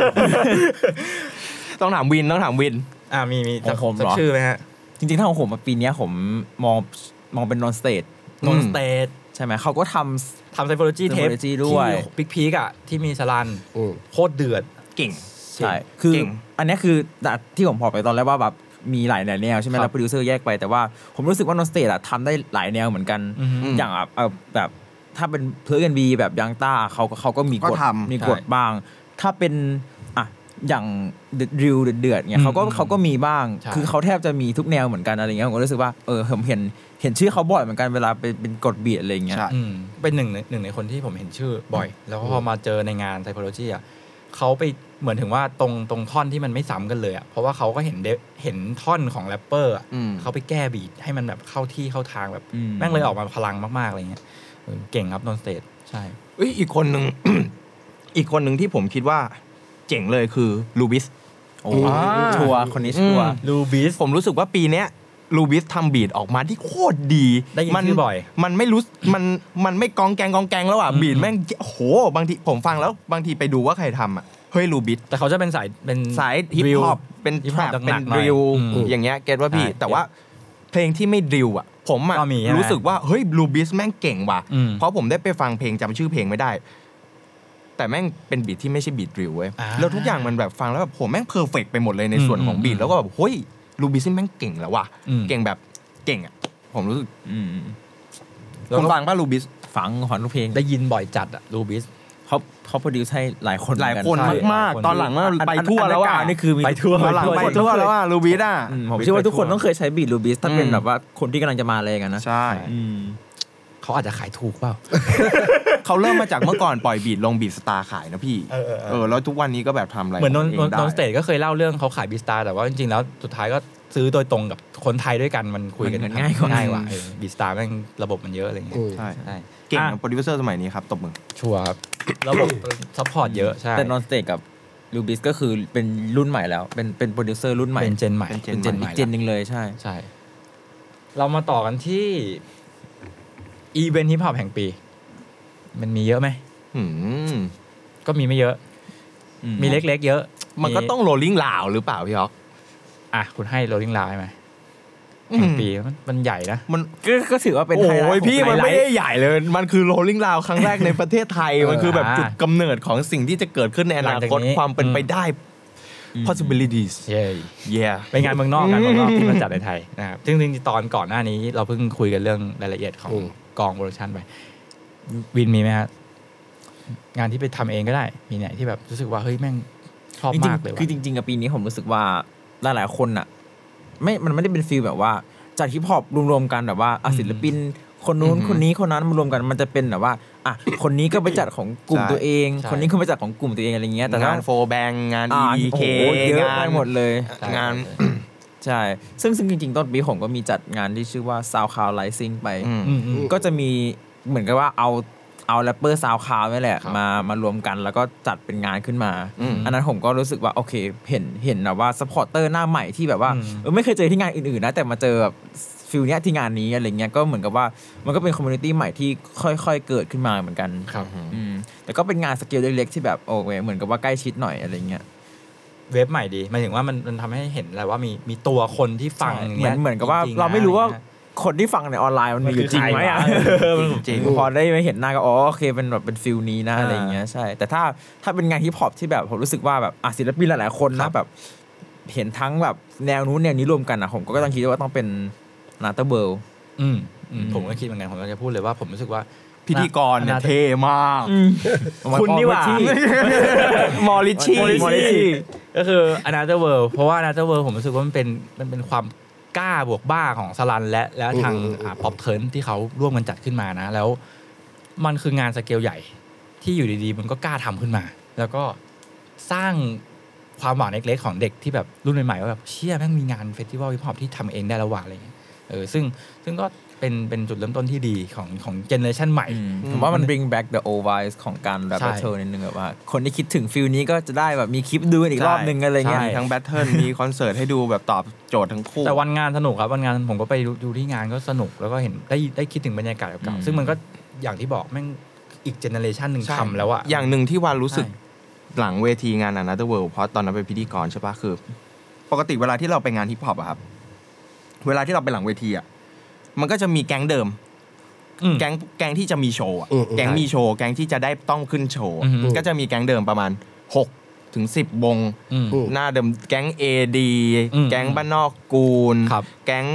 Speaker 4: ต้องถามวินต้องถามวิน
Speaker 3: อ่ามีมีสัก
Speaker 5: ของผม
Speaker 3: สัก
Speaker 5: เหรอ
Speaker 3: ชื่อไหมฮะ
Speaker 5: จริงๆถ้าของผมอะปีเนี้ยผมมองมองเป็นนอนสเตท
Speaker 3: นน
Speaker 4: อืม
Speaker 3: สเตท
Speaker 5: ใช่ไหมเขาก็ท
Speaker 3: ทำไซโฟโลจีเทป
Speaker 5: Psychology ด้วย
Speaker 3: พิกพีกอ่ะ ที่มีสลัน
Speaker 2: อืม
Speaker 3: โคตรเดือด
Speaker 4: เก่ง
Speaker 5: ำใช่คือ
Speaker 4: เก่ง
Speaker 5: อันเนี้ยคือจากที่ผมบอกไปตอนแรกว่าแบบมีหลายแนวใช่ไหม
Speaker 3: ครับ
Speaker 5: แล้วโปรดิวเซอร์แยกไปแต่ว่าผมรู้สึกว่านอสเตทอะทำได้หลายแนวเหมือนกัน
Speaker 3: อือฮึ
Speaker 5: อย่างแบบเอ่อแบบถ้าเป็นเพลย์กันบีแบบยังต้าเขาก็เขาก็มีก
Speaker 4: ก็
Speaker 5: ฎ
Speaker 4: ทำ
Speaker 5: มีกฎ
Speaker 4: ใช่
Speaker 5: บ้าง ถ้าเป็นอ่ะอย่างเดือดริวเดือดๆเนี่ย
Speaker 3: อืม
Speaker 5: เขาก็
Speaker 3: อืม
Speaker 5: เขาก็มีบ้าง
Speaker 3: ใช่
Speaker 5: คือเขาแทบจะมีทุกแนวเหมือนกันอะไรเงี้ยผมก็รู้สึกว่าเออผมเห็นเห็นชื่อเขาบ่อยเหมือนกันเวลาเป็นเป็นกฎเบียดอะไรเงี้ย
Speaker 4: ใช่
Speaker 3: อืมเป็นหนึ่งในหนึ่งในคนที่ผมเห็นชื่อบ่อย แล้วก็พอมาเจอในงานไซโคโลจีอ่ะเขาไปเหมือนถึงว่าตรงตรงท่อนที่มันไม่ซ้ำกันเลยอ่ะเพราะว่าเขาก็เห็นเดเห็นท่อนของแรปเปอร์อะ
Speaker 4: อืม
Speaker 3: เขาไปแก้บีทให้มันแบบเข้าที่เข้าทางแบบ
Speaker 5: อืม
Speaker 3: แม่งเลยออกมาพลังมาก ๆ อะไรเงี้ยเออเก่งครับนนสเตทใช่
Speaker 4: เอ้ยอีกคนหนึ่ง อีกคนหนึ่งที่ผมคิดว่า เจ๋งเลยคือลูบิส
Speaker 5: โอ้โห
Speaker 3: อ่า
Speaker 5: ชัวร์คนนี้ชัวร์
Speaker 4: อืม
Speaker 3: ลูบิส
Speaker 4: ผมรู้สึกว่าปีเนี้ยลูบิสทำบีดออกมาที่โคตรดี
Speaker 3: ได้ยิน
Speaker 4: มั
Speaker 3: ชื่อบ่อย
Speaker 4: มันไม่รู้ มันมันไม่กองแกงกองแกงแล้วอ่ะ
Speaker 3: อืม
Speaker 4: บีดแม่งโอ้โห บางทีผมฟังแล้วบางทีไปดูว่าใครทำอ่ะเฮ้ยลูบิส
Speaker 3: แต่เขาจะเป็นสายเป็น
Speaker 4: สายฮิปฮอป
Speaker 3: drill
Speaker 4: เป็น
Speaker 3: ฮิป
Speaker 4: แท
Speaker 3: ฮ
Speaker 4: ร
Speaker 3: อ
Speaker 4: ป
Speaker 3: ปห
Speaker 4: เป็
Speaker 3: นั
Speaker 4: น
Speaker 3: กๆหน่อย
Speaker 4: ดิว
Speaker 3: อืม
Speaker 4: อย่างเงี้ยเก็ตว่าพี่
Speaker 3: ใช่
Speaker 4: แต่ว่าเพลงที่ไม่ดิวอ่ะ ผมอะ
Speaker 3: ก็มีใช่ไหม
Speaker 4: รู้สึกว่า เฮ้ยบลูบิสแม่งเก่งว่ะ
Speaker 3: อืม
Speaker 4: เพราะผมได้ไปฟังเพลงจำชื่อเพลงไม่ได้ แต่แม่งเป็นบีทที่ไม่ใช่บีทดิวเว้ย
Speaker 3: อ่า
Speaker 4: แล้วทุกอย่างมันแบบฟังแล้วแบบผมแม่งเพอร์เฟกไปหมดเลยในส่วนของ
Speaker 3: อืม
Speaker 4: บีทแล้วก็แบบเฮ้ยลูบิสแม่งเก่งแล้วว่ะ
Speaker 3: อืม
Speaker 4: เก่งแบบเก่งอ่ะ ผมรู้สึก
Speaker 5: อืม
Speaker 3: แล้ว
Speaker 4: คุณ
Speaker 3: ก็
Speaker 4: ฟังป่ะลูบิส
Speaker 5: ฝังหอนลูกเพลง
Speaker 3: ได้ยินบ่อยจัดอะลูบิส
Speaker 5: เขาเขาโปรดิวซ์ให้หลายคน
Speaker 4: หลายคน
Speaker 5: เหมือกั
Speaker 4: มาก
Speaker 3: หลายคน
Speaker 4: ๆ ตอนหลังว่าไปทั่วแล้วอ่ะ
Speaker 5: อันนี้คือมี
Speaker 3: ไปทั่ว
Speaker 4: ตอนหลังไปทั่วแล้วอ่ะลูบิสอ่ะ
Speaker 5: อืมผมเชื่อว่าทุกคนต้องเคยใช้บีทลูบิสถ้าเป็น
Speaker 4: อืม
Speaker 5: แบบว่าคนที่กำลังจะมาอะไรกันนะ
Speaker 4: ใช่
Speaker 5: อืม
Speaker 3: เขาอาจจะขายถูกเปล่า
Speaker 4: เขาเริ่มมาจากเมื่อก่อนปล่อยบีดลงบีดสตาร์ขายนะพี่
Speaker 3: เออเออเออ
Speaker 4: เออ แล้วทุกวันนี้ก็แบบทำอะไร
Speaker 3: เหมือนนน
Speaker 4: ขงง
Speaker 3: นนสเต
Speaker 4: ได้
Speaker 3: ทก็เคยเล่าเรื่องเขาขายบิสตาแต่ว่าจริงๆแล้วสุดท้ายก็ซื้อโดยตรงกับคนไทยด้วยกันมันคุยกัน
Speaker 5: มันง่ายกว่า
Speaker 3: ง่ายกว่าบิสตาแม่งระบบมันเยอะอะไรอย่างเงี้ย
Speaker 2: อืม
Speaker 4: ใช่
Speaker 3: ใช่
Speaker 4: เก่ง
Speaker 3: อ่ะ
Speaker 4: นะโปรดิวเซอร์สมัยนี้ครับ ตบมือ
Speaker 3: ชัวร์ครับระบบ ซัพพอร์ตเยอะใช่
Speaker 5: แต่นอนสเต e กับลูบิสก็คือเป็นรุ่นใหม่แล้ว เป็นเป็นโปรดิวเซอร์รุ่นใหม่
Speaker 3: เป็นเจนใหม่
Speaker 4: เป็น
Speaker 5: เป็นเจน
Speaker 3: ให
Speaker 5: อี
Speaker 3: ม่
Speaker 5: กเจนหนึ่งเลยใช่
Speaker 3: ใช่ เรามาต่อกันที่อีเวนท์ฮิปฮอปแห่งปี มันมีเยอะไหม
Speaker 4: หืม
Speaker 3: ก็มีไม่เยอะ
Speaker 5: อืม
Speaker 3: มีเล็ก ๆ เยอะ
Speaker 4: มันก็ต้องโรลลิ่งลาวหรือเปล่าพี่ฮอก
Speaker 3: อ่ะคุณให้โรลิงลาใช่ไหมแห่งปีมันมันใหญ่นะ
Speaker 4: มัน
Speaker 5: ก็ก็ถือว่าเป็น
Speaker 4: โอ้
Speaker 5: ไฮไล
Speaker 4: ย
Speaker 5: ท์ของ
Speaker 4: พี่
Speaker 5: ไฮ
Speaker 4: มัน
Speaker 5: ไล
Speaker 4: ไม่
Speaker 5: ท์
Speaker 4: ได้ใหญ่เลย มันคือโรลลิ่งลาวครั้งแรกในประเทศไทย มันคือแบบ
Speaker 3: อ่า
Speaker 4: จุดกำเนิดของสิ่งที่จะเกิดขึ้นในอนาคต
Speaker 3: หลังจากนี้
Speaker 4: ความเป็นไปได้ possibilities
Speaker 3: เย้
Speaker 4: yeah
Speaker 3: ไปงานเมืองนอกกันเมืองนอกที่มาจัดในไทยนะครับซึ่งจริงๆตอนก่อนหน้านี้เราเพิ่งคุยกันเรื่องรายละเอียดของ
Speaker 2: อืม
Speaker 3: กองโปรดักชันไป วินมีไหมฮะงานที่ไปทำเองก็ได้ มีไหนที่แบบรู้สึกว่า เฮ้ย แม่งชอบ
Speaker 5: จริง
Speaker 3: มากเลย
Speaker 5: ๆ
Speaker 3: ว่ะ
Speaker 5: คือจริง ๆ กับปีนี้ผมรู้สึกว่าหลายๆคนอ่ะ ไม่มันไม่ได้เป็นฟีลแบบว่าจัดฮิปฮอปรวมๆกันแบบว่าอ่ะ
Speaker 3: อืม
Speaker 5: ศิลปิน คนนู้น
Speaker 4: อืม
Speaker 5: คนนี้คนนั้นมารวมกันมันจะเป็นแบบว่าอ่ะคนนี้ก็ไปจัดของกลุ่ม
Speaker 4: ใช่
Speaker 5: ตัวเอง
Speaker 3: ใช่
Speaker 5: คนนี้ก็ไปจัดของกลุ่มตัวเองอะไรเงี้ยแต่
Speaker 4: งา
Speaker 5: ถ้าน
Speaker 4: โฟแบงงาน
Speaker 5: อ่า
Speaker 4: EDK
Speaker 5: โอ้โหเยอะ
Speaker 4: งาน
Speaker 5: ไปหมดเลย
Speaker 3: ใช่
Speaker 4: งาน
Speaker 5: ใช่ ซึ่งซึ่งจริงๆ ต้นปีผมก็มีจัดงานที่ชื่อว่า Sound Cloud Rising ไป
Speaker 4: อืม
Speaker 3: อืมอืม
Speaker 5: ก็จะมีเหมือนกับว่าเอาเอาแรปเปอร์ซาวคาวนี่แหละ
Speaker 3: ครับ
Speaker 5: มามารวมกันแล้วก็จัดเป็นงานขึ้นมา
Speaker 4: อืม
Speaker 5: อันนั้นผมก็รู้สึกว่า โอเค เห็นเห็นแบบว่าสปอร์เตอร์หน้าใหม่ที่แบบว่าเออไม่เคยเจอที่งานอื่นๆนะ แต่มาเจอแบบฟิลเนี้ยที่งานนี้อะไรเงี้ยก็เหมือนกับว่ามันก็เป็นคอมมูนิตี้ใหม่ที่ค่อยๆเกิดขึ้นมาเหมือนกัน
Speaker 3: ครับ
Speaker 5: อืมแต่ก็เป็นงานสเกลเล็กๆที่แบบโอเคเหมือนกับว่าใกล้ชิดหน่อยอะไรเงี้ย
Speaker 3: เว็บใหม่ดีหมายถึงว่ามันมันทำให้เห็นแหละว่ามีมีตัวคนที่ฟัง
Speaker 5: ใช่
Speaker 3: ย่างงี้
Speaker 5: เหมือยนเหมือนกับว่า
Speaker 3: จงๆ
Speaker 5: เราไม่รู้ว่า
Speaker 3: อะไอย่งเงี้ย
Speaker 5: คนที่ฟังในออนไลน์มันมีอยู่จริงไหมอ่ะ
Speaker 3: มันคือใครวะ
Speaker 5: เออมัน
Speaker 4: จริง
Speaker 5: พอได้มาเห็นหน้าก็อ๋อโอเคเป็นแบบเป็นฟิลนี้นะอะไรอย่างเงี้ยใช่ แต่ถ้าถ้าเป็นงานฮิปฮอปที่แบบผมรู้สึกว่าแบบอ่ะศิลปินหลายๆคนนะแบบ เห็นทั้งแบบแนวนู้นแนวนี้รวมกันอ่ะผมก็ต้องคิดว่าต้องเป็นนาตาเบิล
Speaker 3: อืมอืมผมก็คิดเหมือนกันผมก็จะพูดเลยว่าผมรู้สึกว่า
Speaker 4: พิธีกรเนี่ยเท่มาก
Speaker 5: คุณนี่หว่า
Speaker 4: มอริชชี่
Speaker 5: Morrissey
Speaker 3: ก็คือ Another World เพราะว่า Another World ผมรู้สึกว่ามันเป็นมันเป็นความกล้าบวกบ้าของสลันและและทาง
Speaker 2: อืมอืมอืม
Speaker 3: ป๊อปเทิร์นที่เขาร่วมกันจัดขึ้นมานะ แล้วมันคืองานสเกลใหญ่ ที่อยู่ดีๆ มันก็กล้าทำขึ้นมา แล้วก็สร้างความหวังเล็กๆ ของเด็กที่แบบรุ่นใหม่ๆว่าแบบเชี่ยแม่งมีงานเฟสติวัลฮิปฮอปที่ทำเองได้แล้วว่ะอะไรเงี้ยเออซึ่งซึ่งก็เป็นเป็นจุดเริ่มต้นที่ดีของของเจเนอเรชันใหม่
Speaker 5: ผมว่ามัน bring back the old vibes ของการแบบ
Speaker 3: ใช่
Speaker 5: โชว์นิดนึงแบบว่า คนที่คิดถึงฟิลนี้ก็จะได้แบบมีคลิปดูกันอีกรอบนึงอะไรเงี้ย
Speaker 4: มีทั้งแบทเทิลมีคอนเสิร์ตให้ดูแบบตอบโจทย์ทั้งคู่
Speaker 3: แต่วันงานสนุกครับวันงานผมก็ไปดูดูที่งานก็สนุกแล้วก็เห็นได้ได้คิดถึงบรรยากาศ
Speaker 5: อื
Speaker 3: เก่าม ๆซึ่งมันก็อย่างที่บอกแม่งอีกเจเนอเรชันหนึ่ง
Speaker 4: ใช่
Speaker 3: ทำแล้วอะ
Speaker 4: อย่างหนึ่งที่วานรู้สึก
Speaker 3: ใช่
Speaker 4: หลังเวทีงานอนาเตอร์เวิลด์เพราะตอนนั้นเป็นพิธีกรใช่ปะคือ ปกติเวลาที่เราไปงานฮิปฮอปอะครับ เวลาที่เราไปหลังเวทีอะมันก็จะมีแก๊งเดิม
Speaker 3: อืม
Speaker 4: แก๊งแก๊งที่จะมีโชว์อะ
Speaker 2: อืมอืม
Speaker 4: แก๊งมีโชว์แก๊งที่จะได้ต้องขึ้นโชว์
Speaker 3: อือฮึ
Speaker 4: ก็จะมีแก๊งเดิมประมาณ6ถึง10วง
Speaker 3: อืม
Speaker 2: อืม
Speaker 4: หน้าเดิมแก๊ง AD
Speaker 3: อืม
Speaker 4: แก๊งบ้านนอกกูล
Speaker 3: ครับ
Speaker 4: แก๊ง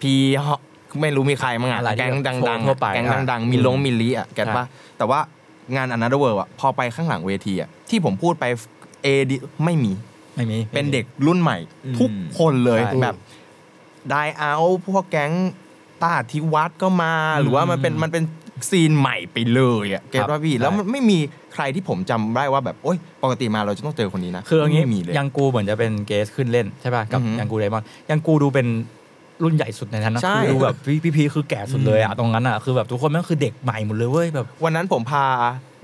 Speaker 4: พีฮอไม่รู้มีใครมั้ง
Speaker 3: อะไร
Speaker 4: อ่ะ
Speaker 3: ที่
Speaker 4: แก๊งดัง
Speaker 3: โชว์
Speaker 4: ๆ
Speaker 3: ทั่วไป
Speaker 4: อะแก๊ง
Speaker 3: อ่ะ
Speaker 4: ดังๆ มีลงมิลลีอ่ะแก
Speaker 3: ใช่
Speaker 4: ปะแต่ว่างานอนาเดเวิร์อ่ะพอไปข้างหลังเวทีอ่ะที่ผมพูดไป AD ไม่มี
Speaker 3: ไม่มีไม่มี
Speaker 4: เป็นเด็กรุ่นใหม่
Speaker 5: อืม
Speaker 4: ทุกคนเลย
Speaker 3: ใช่
Speaker 4: แบบไดเอาพวกแก๊งตาทิวัดก็มา
Speaker 3: อืม
Speaker 4: หรือว่ามันเป็นมันเป็นซีนใหม่ไปเลยอ่ะเก็ตว่าพี่
Speaker 3: ใช่
Speaker 4: แล้วมันไม่มีใครที่ผมจำได้ว่าแบบโอ๊ยปกติมาเราจะต้องเจอคนนี้นะ
Speaker 3: คืออย่างนี้
Speaker 4: ไม่มีเลย
Speaker 3: ยังกูเหมือนจะเป็นเกสขึ้นเล่นใช่ป่ะกับ
Speaker 4: อือฮึ
Speaker 3: ยังกูไดมอนด์ยังกูดูเป็นรุ่นใหญ่สุดในนั้นนะ
Speaker 4: ใช่
Speaker 3: คือดูแบบพี่พี่พีคือแก่สุดเลยอะตรงนั้นอะคือแบบทุกคนแม่งคือเด็กใหม่หมดเลยเว้ยแบบ
Speaker 4: วันนั้นผมพา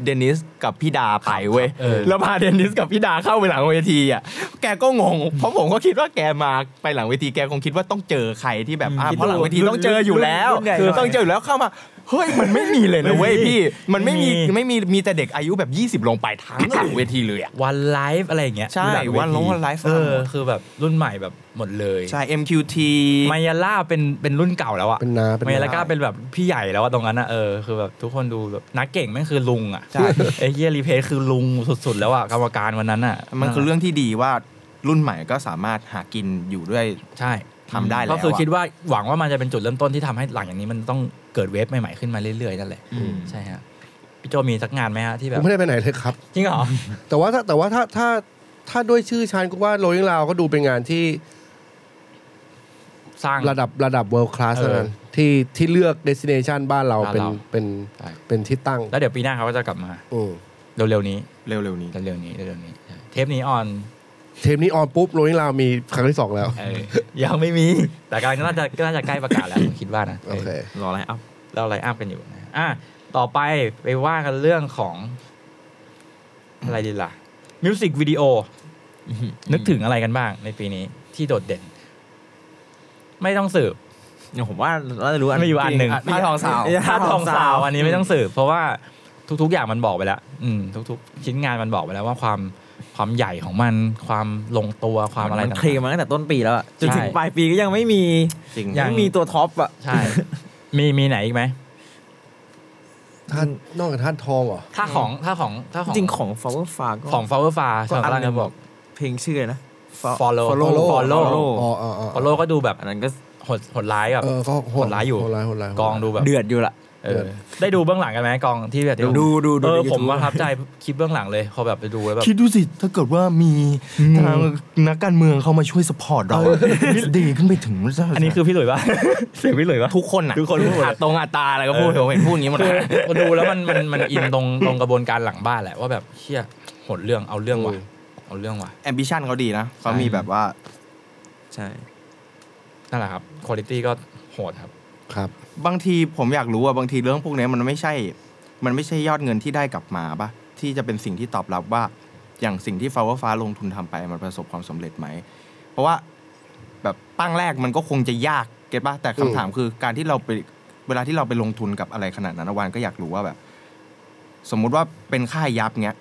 Speaker 4: เดนิสกับพี่ดาไปเว้ย
Speaker 3: ครับเออ
Speaker 4: แล้วพาเดนิสกับพี่ดาเข้าไปหลังเวทีอ่ะ แกก็งง เพราะผมก็คิดว่าแกมาไปหลังเวทีแกคงคิดว่าต้องเจอใครที่แบบอ่ะ
Speaker 5: อืม
Speaker 4: เพราะหลังเวทีต้องเจออยู่แล้ว
Speaker 5: รุ่นใหญ่
Speaker 4: คือ
Speaker 5: หน่อย
Speaker 4: ต้องเจออยู่แล้วเข้ามา เฮ้ยมันไม่มีเลยนะเว้ยพี่ มันไม่มี
Speaker 3: ไม่มี
Speaker 4: ไม่มีมีแต่เด็กอายุแบบ 20 ลงไปทั้งหลังเวทีเลยอ่ะ
Speaker 3: วันไลฟ์อะไรอย่างเงี้ย
Speaker 4: ใช่
Speaker 3: ดูหงเที
Speaker 4: วันลงวันไลฟ์
Speaker 3: เออคือแบบรุ่นใหม่แบบหมดเลย
Speaker 4: ใช่ MQT
Speaker 3: มายาล่าเป็นเป็นรุ่นเก่าแล้วอะ
Speaker 2: เป็นน้าเป็น
Speaker 3: มายา
Speaker 2: น้า
Speaker 3: ล่าก็เป็นแบบพี่ใหญ่แล้วอะตรงนั้นอะเออคือแบบทุกคนดูแบบนักเก่งแม่งคือลุงอะ
Speaker 4: ใช่
Speaker 3: ไอ้เฮียรีเพลย์คือลุงสุดๆ แล้วอะกรรมการวันนั้นอะ
Speaker 4: มันคือเรื่องที่ดีว่ารุ่นใหม่ก็สามารถหากินอยู่ด้วย
Speaker 3: ใช่
Speaker 4: ทำได้แล้วอะ
Speaker 3: ก็คือคิดว่าหวังว่ามันจะเป็นจุดเริ่มต้นที่ทำให้หลังอย่างนี้มันต้องเกิดเวฟใหม่ๆขึ้นมาเรื่อยๆนั่นแหละ ใช่ฮะพี่โจมีสักงานไหมฮะที่แบ
Speaker 2: ผ
Speaker 3: บ
Speaker 2: มไม่ได้ไปไหนเลยครับ
Speaker 3: จริงเหรอ
Speaker 2: แต่ว่าถ้าแต่ว่าถ้าถ้าถ้าด้วยชื่อชันก็ว่าโรย n งลาวก็ดูเป็นงานที่
Speaker 3: สร้าง
Speaker 2: ระดับระดับ world class
Speaker 3: เออ
Speaker 2: เท่านั้นที่ที่เลือก destination บ้านเรา
Speaker 3: บ้าน
Speaker 2: เป็น
Speaker 3: เรา
Speaker 2: เป็น
Speaker 3: ใช่
Speaker 2: เป็นที่ตั้ง
Speaker 3: แล้วเดี๋ยวปีหน้าเขาก็จะกลับมา
Speaker 2: อืม
Speaker 3: เร็วๆนี้
Speaker 4: เร็วๆนี้
Speaker 3: เร็วๆนี้เร็วๆนี้ใช่เทปนี้ออน
Speaker 2: เทปนี้ออนปุ๊บโรย n งลาวมีครั้งที่สองแล้ว
Speaker 3: เออ ยังไม่มี แต่กำลังน่าจะน่าจะใกล้ประกาศแล้วผมคิดว่านะ
Speaker 2: โอเค
Speaker 5: รอไลน์อัพ
Speaker 3: เราไลน์อัพกันอยู่นะอ่ะต่อไปไปว่ากันเรื่องของ อะไรดีล่ะมิวสิกวิดีโอ
Speaker 5: อือหือ
Speaker 3: นึกถึงอะไรกันบ้างในปีนี้ที่โดดเด่น ไม่ต้องสืบ
Speaker 5: เนี่ยผมว่าเราจะรู้อัน
Speaker 3: ไม่อยู่อันหนึ่ง
Speaker 5: ผ้าทองสาว
Speaker 3: ผ้าทองสาวอันนี้ไม่ต้องสืบเพราะว่าทุก ๆ อย่างมันบอกไปแล้ว อืม ทุก ๆ ชิ้นงานมันบอกไปแล้วว่าความความใหญ่ของมันความลงตัวความอะไร
Speaker 5: มัน
Speaker 3: ต่าง
Speaker 5: เคลมมาตั้งแต่ต้นปีแล้วอะจนถึง
Speaker 3: ใช่
Speaker 5: ปลายปีก็ยังไม่มี
Speaker 4: จริง
Speaker 3: ยัง
Speaker 5: ไม่มีตัวท็อปอะ
Speaker 3: ๆใช่ มีมีไหนอีกไหม
Speaker 2: ท่านนอกจากท่านทองเหรอ
Speaker 3: ถ้าของถ้าของถ้าของ
Speaker 5: จริงๆของ Flower Far ก็
Speaker 3: ของ flower far
Speaker 5: ก็
Speaker 3: ก็
Speaker 5: อัน
Speaker 3: กำลัง
Speaker 5: หนึ
Speaker 3: จะบ
Speaker 5: ง
Speaker 3: บ อ
Speaker 5: อก กเพลงชื่ออะไรนะ
Speaker 3: follow follow follow
Speaker 2: อ๋ออ๋ออ๋อ
Speaker 3: follow ก็ดูแบบ
Speaker 5: อันนั้นก็
Speaker 3: หดหดร้ายกับ
Speaker 2: เออก็
Speaker 3: โหดร้ายอยู่
Speaker 2: โหดร้ายโหดร้าย
Speaker 3: กองดูแบบ
Speaker 5: เดือดอยู่ละ
Speaker 3: เออได้ดูเบื้องหลังกันไหมกองที่แบบ
Speaker 5: ดูดูดู
Speaker 3: เออ
Speaker 5: ใน YouTube
Speaker 3: ผมประทับใจคลิปเบื้องหลังเลยพอแบบไปดูแล้วแบบ
Speaker 4: คิดดูสิ ถ้าเกิดว่ามีทางนักการเมืองเขามาช่วยสปอร์ตเรา ดีขึ้นไปถึง
Speaker 3: อันนี้คือพี่หลุยส์ป่ะ เสียงพี่หลุยส์ป่ะ
Speaker 4: ทุกคนอ่ะ
Speaker 3: ทุกคนพูดหมด
Speaker 4: อัตรงอัตราอะไรก็พูดผมเห็นพูดอย่างนี้หมดเลย
Speaker 3: มาดูแล้วมันมันมันอินตรงตรงกระบวนการหลังบ้านแหละว่าแบบเชี่ยโหดเรื่องเอาเรื่องว่ะเอาเรื่องว่ะ
Speaker 4: แอมบิชันเขาดีนะเขา
Speaker 3: ใช่
Speaker 4: มีแบบว่า
Speaker 5: ใช่
Speaker 3: นั่นแหละครับคุณภาพก็โหดครับ
Speaker 2: ครับ
Speaker 4: บางทีผมอยากรู้ว่าบางทีเรื่องพวกเนี้ยมันไม่ใช่ มันไม่ใช่ยอดเงินที่ได้กลับมาปะที่จะเป็นสิ่งที่ตอบรับว่า อย่างสิ่งที่ฟ้าว่าฟ้าลงทุนทำไปมันประสบความสำเร็จไหม เพราะว่าแบบตั้งแรกมันก็คงจะยากเก็ตปะแต่คำถามคือการที่เราไปเวลาที่เราไปลงทุนกับอะไรขนาดนั้นนะวานก็อยากรู้ว่าแบบ สมมุติว่าเป็นค่ายยับเนี้ย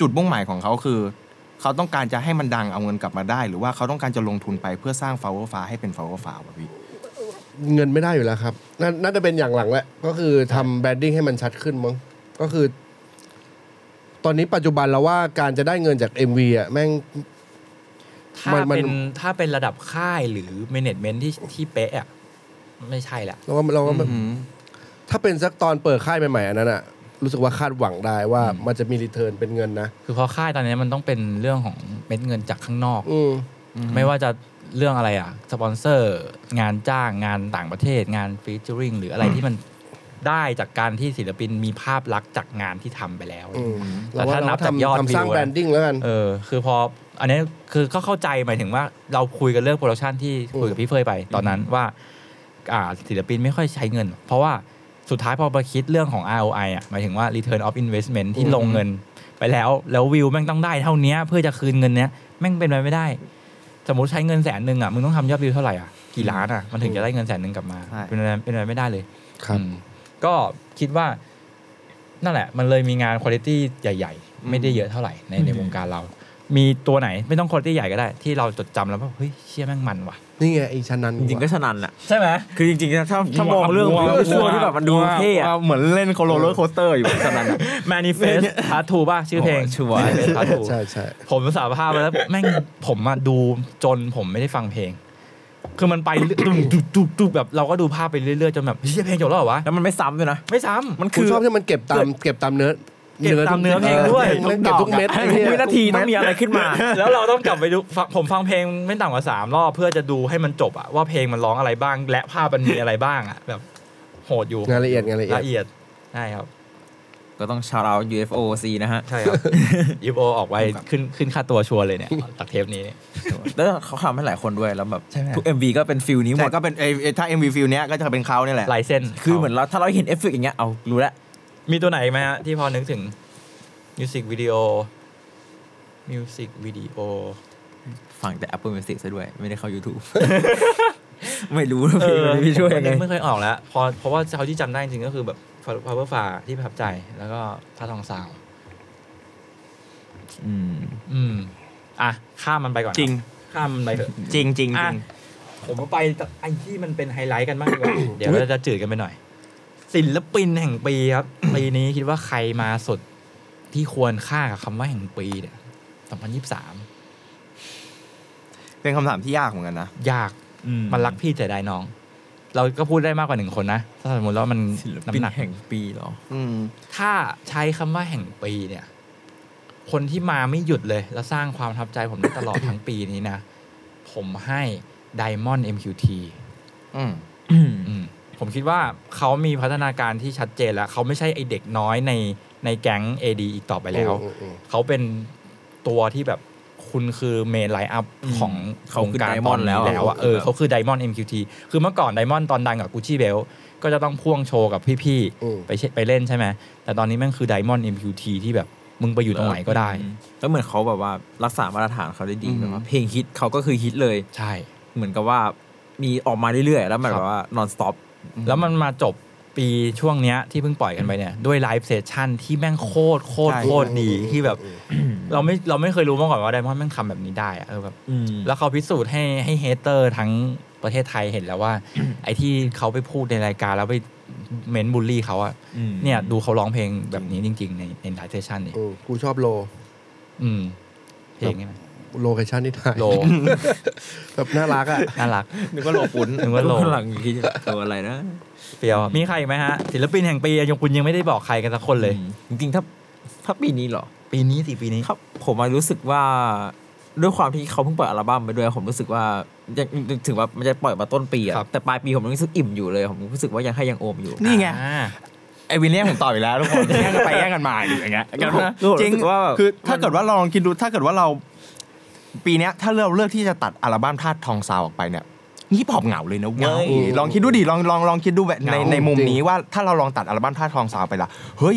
Speaker 4: จุดมุ่งหมายของเขาคือ เขาต้องการจะให้มันดังเอาเงินกลับมาได้ หรือว่าเขาต้องการจะลงทุนไปเพื่อสร้างฟาวเวอร์ฟ้าให้เป็นฟาวเวอร์ฟ้าวะพี่
Speaker 2: เงินไม่ได้อยู่แล้วครับนาน่าจะเป็นอย่างหลังแหละ ก็คือทำแบรนดิ้งให้มันชัดขึ้นมั้ง ก็คือ ตอนนี้ปัจจุบันแล้วว่าการจะได้เงินจาก MV อ่ะแม่ง
Speaker 3: ถ้า
Speaker 2: มันมัน
Speaker 3: เป็นถ้าเป็นระดับค่ายหรือเมเนจเมนต์ที่ที่เป๊ะอะไม่ใช่แหละ
Speaker 2: เราก็เราก็ไม่ถ้าเป็นสักตอนเปิดค่ายใหม่ๆอันนั้นอ่ะ รู้สึกว่าคาดหวังได้ว่ามันจะมีรีเทิร์นเป็นเงินนะ
Speaker 3: คือพอค่ายตอนนี้มันต้องเป็นเรื่องของเม็ดเงินจากข้างนอก
Speaker 2: อืม
Speaker 3: ไม่ว่าจะเรื่องอะไรอ่ะ สปอนเซอร์ งานจ้างงานต่างประเทศ งานฟีเจอริงหรืออะไรที่มันได้จากการที่ศิลปินมีภาพลักษณ์จากงานที่ทำไปแล้ว
Speaker 2: อืม
Speaker 3: แต่
Speaker 2: เราว่า
Speaker 3: ถ้านั
Speaker 2: เรา
Speaker 3: บจากยอด
Speaker 2: ทำทำสร้าง
Speaker 3: วิวอะ
Speaker 2: แบรนดิ้งแล้วกัน
Speaker 3: เออคือพออันนี้คือก็เข้าใจหมายถึงว่าเราคุยกันเรื่องโปรดักชันที่คุยกับพี่เฟยไปตอนนั้นว่า อ่าศิลปินไม่ค่อยใช้เงิน เพราะว่าสุดท้ายพอมาคิดเรื่องของ ROI อ่ะหมายถึงว่า Return of Investment ที่
Speaker 2: อืม
Speaker 3: ลงเงินไปแล้ว แล้ววิวแม่งต้องได้เท่าเนี้ยเพื่อจะคืนเงินเนี้ยแม่งเป็นไปไม่ได้ สมมติใช้เงินแสนหนึ่งอ่ะมึงต้องทำยอดวิวเท่าไหร่อ่ะกี่ล้านอ่ะมันถึงจะได้เงินแสนหนึ่งกลับมา
Speaker 4: ใช่
Speaker 3: เป็นไปเป็นไปไม่ได้เลย
Speaker 2: ครับ
Speaker 3: อืมก็คิดว่า นั่นแหละ มันเลยมีงานคุณภาพใหญ่ ๆ ไม่ได้เยอะเท่าไหร่ในในวงการเรา มีตัวไหนไม่ต้องคนที่ใหญ่ก็ได้ ที่เราจดจำแล้วว่าเฮ้ยเชี่ยแม่งมันว่ะ
Speaker 2: นี่ไงไอ้ชะนัน
Speaker 5: จริงๆก็ฉะนั้นแหละ
Speaker 3: ใช่ไหม
Speaker 5: คือจริงๆ ถ้าถ้ามองเรื่อง
Speaker 3: วัว
Speaker 5: เรื่องช่วงที่แบบมันดูเท่อะ
Speaker 4: ว่าเหมือนเล่นโคโรลเลอร์โคสเตอร์อยู่ขนาดนั้นอะ
Speaker 3: manifest ทาทูป่ะ ชื่อเพลง
Speaker 5: โอ้ชัวร์
Speaker 3: ทาทู
Speaker 2: ใช่ใช่
Speaker 3: ผมสารภาพไปแล้วแม่งผมอะดูจนผมไม่ได้ฟังเพลง คือมันไปเรื่อย ตุ๊บตุ๊บตุ๊บตุ๊บแบบเราก็ดูภาพไปเรื่อยๆจนแบบเฮ้ยเพลงจบแล้วเหรอวะ
Speaker 5: แล้วมันไม่ซ้ำด้วยนะ
Speaker 3: ไม่ซ้ำ
Speaker 5: มัน
Speaker 2: ผม
Speaker 5: คือ
Speaker 2: ชอบที่มันเก็บตามเก็บตามเนื้อ
Speaker 3: เก็บตามเนื้อเพลงด้วย
Speaker 2: มันเก็บทุกเม็ด
Speaker 5: ทุ
Speaker 2: ไอ้
Speaker 5: ก
Speaker 2: เหี้ย
Speaker 5: วินาทีต้องมีอะไรขึ้น มา
Speaker 3: แล้วเราต้องกลับไปดูฟังผมฟังเพลงไม่ต่ำกว่าสามรอบเพื่อจะดูให้มันจบอะว่าเพลงมันร้องอะไรบ้าง และภาพมันมีอะไรบ้างอะ แบบโหดอยู่
Speaker 2: งานละเอียดงานละเอียด
Speaker 3: ละเอียดใช่ครับ
Speaker 5: ก็ต้องชาร์เอา UFO C นะฮะ
Speaker 3: ใช่ครับ ยูโอออกไว้ขึ้นขึ้นค่าตัวชัวร์เลยเนี่ยจากเทปนี้เนี่ย
Speaker 5: แล้วเขาทำให้หลายคนด้วยแล้วแบบ
Speaker 3: ใช่ไหม
Speaker 5: ทุก MV ก็เป็นฟิลนี้หม
Speaker 4: แต่
Speaker 5: ด
Speaker 4: ก็เป็นไอ้ไอ้ถ้า MV ฟิลเนี้ยก็จะเป็นเขาเนี่ยแหละ
Speaker 3: ลายเส้น
Speaker 5: คือเหมือนเราถ้าเราเห็นเอฟเฟกต์อย่างเงี้ยเอารู้แล้ว
Speaker 3: มีตัวไหนอีกไหมฮะที่พอนึกถึงมิวสิกวิดีโอมิวสิกวิดีโอ
Speaker 5: ฟังแต่ Apple Music ซะด้วย ไม่ได้เข้า YouTube ไม่รู้ว่าพี่พี่ช่วย ยังไง
Speaker 3: ไม่เคยออกแล้วพอเพราะว่าเขาที่จำได้จริงๆก็คือแบบ power f a ที่ประทับใจแล้วก็ท่าทองสาว
Speaker 5: อืม
Speaker 3: อืม อ่ะ ข้ามมันไปก่อน
Speaker 4: จริง
Speaker 3: ข้ามมันไปเถอะ
Speaker 4: จริงจริงจ
Speaker 3: อ่ะ
Speaker 4: ริง
Speaker 3: ผมมาไปไอ้ที่มันเป็นไฮไลท์กันบ้างดีกว่า เดี๋ยวเราจะจืดกันไปหน่อย ศิลปินแห่งปีครับ ปีนี้คิดว่าใครมาสุดที่ควรค่ากับคำว่าแห่งปีเนี่ยสองพันยี่สิบสาม
Speaker 4: เป็นคำถามที่ยากเหมือนกันนะ
Speaker 3: ยาก มันรักพี่แต่ได้น้อง เราก็พูดได้มากกว่าหนึ่งคนนะ ถ้าสมมติว่ามัน
Speaker 5: ศิลปิ
Speaker 3: น้ำ
Speaker 5: น
Speaker 3: หนัก
Speaker 5: แห่งปีเหรอ
Speaker 4: อืม
Speaker 3: ถ้าใช้คำว่าแห่งปีเนี่ย คนที่มาไม่หยุดเลย แล้วสร้างความประทับใจผมได้ตลอด ทั้งปีนี้นะ ผมให้ Diamond MQT
Speaker 4: อืม
Speaker 3: อืมผมคิดว่าเขามีพัฒนาการที่ชัดเจนแล้ว เขาไม่ใช่ไอเด็กน้อยในในแก๊ง AD อีกต่อไปแล้ว
Speaker 2: อืมอืมอืม
Speaker 3: เขาเป็นตัวที่แบบคุณคือเมนไลน์อัพของ
Speaker 5: เขาคื
Speaker 3: ว
Speaker 5: อ
Speaker 3: งการ
Speaker 5: Diamond
Speaker 3: ตนนี้
Speaker 5: แล้ว
Speaker 3: แล้วอะเออเขาคือ Diamond MQT คือเมื่อก่อน Diamond ตอนดังกับ Gucci b e l ก็จะต้องพ่วงโชว์กับพี่
Speaker 2: อืม
Speaker 3: ๆไปเชไปเล่นใช่ไหม แต่ตอนนี้แม่งคือ Diamond MQT ที่แบบมึงไปอยู่ตรงไหนก็ได้
Speaker 5: อืมแล้วเหมือนเขาแบบว่ารักษามาตรฐานเขาได้ดี
Speaker 4: อืม
Speaker 5: แบบว่าเพลงฮิตเขาก็คือฮิตเลย
Speaker 3: ใช่
Speaker 5: เหมือนกับว่ามีออกมาเรื่อยๆ แล้วมันแบบว่า non stop
Speaker 3: แล้วมันมาจบปีช่วงเนี้ยที่เพิ่งปล่อยกันไปเนี่ยด้วยไลฟ์เซสชั่นที่แม่งโคตรโคตร
Speaker 4: ใช่
Speaker 3: โคตรดีที่แบบ เราไม่เราไม่เคยรู้มาก่อนว่าไดมอนด์แม่งทำแบบนี้ได้อะเออแบบแล้วเขาพิสูจน์ให้ให้เฮเตอร์ทั้งประเทศไทยเห็นแล้ว ว่า ไอ้ที่เขาไปพูดในรายการแล้วไปเมนบูลลี่เขาอะ
Speaker 5: อืม
Speaker 3: เนี่ยดูเขาร้องเพลงแบบนี้จริง ๆ ในในไลฟ์เซสชั่นนี่
Speaker 2: อืมกูชอบโล
Speaker 3: อืมเพลงนี้ไหม
Speaker 2: โลเคชั่นที่ถ่าย
Speaker 3: โล
Speaker 2: แบบน่ารักอ่ะ
Speaker 3: น่ารัก
Speaker 4: นึกว่าโลปุ้น
Speaker 3: นึกว่าโล
Speaker 5: หลังคิด ตัวอะไรนะ
Speaker 3: เปียวมีใครอีกไหมฮะศิลปินแห่งปีอะยังคุณยังไม่ได้บอกใครกันสักคนเลย
Speaker 5: อืมจริงๆ ถ้าถ้าปีนี้เหรอ
Speaker 3: ปีนี้สิปีนี้
Speaker 5: ถ้าผมอะรู้สึกว่าด้วยความที่เขาเพิ่งปล่อยอัลบั้มไปด้วย ผมรู้สึกว่ายังถึงว่ามันจะปล่อยมาต้นปีอะแต่ปลายปีผมยังรู้สึกอิ่มอยู่เลย ผมรู้สึกว่ายังให้ยังโอมอยู่
Speaker 4: นี่ไง
Speaker 3: อ่า
Speaker 4: ไอวินเลี่ยงผมต่ออีกแล้วทุกคน แย่งกันไปแย่งกันมา อย่างเงี้ย
Speaker 5: รู้รู้
Speaker 4: จริง
Speaker 5: รู้สึกว่า
Speaker 4: คือ
Speaker 5: มัน
Speaker 4: ถ้าเกิดว่าเราลองคิดดูถ้าเกิดว่าเรา ปีเนี้ยถ้าเราเลือกที่จะตัดอัลบั้มธาตุทองซาวออกไปเนี่ยนี่ปอบเหงาเลยนะเว้ย
Speaker 2: เหงา
Speaker 4: ลองคิดดูดิลองลองลองคิดดูแบบใน
Speaker 2: เหงา
Speaker 4: ในมุม
Speaker 2: จริง
Speaker 4: นี้ว่าถ้าเราลองตัดอัลบั้มธาตุทองซาวไปละเฮ้ย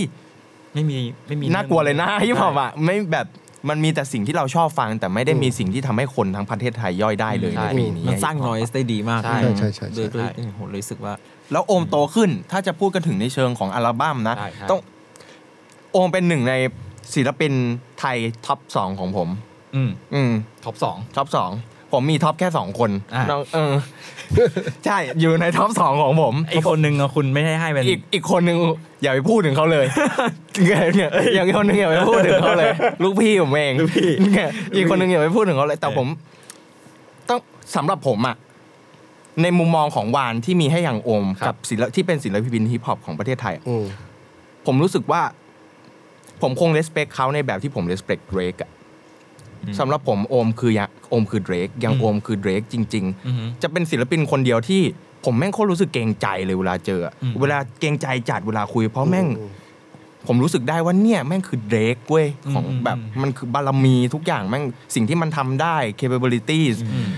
Speaker 3: ไม่มีไม่มี
Speaker 4: น่ากลัวเลยนะฮิปฮอปอ่ะไม่แบบมันมีแต่สิ่งที่เราชอบฟัง แต่ไม่ได้
Speaker 2: อืม
Speaker 4: มีสิ่งที่ทำให้คนทั้งประเทศไทยย่อยได้เลยในปีนี้
Speaker 5: มันสร้าง noise ได้ดีมาก
Speaker 2: ใช่ใช่ใช่
Speaker 5: โดยโด
Speaker 2: ใช่
Speaker 5: ยผมรู้สึกว่า
Speaker 4: แล้วโอมโตขึ้น ถ้าจะพูดกันถึงในเชิงของอัลบั้มนะ
Speaker 3: ใช่ใช่
Speaker 4: ต้องโอมเป็นหนึ่งในศิลปินไทยท็อปสองของผม
Speaker 3: อืม
Speaker 4: อืม
Speaker 3: ท็อปสอง
Speaker 4: ท็อปสองผมมีท็อปแค่สองคน
Speaker 3: อ่ะ
Speaker 4: น้องเออ ใช่อยู่ในท็อปสองของผม
Speaker 3: อีกคนนึงอะคุณไม่ได้ให้เป็น
Speaker 4: อีกอีกคนหนึ่งอย่าไปพูดถึงเขา เลย เนี่ยเอ้ยอย่างคนหนึ่งอย่าไปพูดถึงเขาเลย ลูกพี่ผมเอง
Speaker 3: ลูกพี่
Speaker 4: เนี่ยอีกคนหนึ่งอย่าไปพูดถึงเขาเลย แต่ผม ต้องสำหรับผมอะในมุมมองของวานที่มีให้อย่างโอม
Speaker 3: ครับ
Speaker 4: กับศิลปที่เป็นศิลปินฮิปฮอปของประเทศไทยอะ
Speaker 2: อืม
Speaker 4: ผมรู้สึกว่า ผมคงเลสเปคเขาในแบบที่ผมเลสเปคเดรกอะ
Speaker 5: อืม
Speaker 4: สำหรับผมโอมคือยังโอมคือเดรกยังโอมคือเดรกจริง ๆ
Speaker 3: อือฮึ
Speaker 4: จะเป็นศิลปินคนเดียวที่ผมแม่งโคตรรู้สึกเกรงใจเลยเวลาเจออะ
Speaker 3: อืม
Speaker 4: เวลาเกรงใจจัดเวลาคุย เพราะแม่ง
Speaker 2: อื
Speaker 4: ผมรู้สึกได้ว่าเนี่ยแม่งคือเดรกเว้ยของแบบมันคือบารมีทุกอย่างแม่งสิ่งที่มันทำได้ capabilities
Speaker 3: อืม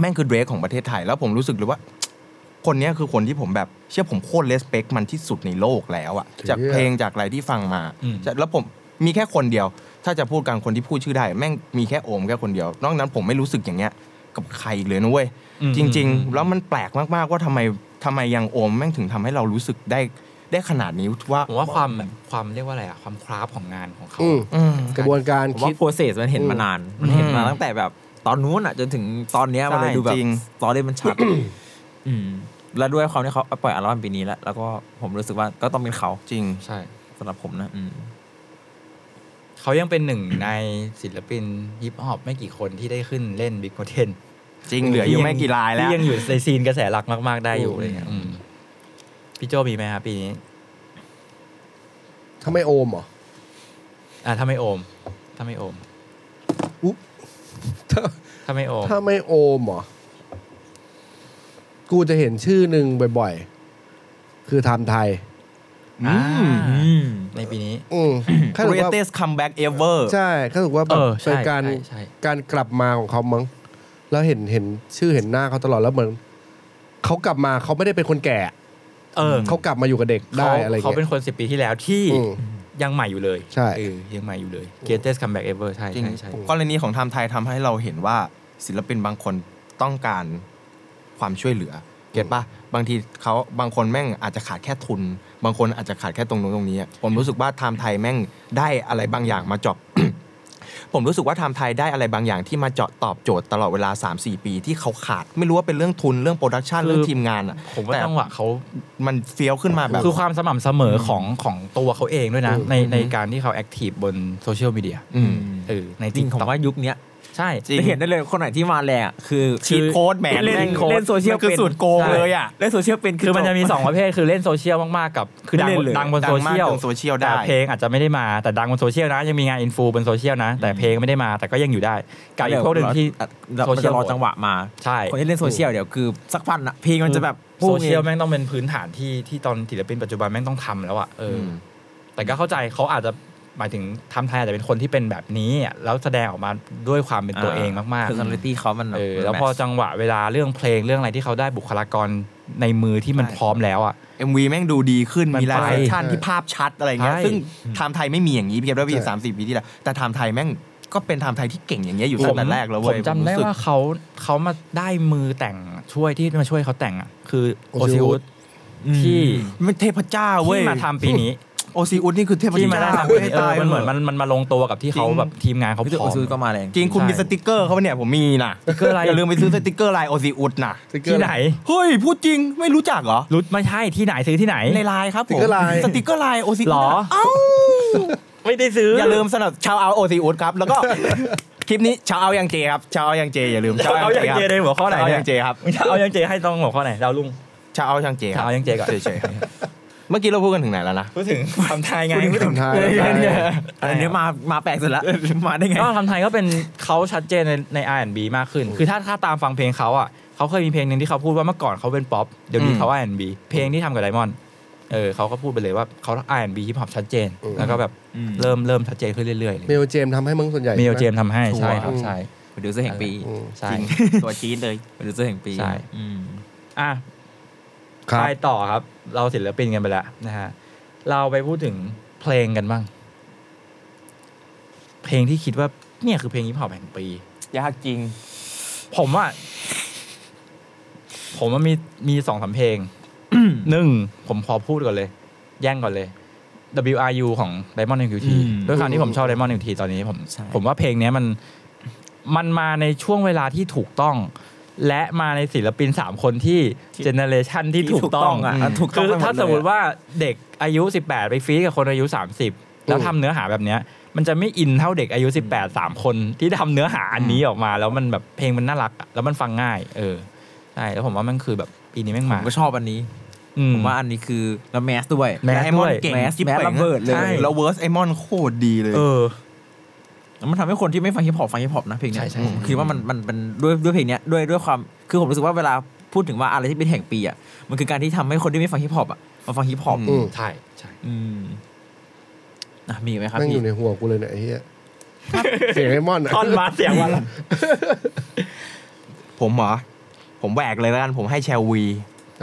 Speaker 4: แม่งคือเดรกของประเทศไทย แล้วผมรู้สึกเลยว่า คนเนี้ยคือคนที่ผมแบบเชื่อผมโคตรเลสเปคมันที่สุดในโลกแล้วอะจากเพลงจากอะไรที่ฟังมา
Speaker 3: อืม
Speaker 4: จะแล้วผมมีแค่คนเดียว ถ้าจะพูดกันคนที่พูดชื่อได้ แม่งมีแค่โอมแค่คนเดียวนอกนั้นผมไม่รู้สึกอย่างเงี้ยกับใครอีกเลยนะเว้ย
Speaker 3: อืม
Speaker 4: จริง ๆ แล้ว
Speaker 3: อืม
Speaker 4: มันแปลกมาก ๆ ว่าทำไมทำไมยังโอมแม่งถึงทำให้เรารู้สึกได้ ได้ขนาดนี้ว่า
Speaker 3: ผมว่าความแบบความเรียกว่าอะไรอะความคราฟของงานของเขา
Speaker 2: อืม
Speaker 4: อืม
Speaker 2: กระบวนการ
Speaker 5: ผม
Speaker 2: คิ
Speaker 5: ว่า
Speaker 2: ด
Speaker 5: โปรเซสมันเห็นมานาน มันเห็นมาตั้งแต่แบบตอนนู้นอ่ะจนถึงตอนเนี้ยมันเลย
Speaker 4: ใช่
Speaker 5: ดูแบบ
Speaker 4: จริง
Speaker 5: ตอนเล่นมันชัด อืมแล้วด้วยความที่เขาปล่อยอัลบั้มปีนี้แล้วแล้วก็ผมรู้สึกว่าก็ต้องเป็นเขา
Speaker 4: จริง
Speaker 3: ใช่
Speaker 5: สำหรับผมนะอืม
Speaker 3: เขายังเป็นหนึ่งในศิลปินฮิปฮอปไม่กี่คนที่ได้ขึ้นเล่นบิ๊กโมเทน
Speaker 4: จริงเหลืออยู่ไม่กี่ลายแล้ว
Speaker 3: ที่ยังอยู่ในซีนกระแสหลักมาก ๆ ได้อยู่
Speaker 5: อืม
Speaker 3: อะไรเงี้ยอืมพี่โจมีไหมครับปีนี้
Speaker 2: ถ้าไม่โอมเหรอ
Speaker 3: อ่ะถ้าไม่โอม ถ้าไม่โอม
Speaker 2: อุ๊ถ้า
Speaker 3: ถ้าไม่โอม
Speaker 2: ถ้าไม่โอมเหรอ กูจะเห็นชื่อหนึ่งบ่อยๆ คือไทม์ไทย
Speaker 3: อ่า
Speaker 5: อืม
Speaker 3: ในปีนี้
Speaker 2: อืมแค่รู้ว่า
Speaker 4: greatest comeback ever
Speaker 2: ใช่แค่รู้ว่าแบ
Speaker 3: เอบ อ
Speaker 2: เป็
Speaker 3: ใช่
Speaker 2: นการ
Speaker 3: ใช่ใช่
Speaker 2: การกลับมาของเขามั้งแล้วเห็นเห็นชื่อเห็นหน้าเขาตลอดแล้วเหมือนเขากลับมาเขาไม่ได้เป็นคนแก่
Speaker 3: เออ
Speaker 2: เขากลับมาอยู่กับเด็กได้อะไร
Speaker 3: เขา
Speaker 2: เงี้
Speaker 3: เป็
Speaker 2: ย
Speaker 3: นคนสิบปีที่แล้วที่
Speaker 2: อืม
Speaker 3: ยังใหม่อยู่เลย
Speaker 2: ใช่
Speaker 3: เออยังใหม่อยู่เลย greatest comeback ever ใช่
Speaker 4: จริง
Speaker 3: ใช่ใช่
Speaker 4: กรณีของไทม์ไทยทำให้เราเห็นว่าศิลปินบางคนต้องการความช่วยเหลือ เก็ตป่ะบางทีเขาบางคนแม่งอาจจะขาดแค่ทุน บางคนอาจจะขาดแค่ตรงนู้นตรงนี้อะผมรู้สึกว่าไทม์ไทยแม่งได้อะไร บางอย่างมาจอบ ผมรู้สึกว่าไทม์ไทยได้อะไรบางอย่างที่มาเจาะตอบโจทย์ตลอดเวลา 3-4 ปีที่เขาขาด ไม่รู้ว่าเป็นเรื่องทุนเรื่องโปรดักชันเรื่องทีมงานอะ
Speaker 3: ผมว่า
Speaker 4: แต่
Speaker 3: จังหวะเขา
Speaker 4: มันเฟี้ยวขึ้นมาแบบ
Speaker 3: คือความสม่ำเสมอของของตัวเขาเองด้วยนะ
Speaker 2: อืม
Speaker 3: ในใน
Speaker 4: อืม
Speaker 3: การที่เขาแอคทีฟบนโซเชียลมีเดีย
Speaker 4: อืม
Speaker 3: เออใน
Speaker 5: จ
Speaker 3: จริ
Speaker 5: ริ
Speaker 3: ง
Speaker 5: ง
Speaker 3: ข
Speaker 5: ผ
Speaker 3: อ
Speaker 5: ม
Speaker 3: ง
Speaker 5: ว่ายุคเนี้ย
Speaker 3: ใช่
Speaker 4: จริง
Speaker 5: จะเห็นได้เลยคนไหนที่มาแรงอะคือ
Speaker 4: ชีทโค้ดแหม
Speaker 5: เล่น
Speaker 4: แม่ง
Speaker 5: เล่นโซเชียล
Speaker 4: มันคือ
Speaker 5: เป็น
Speaker 4: สุดโกงเลยอะ
Speaker 5: เล่นโซเชียลเป็น
Speaker 3: คือมันจะมี
Speaker 5: จบ
Speaker 3: 2 ประเภท คือเล่นโซเชียลมาก ๆ กับ คือดัง
Speaker 5: เล่นเลย
Speaker 3: ดังบน
Speaker 4: ดัง
Speaker 3: โซ
Speaker 4: มาก
Speaker 3: เชียล
Speaker 4: บนโซเชียลได้
Speaker 3: แต่เพลงอาจจะไม่ได้มาแต่ดังบนโซเชียลนะ ยังมีงานอินฟูบนโซเชียลนะ แต่เพลงไม่ได้มาแต่ก็ยังอยู่ได้กับอีกพวกหนึ่งที่
Speaker 5: โซ
Speaker 3: โซเชี
Speaker 5: เชีย
Speaker 3: ย
Speaker 5: ล
Speaker 3: ล
Speaker 5: รอจังหวะมา
Speaker 3: ใช่
Speaker 5: คนที่เล่นโซเชียลเดี๋ยวคือสักพันอะเพลงมันจะแบบพุ่
Speaker 3: โซ
Speaker 5: งอง
Speaker 3: เชียลแม่งต้องเป็นพื้นฐานที่ที่ตอนศิลปินปัจจุบันแม่งต้องทำแล้วอ่ะเอออ
Speaker 4: ม
Speaker 3: แต่ก็เข้าใจเขาอาจจะหมายถึงทำไทยอาจจะเป็นคนที่เป็นแบบนี้อ่ะแล้วแสดงออกมาด้วยความเป็นตัวเองมาก
Speaker 5: คือคุณภาพเขามัน
Speaker 3: ๆ
Speaker 5: บบ
Speaker 3: เออแล้วพอจังหวะเวลาเรื่องเพลงเรื่องอะไรที่เขาได้บุคลากรในมือที่มัน
Speaker 4: ใช่
Speaker 3: พร้อมแล้วอ่ะ
Speaker 4: MV แม่งดูดีขึ้น
Speaker 3: มัน
Speaker 4: มีราย
Speaker 3: ไป
Speaker 4: เซสชั่น
Speaker 2: ใช่
Speaker 4: ที่ภาพชัดอะไรเงี้ย
Speaker 3: ใช่
Speaker 4: ซึ่งไทม์ไทยไม่มีอย่างนี้เพียงด้วยปีสามสี่ปีที่แล้ว แต่ไทม์ไทยแม่งก็เป็นไทม์ไทยที่เก่งอย่างเงี้ยอยู่ตั้งแต่แรกแล้ว
Speaker 3: ผ
Speaker 4: เว้ย
Speaker 3: มจำ
Speaker 4: รู้
Speaker 3: ได้
Speaker 4: สึก
Speaker 3: ว่าเขาเขามาได้มือแต่งช่วยที่มาช่วยเขาแต่งอ่ะคือโอซิ
Speaker 2: Osiwood
Speaker 3: อุสที่
Speaker 4: มันเทพเจ้าเว้ย
Speaker 3: ที่มาทำปีนี้
Speaker 4: โอซีอุสนี่คือเทพ
Speaker 3: ที่มา
Speaker 4: เจ้า
Speaker 3: ได้ทำ
Speaker 4: เว้ย
Speaker 3: ปีนี้เออ
Speaker 4: ตาย
Speaker 3: มันเหมือน
Speaker 4: ว้ย
Speaker 3: มันมันมาลงตัวกับที่เขา
Speaker 4: จริง
Speaker 3: แบบทีมงานเขา
Speaker 5: พี่
Speaker 3: พ
Speaker 5: ตึก
Speaker 3: ร้อ
Speaker 5: โอ
Speaker 3: ม
Speaker 5: ซูก็มาแรง
Speaker 4: จริงคุณมี
Speaker 3: ใช่
Speaker 4: สติกเกอร์เขาปะเนี่ยผมมีนะ
Speaker 3: สติกเกอร์อะไร
Speaker 4: ย่าลืมไปซื้อสติกเกอร์ลายโอซีอุสนะ
Speaker 3: ที่ไหน
Speaker 4: เฮ้ยพูดจริงไม่รู้จักเหรอ
Speaker 3: รุดไม่ใช่ที่ไหนซื้อที่ไหน
Speaker 4: ในไลน์ครับผ
Speaker 2: ส
Speaker 4: ม
Speaker 2: ติกเกอร์ไลน์
Speaker 4: สติกเกอร์ไลน์โอซี
Speaker 3: หรอ
Speaker 4: เอ้า
Speaker 3: ไม่ได้ซื้อ
Speaker 4: อ
Speaker 3: อ
Speaker 4: ย่าลืมสนับชาวเอาโอซีอุดครับ แล้วก็ คลิปนี้ชาวเอายังเจครับชาวเอายังเจอย่าลืม
Speaker 3: ชาวเอายังเจในหัวข้อไหน
Speaker 4: ชาวเอา
Speaker 3: เนี่ย
Speaker 4: ยังเจครับ
Speaker 3: มึงจะเอายังเจให้ต้องหัวข้อไหนดาวลุง
Speaker 4: ชาวเอายังเจค
Speaker 3: ชา
Speaker 4: รับ
Speaker 3: วเอายังเจก่อน
Speaker 4: เฉยๆครับเมื่อกี้เราพูดกันถึงไหนแล้วนะ
Speaker 3: พูดถึงทำไทยไง
Speaker 2: พูดถึงทำไทย
Speaker 5: อันนี้มามาแปลกสุดละ มาได้ไง
Speaker 3: ก็ทำไทยก็เป็นเขาชัดเจนในใน R&B มากขึ้น คือถ้าถ้าตามฟังเพลงเขาอ่ะเขาเคยมีเพลงหนึ่งที่เขาพูดว่าเมื่อก่อนเขาเป็นป๊อปเดี๋ยวนี้
Speaker 4: อืม
Speaker 3: เขา R&B เพลงที่ทำกับไดมอนด์เออเขาก็พูดไปเลยว่าเขา R&B ฮิปฮอปชัดเจน
Speaker 2: อืม
Speaker 3: แล้วก็แบบ
Speaker 5: อืม
Speaker 3: เริ่มเริ่มชัดเจนขึ้นเรื่อยๆ
Speaker 2: เมลเจมทำให้มึงส่วนใหญ่
Speaker 3: เมล
Speaker 2: ใช่ไห
Speaker 3: เจมส์ทำให้ใช่ครับ
Speaker 2: อืม
Speaker 3: ใช่
Speaker 5: โปรดิวเซอร์แห่งปี
Speaker 2: อืม
Speaker 3: ใช่
Speaker 4: จริงตัวชี้เลย
Speaker 5: โปรดิวเซอร์แห่งปี
Speaker 3: ใช่
Speaker 5: อืม
Speaker 3: อ่ะ
Speaker 2: ครับ
Speaker 3: ไปต่อครับ เราศิลปินกันไปแล้วนะฮะเราไปพูดถึงเพลงกันบ้าง เพลงที่คิดว่าเนี่ยคือเพลงฮิปฮอปแห่งปี
Speaker 4: ยากจริง
Speaker 3: ผมว่า ผมว่ามีมีสองสามเพลงหนึ่งผมขอพูดก่อนเลย แย่งก่อนเลย W R U ของ Diamond M Q T ด้วยความที่ผมชอบ Diamond M Q T ตอนนี้ผมผมว่าเพลงเนี้ยมันมันมาในช่วงเวลาที่ถูกต้อง และมาในศิลปินสามคนที่เจเนเรชันที่ถูกต้อง
Speaker 5: อ่ะ
Speaker 3: อ่ะ
Speaker 4: อืม
Speaker 5: ถูกต้อ
Speaker 3: คือ
Speaker 5: งไปหด
Speaker 3: ถ้าสมมติ
Speaker 5: เลยอะ
Speaker 3: ว่าเด็กอายุ 18 ไปฟีดกับคนอายุ 30 แล้วทำเนื้อหาแบบเนี้ย มันจะไม่อินเท่าเด็กอายุ 18 3 คนที่ทำเนื้อหาอันนี้ออกมา แล้วมันแบบเพลงมันน่ารักอะแล้วมันฟังง่าย เออใช่แล้วผมว่ามันคือแบบปีนี้แม่
Speaker 5: ผม
Speaker 3: งาม
Speaker 5: ก็ชอบอันนี้
Speaker 3: อื
Speaker 5: ผมว่าอันนี้คือแล้วแมสด้วย
Speaker 3: แมส
Speaker 4: ไอม
Speaker 3: ด้
Speaker 4: อน
Speaker 3: วย
Speaker 4: เก่ง
Speaker 5: แมส
Speaker 4: จิ๊บ
Speaker 5: แมส
Speaker 4: เป่ง
Speaker 5: ระเบิดเลย
Speaker 4: ใช่แล้วเวิร์สไอมอนโคตรดีเลย
Speaker 3: เออ
Speaker 5: แล้วมันทำให้คนที่ไม่ฟังฮิปฮอปฟังฮิปฮอปนะเพลงเนี้ย
Speaker 3: ใช่ใช่
Speaker 5: ผมคิดว่ามันมันเป็นด้วยด้วยเพลงเนี้ยด้วยด้วยความคือผมรู้สึกว่าเวลาพูดถึงว่าอะไรที่เป็นแห่งปีอ่ะมันคือการที่ทำให้คนที่ไม่ฟังฮิปฮอปอ่ะมาฟังฮิปฮอป
Speaker 2: อืม
Speaker 3: ใช่ใช่
Speaker 5: อืมอ่ะมีไหมครับ
Speaker 2: แม่งอ
Speaker 5: พี่
Speaker 2: ยู่ในหัวกูเลยเนี่ยไอ้เหี้ยเสียงไอ้มอนอะ
Speaker 3: ท่อนมาเสียงวันละ
Speaker 4: ผมเหรอ ผมแหวกเลยแล้วกัน ผมให้แชลวี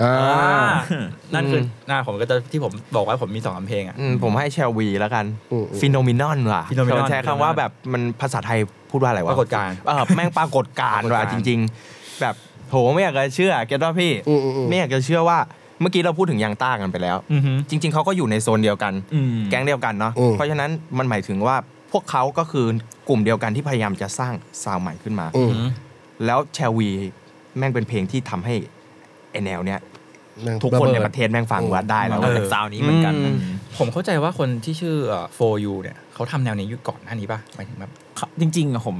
Speaker 2: อ่า
Speaker 3: นั่นคืออ
Speaker 2: ม
Speaker 3: หน้าผมก็จะที่ผมบอกว่าผมมีสองสามเพลงอ่ะ
Speaker 4: อืมผมให้แชลวีแล้วกัน
Speaker 2: อืมอืม
Speaker 4: ฟิโนมินอนว่ะ
Speaker 3: Phenomenon
Speaker 4: ใช้คำว่าแบบมันภาษาไทยพูดว่าอะไรวะ
Speaker 3: ปรากฏการณ์
Speaker 4: เออแม่งปรากฏการณ์
Speaker 3: ปรากฏ
Speaker 4: ว่ะ
Speaker 3: การณ์
Speaker 4: จริง ๆ แบบโหไม่อยากจะเชื่อเก็ตว่าพี่
Speaker 2: อืมอืมอืม
Speaker 4: ไม่อยากจะเชื่อว่า เมื่อกี้เราพูดถึงยังต้ากันไปแล้ว
Speaker 3: อือหือ
Speaker 4: จริง ๆเขาก็อยู่ในโซนเดียวกัน
Speaker 5: อืม
Speaker 4: แก๊งเดียวกันเนาะ
Speaker 2: อืม
Speaker 4: เพราะฉะนั้นมันหมายถึงว่าพวกเขาก็คือกลุ่มเดียวกันที่พยายามจะสร้างซาวด์ใหม่ขึ้นมา
Speaker 2: อืม
Speaker 3: อือหือ
Speaker 4: แล้วแชร์วีแม่งเป็นเพลงที่ทำให้ไอแนวเนี้ย
Speaker 2: แม่ง
Speaker 4: ทุกคนใน
Speaker 2: บิด
Speaker 4: ประเทศแม่งฟัง
Speaker 2: อืม
Speaker 4: ว่าได้แล้ว
Speaker 5: เรา
Speaker 4: เว้ย
Speaker 5: เป็นซาวนี้เหมือนกัน
Speaker 4: อืม
Speaker 3: ผมเข้าใจว่าคนที่ชื่อโฟยูเนี่ยเขาทำแนวนี้อยู่ก่อนหน้านี้ป่ะหมายถึงแบบ
Speaker 5: เขาจริงๆอะผม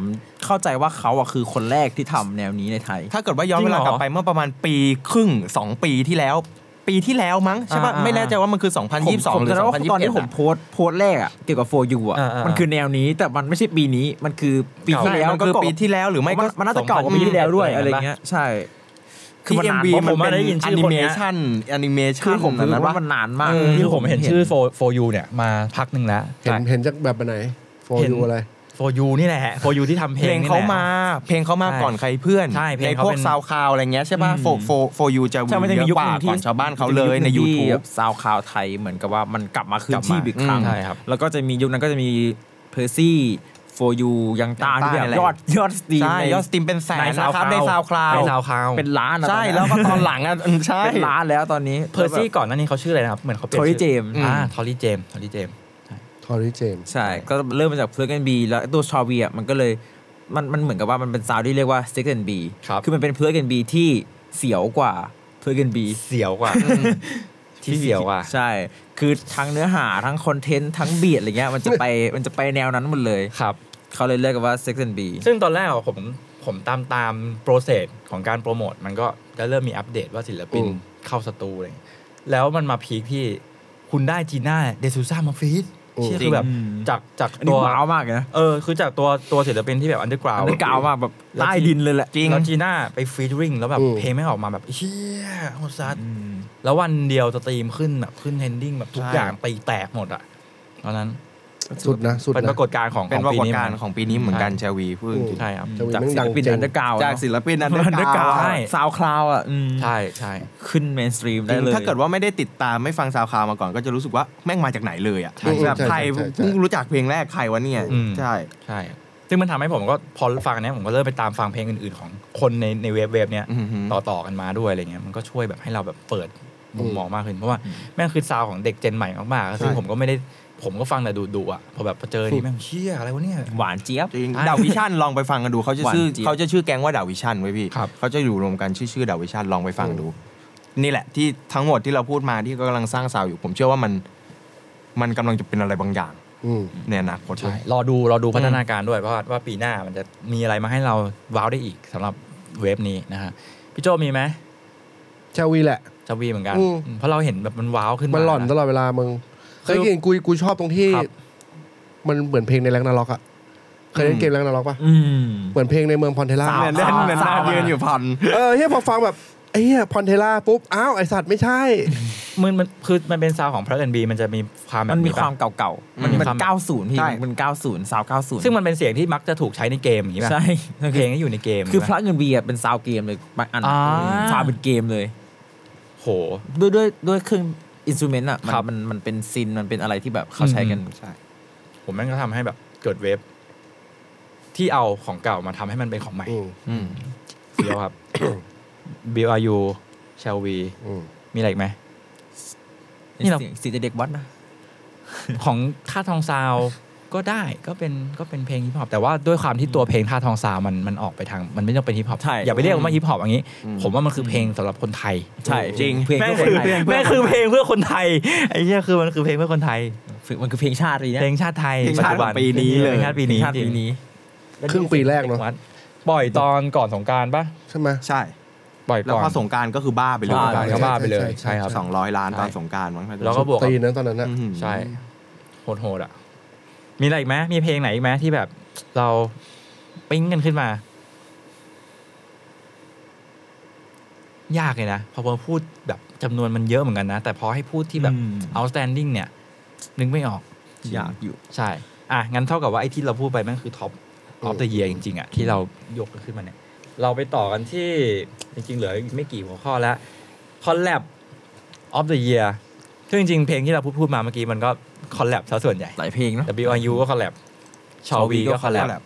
Speaker 5: เข้าใจว่าเขาอะคือคนแรกที่ทำแนวนี้ในไทย
Speaker 4: ถ้าเกิดว่าย้อน
Speaker 3: จริ
Speaker 4: เว
Speaker 3: งเหร
Speaker 4: ลา
Speaker 3: อก
Speaker 4: ลับไปเมื่อประมาณปีครึ่ง 2 ปีที่แล้ว ปีที่แล้วมั้งใช่ปะ
Speaker 5: อ่าๆ
Speaker 4: ไม่แน่ใจว่ามันคือ
Speaker 5: ผม
Speaker 4: 2022 หรือ
Speaker 5: จำได้ว่า
Speaker 4: 2021
Speaker 5: ตอนที่ผม
Speaker 4: ะ
Speaker 5: โพสต์โพสต์แรกอะเกี่ยวกับโฟยูอะ
Speaker 3: อ่าอ่ามั
Speaker 5: มันคือแนวนี้แต่มันไม่ใช่ปีนี้มันคือปีที่
Speaker 3: เก่า
Speaker 5: แล้ว
Speaker 4: มันคือ
Speaker 5: ก็
Speaker 4: ปีที่แล้วหรือไม่ก็
Speaker 5: นมันน่าจะเก่ากว่าปีที่แล้วด้วยอะไรเงี้ยใช่ คือมัน
Speaker 4: ที่
Speaker 5: นาน
Speaker 4: MV
Speaker 5: ผม
Speaker 4: มัน
Speaker 3: ว่า
Speaker 4: เป็น
Speaker 3: ได้ยินชื่
Speaker 4: แอ
Speaker 3: อ
Speaker 4: นิ
Speaker 3: คน
Speaker 4: เม
Speaker 3: เนี้ย
Speaker 4: ชันแอนิเมชัน
Speaker 5: คือผมรู้สึกว่า
Speaker 4: ปะ
Speaker 5: มันนานมาก
Speaker 3: คือผมเห็นชื่อโฟโฟยูเนี่ยมาพักหนึ่งแล้ว
Speaker 2: เห็นเห็นจากแบบไหนโฟ
Speaker 3: เห็น
Speaker 2: ยูอะไร
Speaker 3: โฟยูนี่แหละโฟยูที่ทำเพ
Speaker 4: เพ
Speaker 3: ล
Speaker 4: ล
Speaker 3: ง
Speaker 4: ง
Speaker 3: นี่แหละ
Speaker 4: เขามาเพลงเขามา
Speaker 3: ใช่
Speaker 4: ก่อนใครเพื่อน
Speaker 3: ใช่เพลง
Speaker 4: พ
Speaker 3: เขา
Speaker 4: วก
Speaker 3: เป็น
Speaker 4: ซาวคลาวอะไรเงี้ยใช่ป่ะโฟโฟโฟยูจะวิ
Speaker 5: ใช่
Speaker 4: ว
Speaker 5: มันจะมี
Speaker 4: เย
Speaker 5: ยุค
Speaker 4: อะกว่า
Speaker 5: ห
Speaker 4: ก่
Speaker 5: ที่
Speaker 4: อนชาวบ้านเขาเลยใน
Speaker 5: มัจะมีคหงที่
Speaker 4: YouTube
Speaker 5: แบบซาวข่าวไทยเหมือนกับว่ามันกลับมาคื
Speaker 4: กลั
Speaker 5: น
Speaker 4: บมา
Speaker 5: ชีพอีกครั้ง
Speaker 4: อืม
Speaker 3: ใช่ครับ
Speaker 5: แล้วก็จะมียุคนั้นก็จะมีเพอร์ซี่โฟยูยังตา
Speaker 4: ยังตา
Speaker 5: ที่แบบ
Speaker 4: อะไร
Speaker 5: ยอดยอดสตรีม
Speaker 4: ใช่
Speaker 5: ใน
Speaker 4: ยอดสตรีมเป็นแสน
Speaker 3: ในซาว
Speaker 4: นะค
Speaker 3: ค
Speaker 4: รับ
Speaker 3: ลา
Speaker 4: ใน
Speaker 3: ว
Speaker 4: ซาวคลาว
Speaker 3: ในซาวคลาว
Speaker 5: เป็นล้านอะ
Speaker 4: ใช่แล้วก็ตอนหลังอ่ะอื มใช่
Speaker 5: เป็นล้านแล้วตอนนี้
Speaker 3: เพอร์ซี่ก่อนหน้านี้เขาชื่ออะไรนะครับเหมือนเขาเป
Speaker 5: โท
Speaker 3: ลี่ยน
Speaker 5: รี่เจ
Speaker 3: ชื่อ
Speaker 5: มส์
Speaker 3: อ่าทอรี่เจมทอรี่เจม
Speaker 2: ทอรี่เจม
Speaker 5: ใช่ ก็เริ่มมาจากเพลิร์กันบีแล้วตัวชอวีอ่ะมันก็เลยมันมันเหมือนกับว่ามันเป็นซาวด์ที่เรียกว่าเซ็กแอนบี
Speaker 3: ครับ
Speaker 5: คือมันเป็นเพลิร์กันบีที่เสียวกว่าเพลิร์กันบี
Speaker 3: เสียวกว่าที่เสียวกว่า
Speaker 5: ใช่ คือทั้งเนื้อหาทั้งคอนเทนต์ทั้งบีดอะไรเงี้ยมันจะไป มันจะไปแนวนั้นหมดเลย
Speaker 3: ครับ
Speaker 5: เขาเลยเรียกกันว่าเซ็กแอนบี
Speaker 3: ซึ่งตอนแรกอะผมผมตามตามโปรเซสของการโปรโมท มันก็จะเริ่มมีอัปเดตว่าศิลปิน
Speaker 2: อืม
Speaker 3: เข้าสตูอะไรอย่างเงี้ยแล้วมันมาพีคที่คุณได้จีน่าเดซูซ่ามาฟีดที่ยคือแบบ
Speaker 5: จริง
Speaker 3: จากจาก
Speaker 5: อัน
Speaker 3: ตั
Speaker 5: นี้
Speaker 3: ว
Speaker 5: ว้าวมากเลยนะ
Speaker 3: เออคือจากตัวตัวศิลปินที่แบบอันเดอร์กราว
Speaker 5: อันนี้กาวมากแบบใต้ดินเลยแหละ
Speaker 4: จริง
Speaker 3: แล้วจีน่าไปฟีดริ่งแล้วแบบ
Speaker 2: อืม
Speaker 3: เพลงไม่งออกมาแบบเฮียโหดซัดแล้ววันเดียวจะตรีมขึ้นแบบขึ้นเทนดิ้งแบบทุก
Speaker 4: ใช่
Speaker 3: อย่างตีแตกหมดอ่ะตอนนั้น
Speaker 2: สุดนะ สุด
Speaker 3: เป็น
Speaker 2: นะ
Speaker 3: ปรากฏการณ์ของ
Speaker 4: เป็นปรากฏการ
Speaker 3: ข
Speaker 4: ณ์
Speaker 3: อง
Speaker 4: ของปีนี้เหมือนกันชาวีพูดจริงๆ
Speaker 3: ปีนี้มันใช่ครับ
Speaker 2: จะมี
Speaker 5: จาก
Speaker 2: แม่ง
Speaker 5: ศิ
Speaker 2: ดั
Speaker 5: ล
Speaker 2: ง
Speaker 5: ปิน
Speaker 2: จริง
Speaker 5: อันเดอร์กราว
Speaker 4: จากศิลปินอันเดอ
Speaker 5: อันเดอ
Speaker 4: ร์
Speaker 5: ร์กราว
Speaker 4: กาว
Speaker 3: ใช่
Speaker 5: ซาวคลาวอ่ะอืม
Speaker 3: ใช่ใช่
Speaker 5: ขึ้นเมนสตรีมได้เลย
Speaker 4: ถ้าเกิดว่าไม่ได้ติดตามไม่ฟังซาวคลาวมาก่อนก็จะรู้สึกว่าแม่งมาจากไหนเลยอ่ะ
Speaker 2: ใช่
Speaker 4: แบบ
Speaker 2: ใช่
Speaker 4: ใคร
Speaker 2: ใช่ใช่
Speaker 4: เพิ่งรู้จักเพลงแรกใครวะเนี่ยใช่
Speaker 3: ใช่ ซึ่งมันทำให้ผมก็พอฟังอันเนี้ยผมก็เริ่มไปตามฟังเพลงอื่นๆ ของคนในในเว็บเว็บเนี้ย
Speaker 4: อือหือ
Speaker 3: ต่อต่อกันมาด้วยอะไรเงี้ยมันก็ช่วยแบบให้เราแบบเปิดมุมมองมากขึ้น เพราะว่าแม่งคือซาวของเด็กเจนใหม่มากๆซึ่งผมก็ไม่ได้ผมก็ฟังแต่ดูดูๆอ่ะพอแบบพอเจอนี่แม่งเชี่ยอะไรวะเนี่ย
Speaker 5: หวานเจี๊ยบ
Speaker 4: จริง
Speaker 3: ใช่
Speaker 4: ดาวิชันลองไปฟังกันดูเขาจะชื่อ
Speaker 5: หวานเจี๊ยบ
Speaker 4: เขาจะชื่อแก๊งว่าดาวิชันไว้ยพี่
Speaker 3: ครับ
Speaker 4: เขาจะอยู่รวมกันชื่อชื่อดาวิชันลองไปฟังดู นี่แหละที่ทั้งหมดที่เราพูดมาที่กำลังสร้างสาวอยู่ ผมเชื่อว่ามันมันกำลังจะเป็นอะไรบางอย่าง
Speaker 2: อืม
Speaker 4: ในอนาคต
Speaker 3: ใช่รอดูรอดูพัฒนาการด้วยเพราะว่าว่าปีหน้ามันจะมีอะไรมาให้เราว้าวได้อีกสำหรับเวฟนี้นะฮะพี่โจมีไหม
Speaker 2: ชาวีแหละ
Speaker 3: จะวีเหมือนกัน
Speaker 2: อืม
Speaker 3: อืมเพราะเราเห็นแบบมันว้าวขึ้นมา
Speaker 2: มันหล่อนต
Speaker 3: ะ
Speaker 2: ลอดเวลามึง
Speaker 3: คือ
Speaker 2: เค
Speaker 3: ย
Speaker 2: กินกูกูชอบตรงที่
Speaker 3: ครับ
Speaker 2: มันเหมือนเพลงในแรงนาล็อกอะเคยเล่นเกมแรงนาล็อกปะ
Speaker 5: อืม
Speaker 2: เหมือนเพลงในเมืองพอนเทล่า
Speaker 5: สาว
Speaker 4: เหมือนเล่นเหมือนหน้ายืนอยู่พัน
Speaker 2: เออเฮียพอฟังแบบไอ้เฮียพอนเทล่าปุ๊บ อ้าว ไอสัตว์ไม่ใช่
Speaker 3: มันมันคือมันเป็นซาวของพระเอ็นบีมันจะมีความแบบ
Speaker 5: มันมี
Speaker 3: ปะ
Speaker 5: ความเก่าๆ มัน
Speaker 3: มี
Speaker 5: มัน
Speaker 3: ความ
Speaker 5: เก้าศูนย์พี่
Speaker 4: ใช่
Speaker 5: มันเป็นเก้าศูนย์ซาวเก้าศูนย์
Speaker 3: ซึ่งมันเป็นเสียงที่มักจะถูกใช้ในเกมอย่างนี้ป่ะ
Speaker 5: ใช่
Speaker 3: เพลงที่อยู่ในเกม
Speaker 5: คือพ
Speaker 3: ใช่
Speaker 5: ระ
Speaker 3: ปะ
Speaker 5: เงินเบียร์เป็นซาวเกมเลยบางอัน
Speaker 3: อ่า
Speaker 5: ซาวเป็นเกมเลย
Speaker 3: โห
Speaker 5: ด้วยด้วยด้วยเครื่องอินสตูเมนต์อ่ะมัน
Speaker 3: ครับ
Speaker 5: มันมันเป็นซินมันเป็นอะไรที่แบบเขาใช้กัน
Speaker 3: อืม ผมแม่งก็ทำให้แบบเกิดเวฟที่เอาของเก่ามาทำให้มันเป็นของใหม่
Speaker 2: อืม
Speaker 4: อืม
Speaker 3: เดียวครับ BYU Shall We
Speaker 2: อืม
Speaker 3: มีอะไรอีกไหม นี่เรา
Speaker 5: เสียงเสียงเด็กวัดนะ
Speaker 3: ของท่าทองซาวก็ได้ก็เป็นก็เป็นเพลงฮิปฮอปแต่ว่าด้วยความที่ตัวเพลงท่าทองซาวมันมันออกไปทาง มันไม่ต้องเป็นฮิปฮอป
Speaker 5: ใช่
Speaker 3: อย่าไปเรียกมันว่าฮิปฮอปอย่างนี้ ผมว่ามันคือเพลงสำหรับคนไทย
Speaker 5: ใช่
Speaker 4: จริง
Speaker 5: เพลง
Speaker 3: แม่
Speaker 5: ก็
Speaker 3: ง
Speaker 5: คน
Speaker 3: คือ
Speaker 5: ไทย
Speaker 3: แม่งคือเพลงเพื่อคนไทยไอ้เนี่ยคือมันคือเพลงเพื่อคนไทย
Speaker 5: มันคือเพลงชาติเลยนะ
Speaker 3: เพลงชาติไทย
Speaker 4: เพลงชาติ
Speaker 3: ปัจจุบั
Speaker 4: ปีนี้เลย
Speaker 3: เพลงชาติปีนี้
Speaker 5: ชาติปีนี้
Speaker 2: ครึ่งปีแรกเนาะ
Speaker 3: วัดปล่อยตอนก่อนสงกรารปะ
Speaker 2: ใช่ไหม
Speaker 4: ใช่
Speaker 3: ปล่อย
Speaker 4: แล้ว
Speaker 3: ก่อน
Speaker 4: พอสงกรารก็คือบ้าไปเล
Speaker 3: ส
Speaker 4: ย
Speaker 3: งกราร
Speaker 2: ใช่
Speaker 3: ก็บ้าไปเลย
Speaker 2: ใช่
Speaker 3: ใช่
Speaker 2: ใช่
Speaker 3: ครับ
Speaker 4: สองร้อยล้าน
Speaker 3: ใช่
Speaker 4: ตอนสงกรารมั้ง
Speaker 3: แล้วก็บวกกับ
Speaker 2: ตีนั้นตอนนั้นนะ
Speaker 4: อื้อหือ
Speaker 3: ใช่โหดโหดๆอ่ะมีอะไรอีกไหมมีเพลงไหนอีกไหมที่แบบเราปิ๊งกันขึ้นมา ยากเลยนะพอพอพูดแบบจำนวนมันเยอะเหมือนกันนะ แต่พอให้พูดที่แบบ
Speaker 5: อืม
Speaker 3: outstanding เนี่ย นึกไม่ออก
Speaker 5: อยากอยู่
Speaker 3: ใช่ อ่ะ งั้นเท่ากับว่าไอ้ที่เราพูดไปมันคือท็อปออฟเดอะเยียจริงๆอ่ะที่เรายกกันขึ้นมาเนี่ย เราไปต่อกันที่จริงๆ เหลืออีกไม่กี่หัวข้อแล้วคอลแลบออฟเดอะเยียซึ่งจริงๆ เพลงที่เราพูดพูดมาเมื่อกี้มันก็คอลแลบซะส่วนใหญ่
Speaker 5: หลายเพลงเนาะ
Speaker 3: WIU ก็คอลแลบชาวีก็คอลแลบ
Speaker 4: collab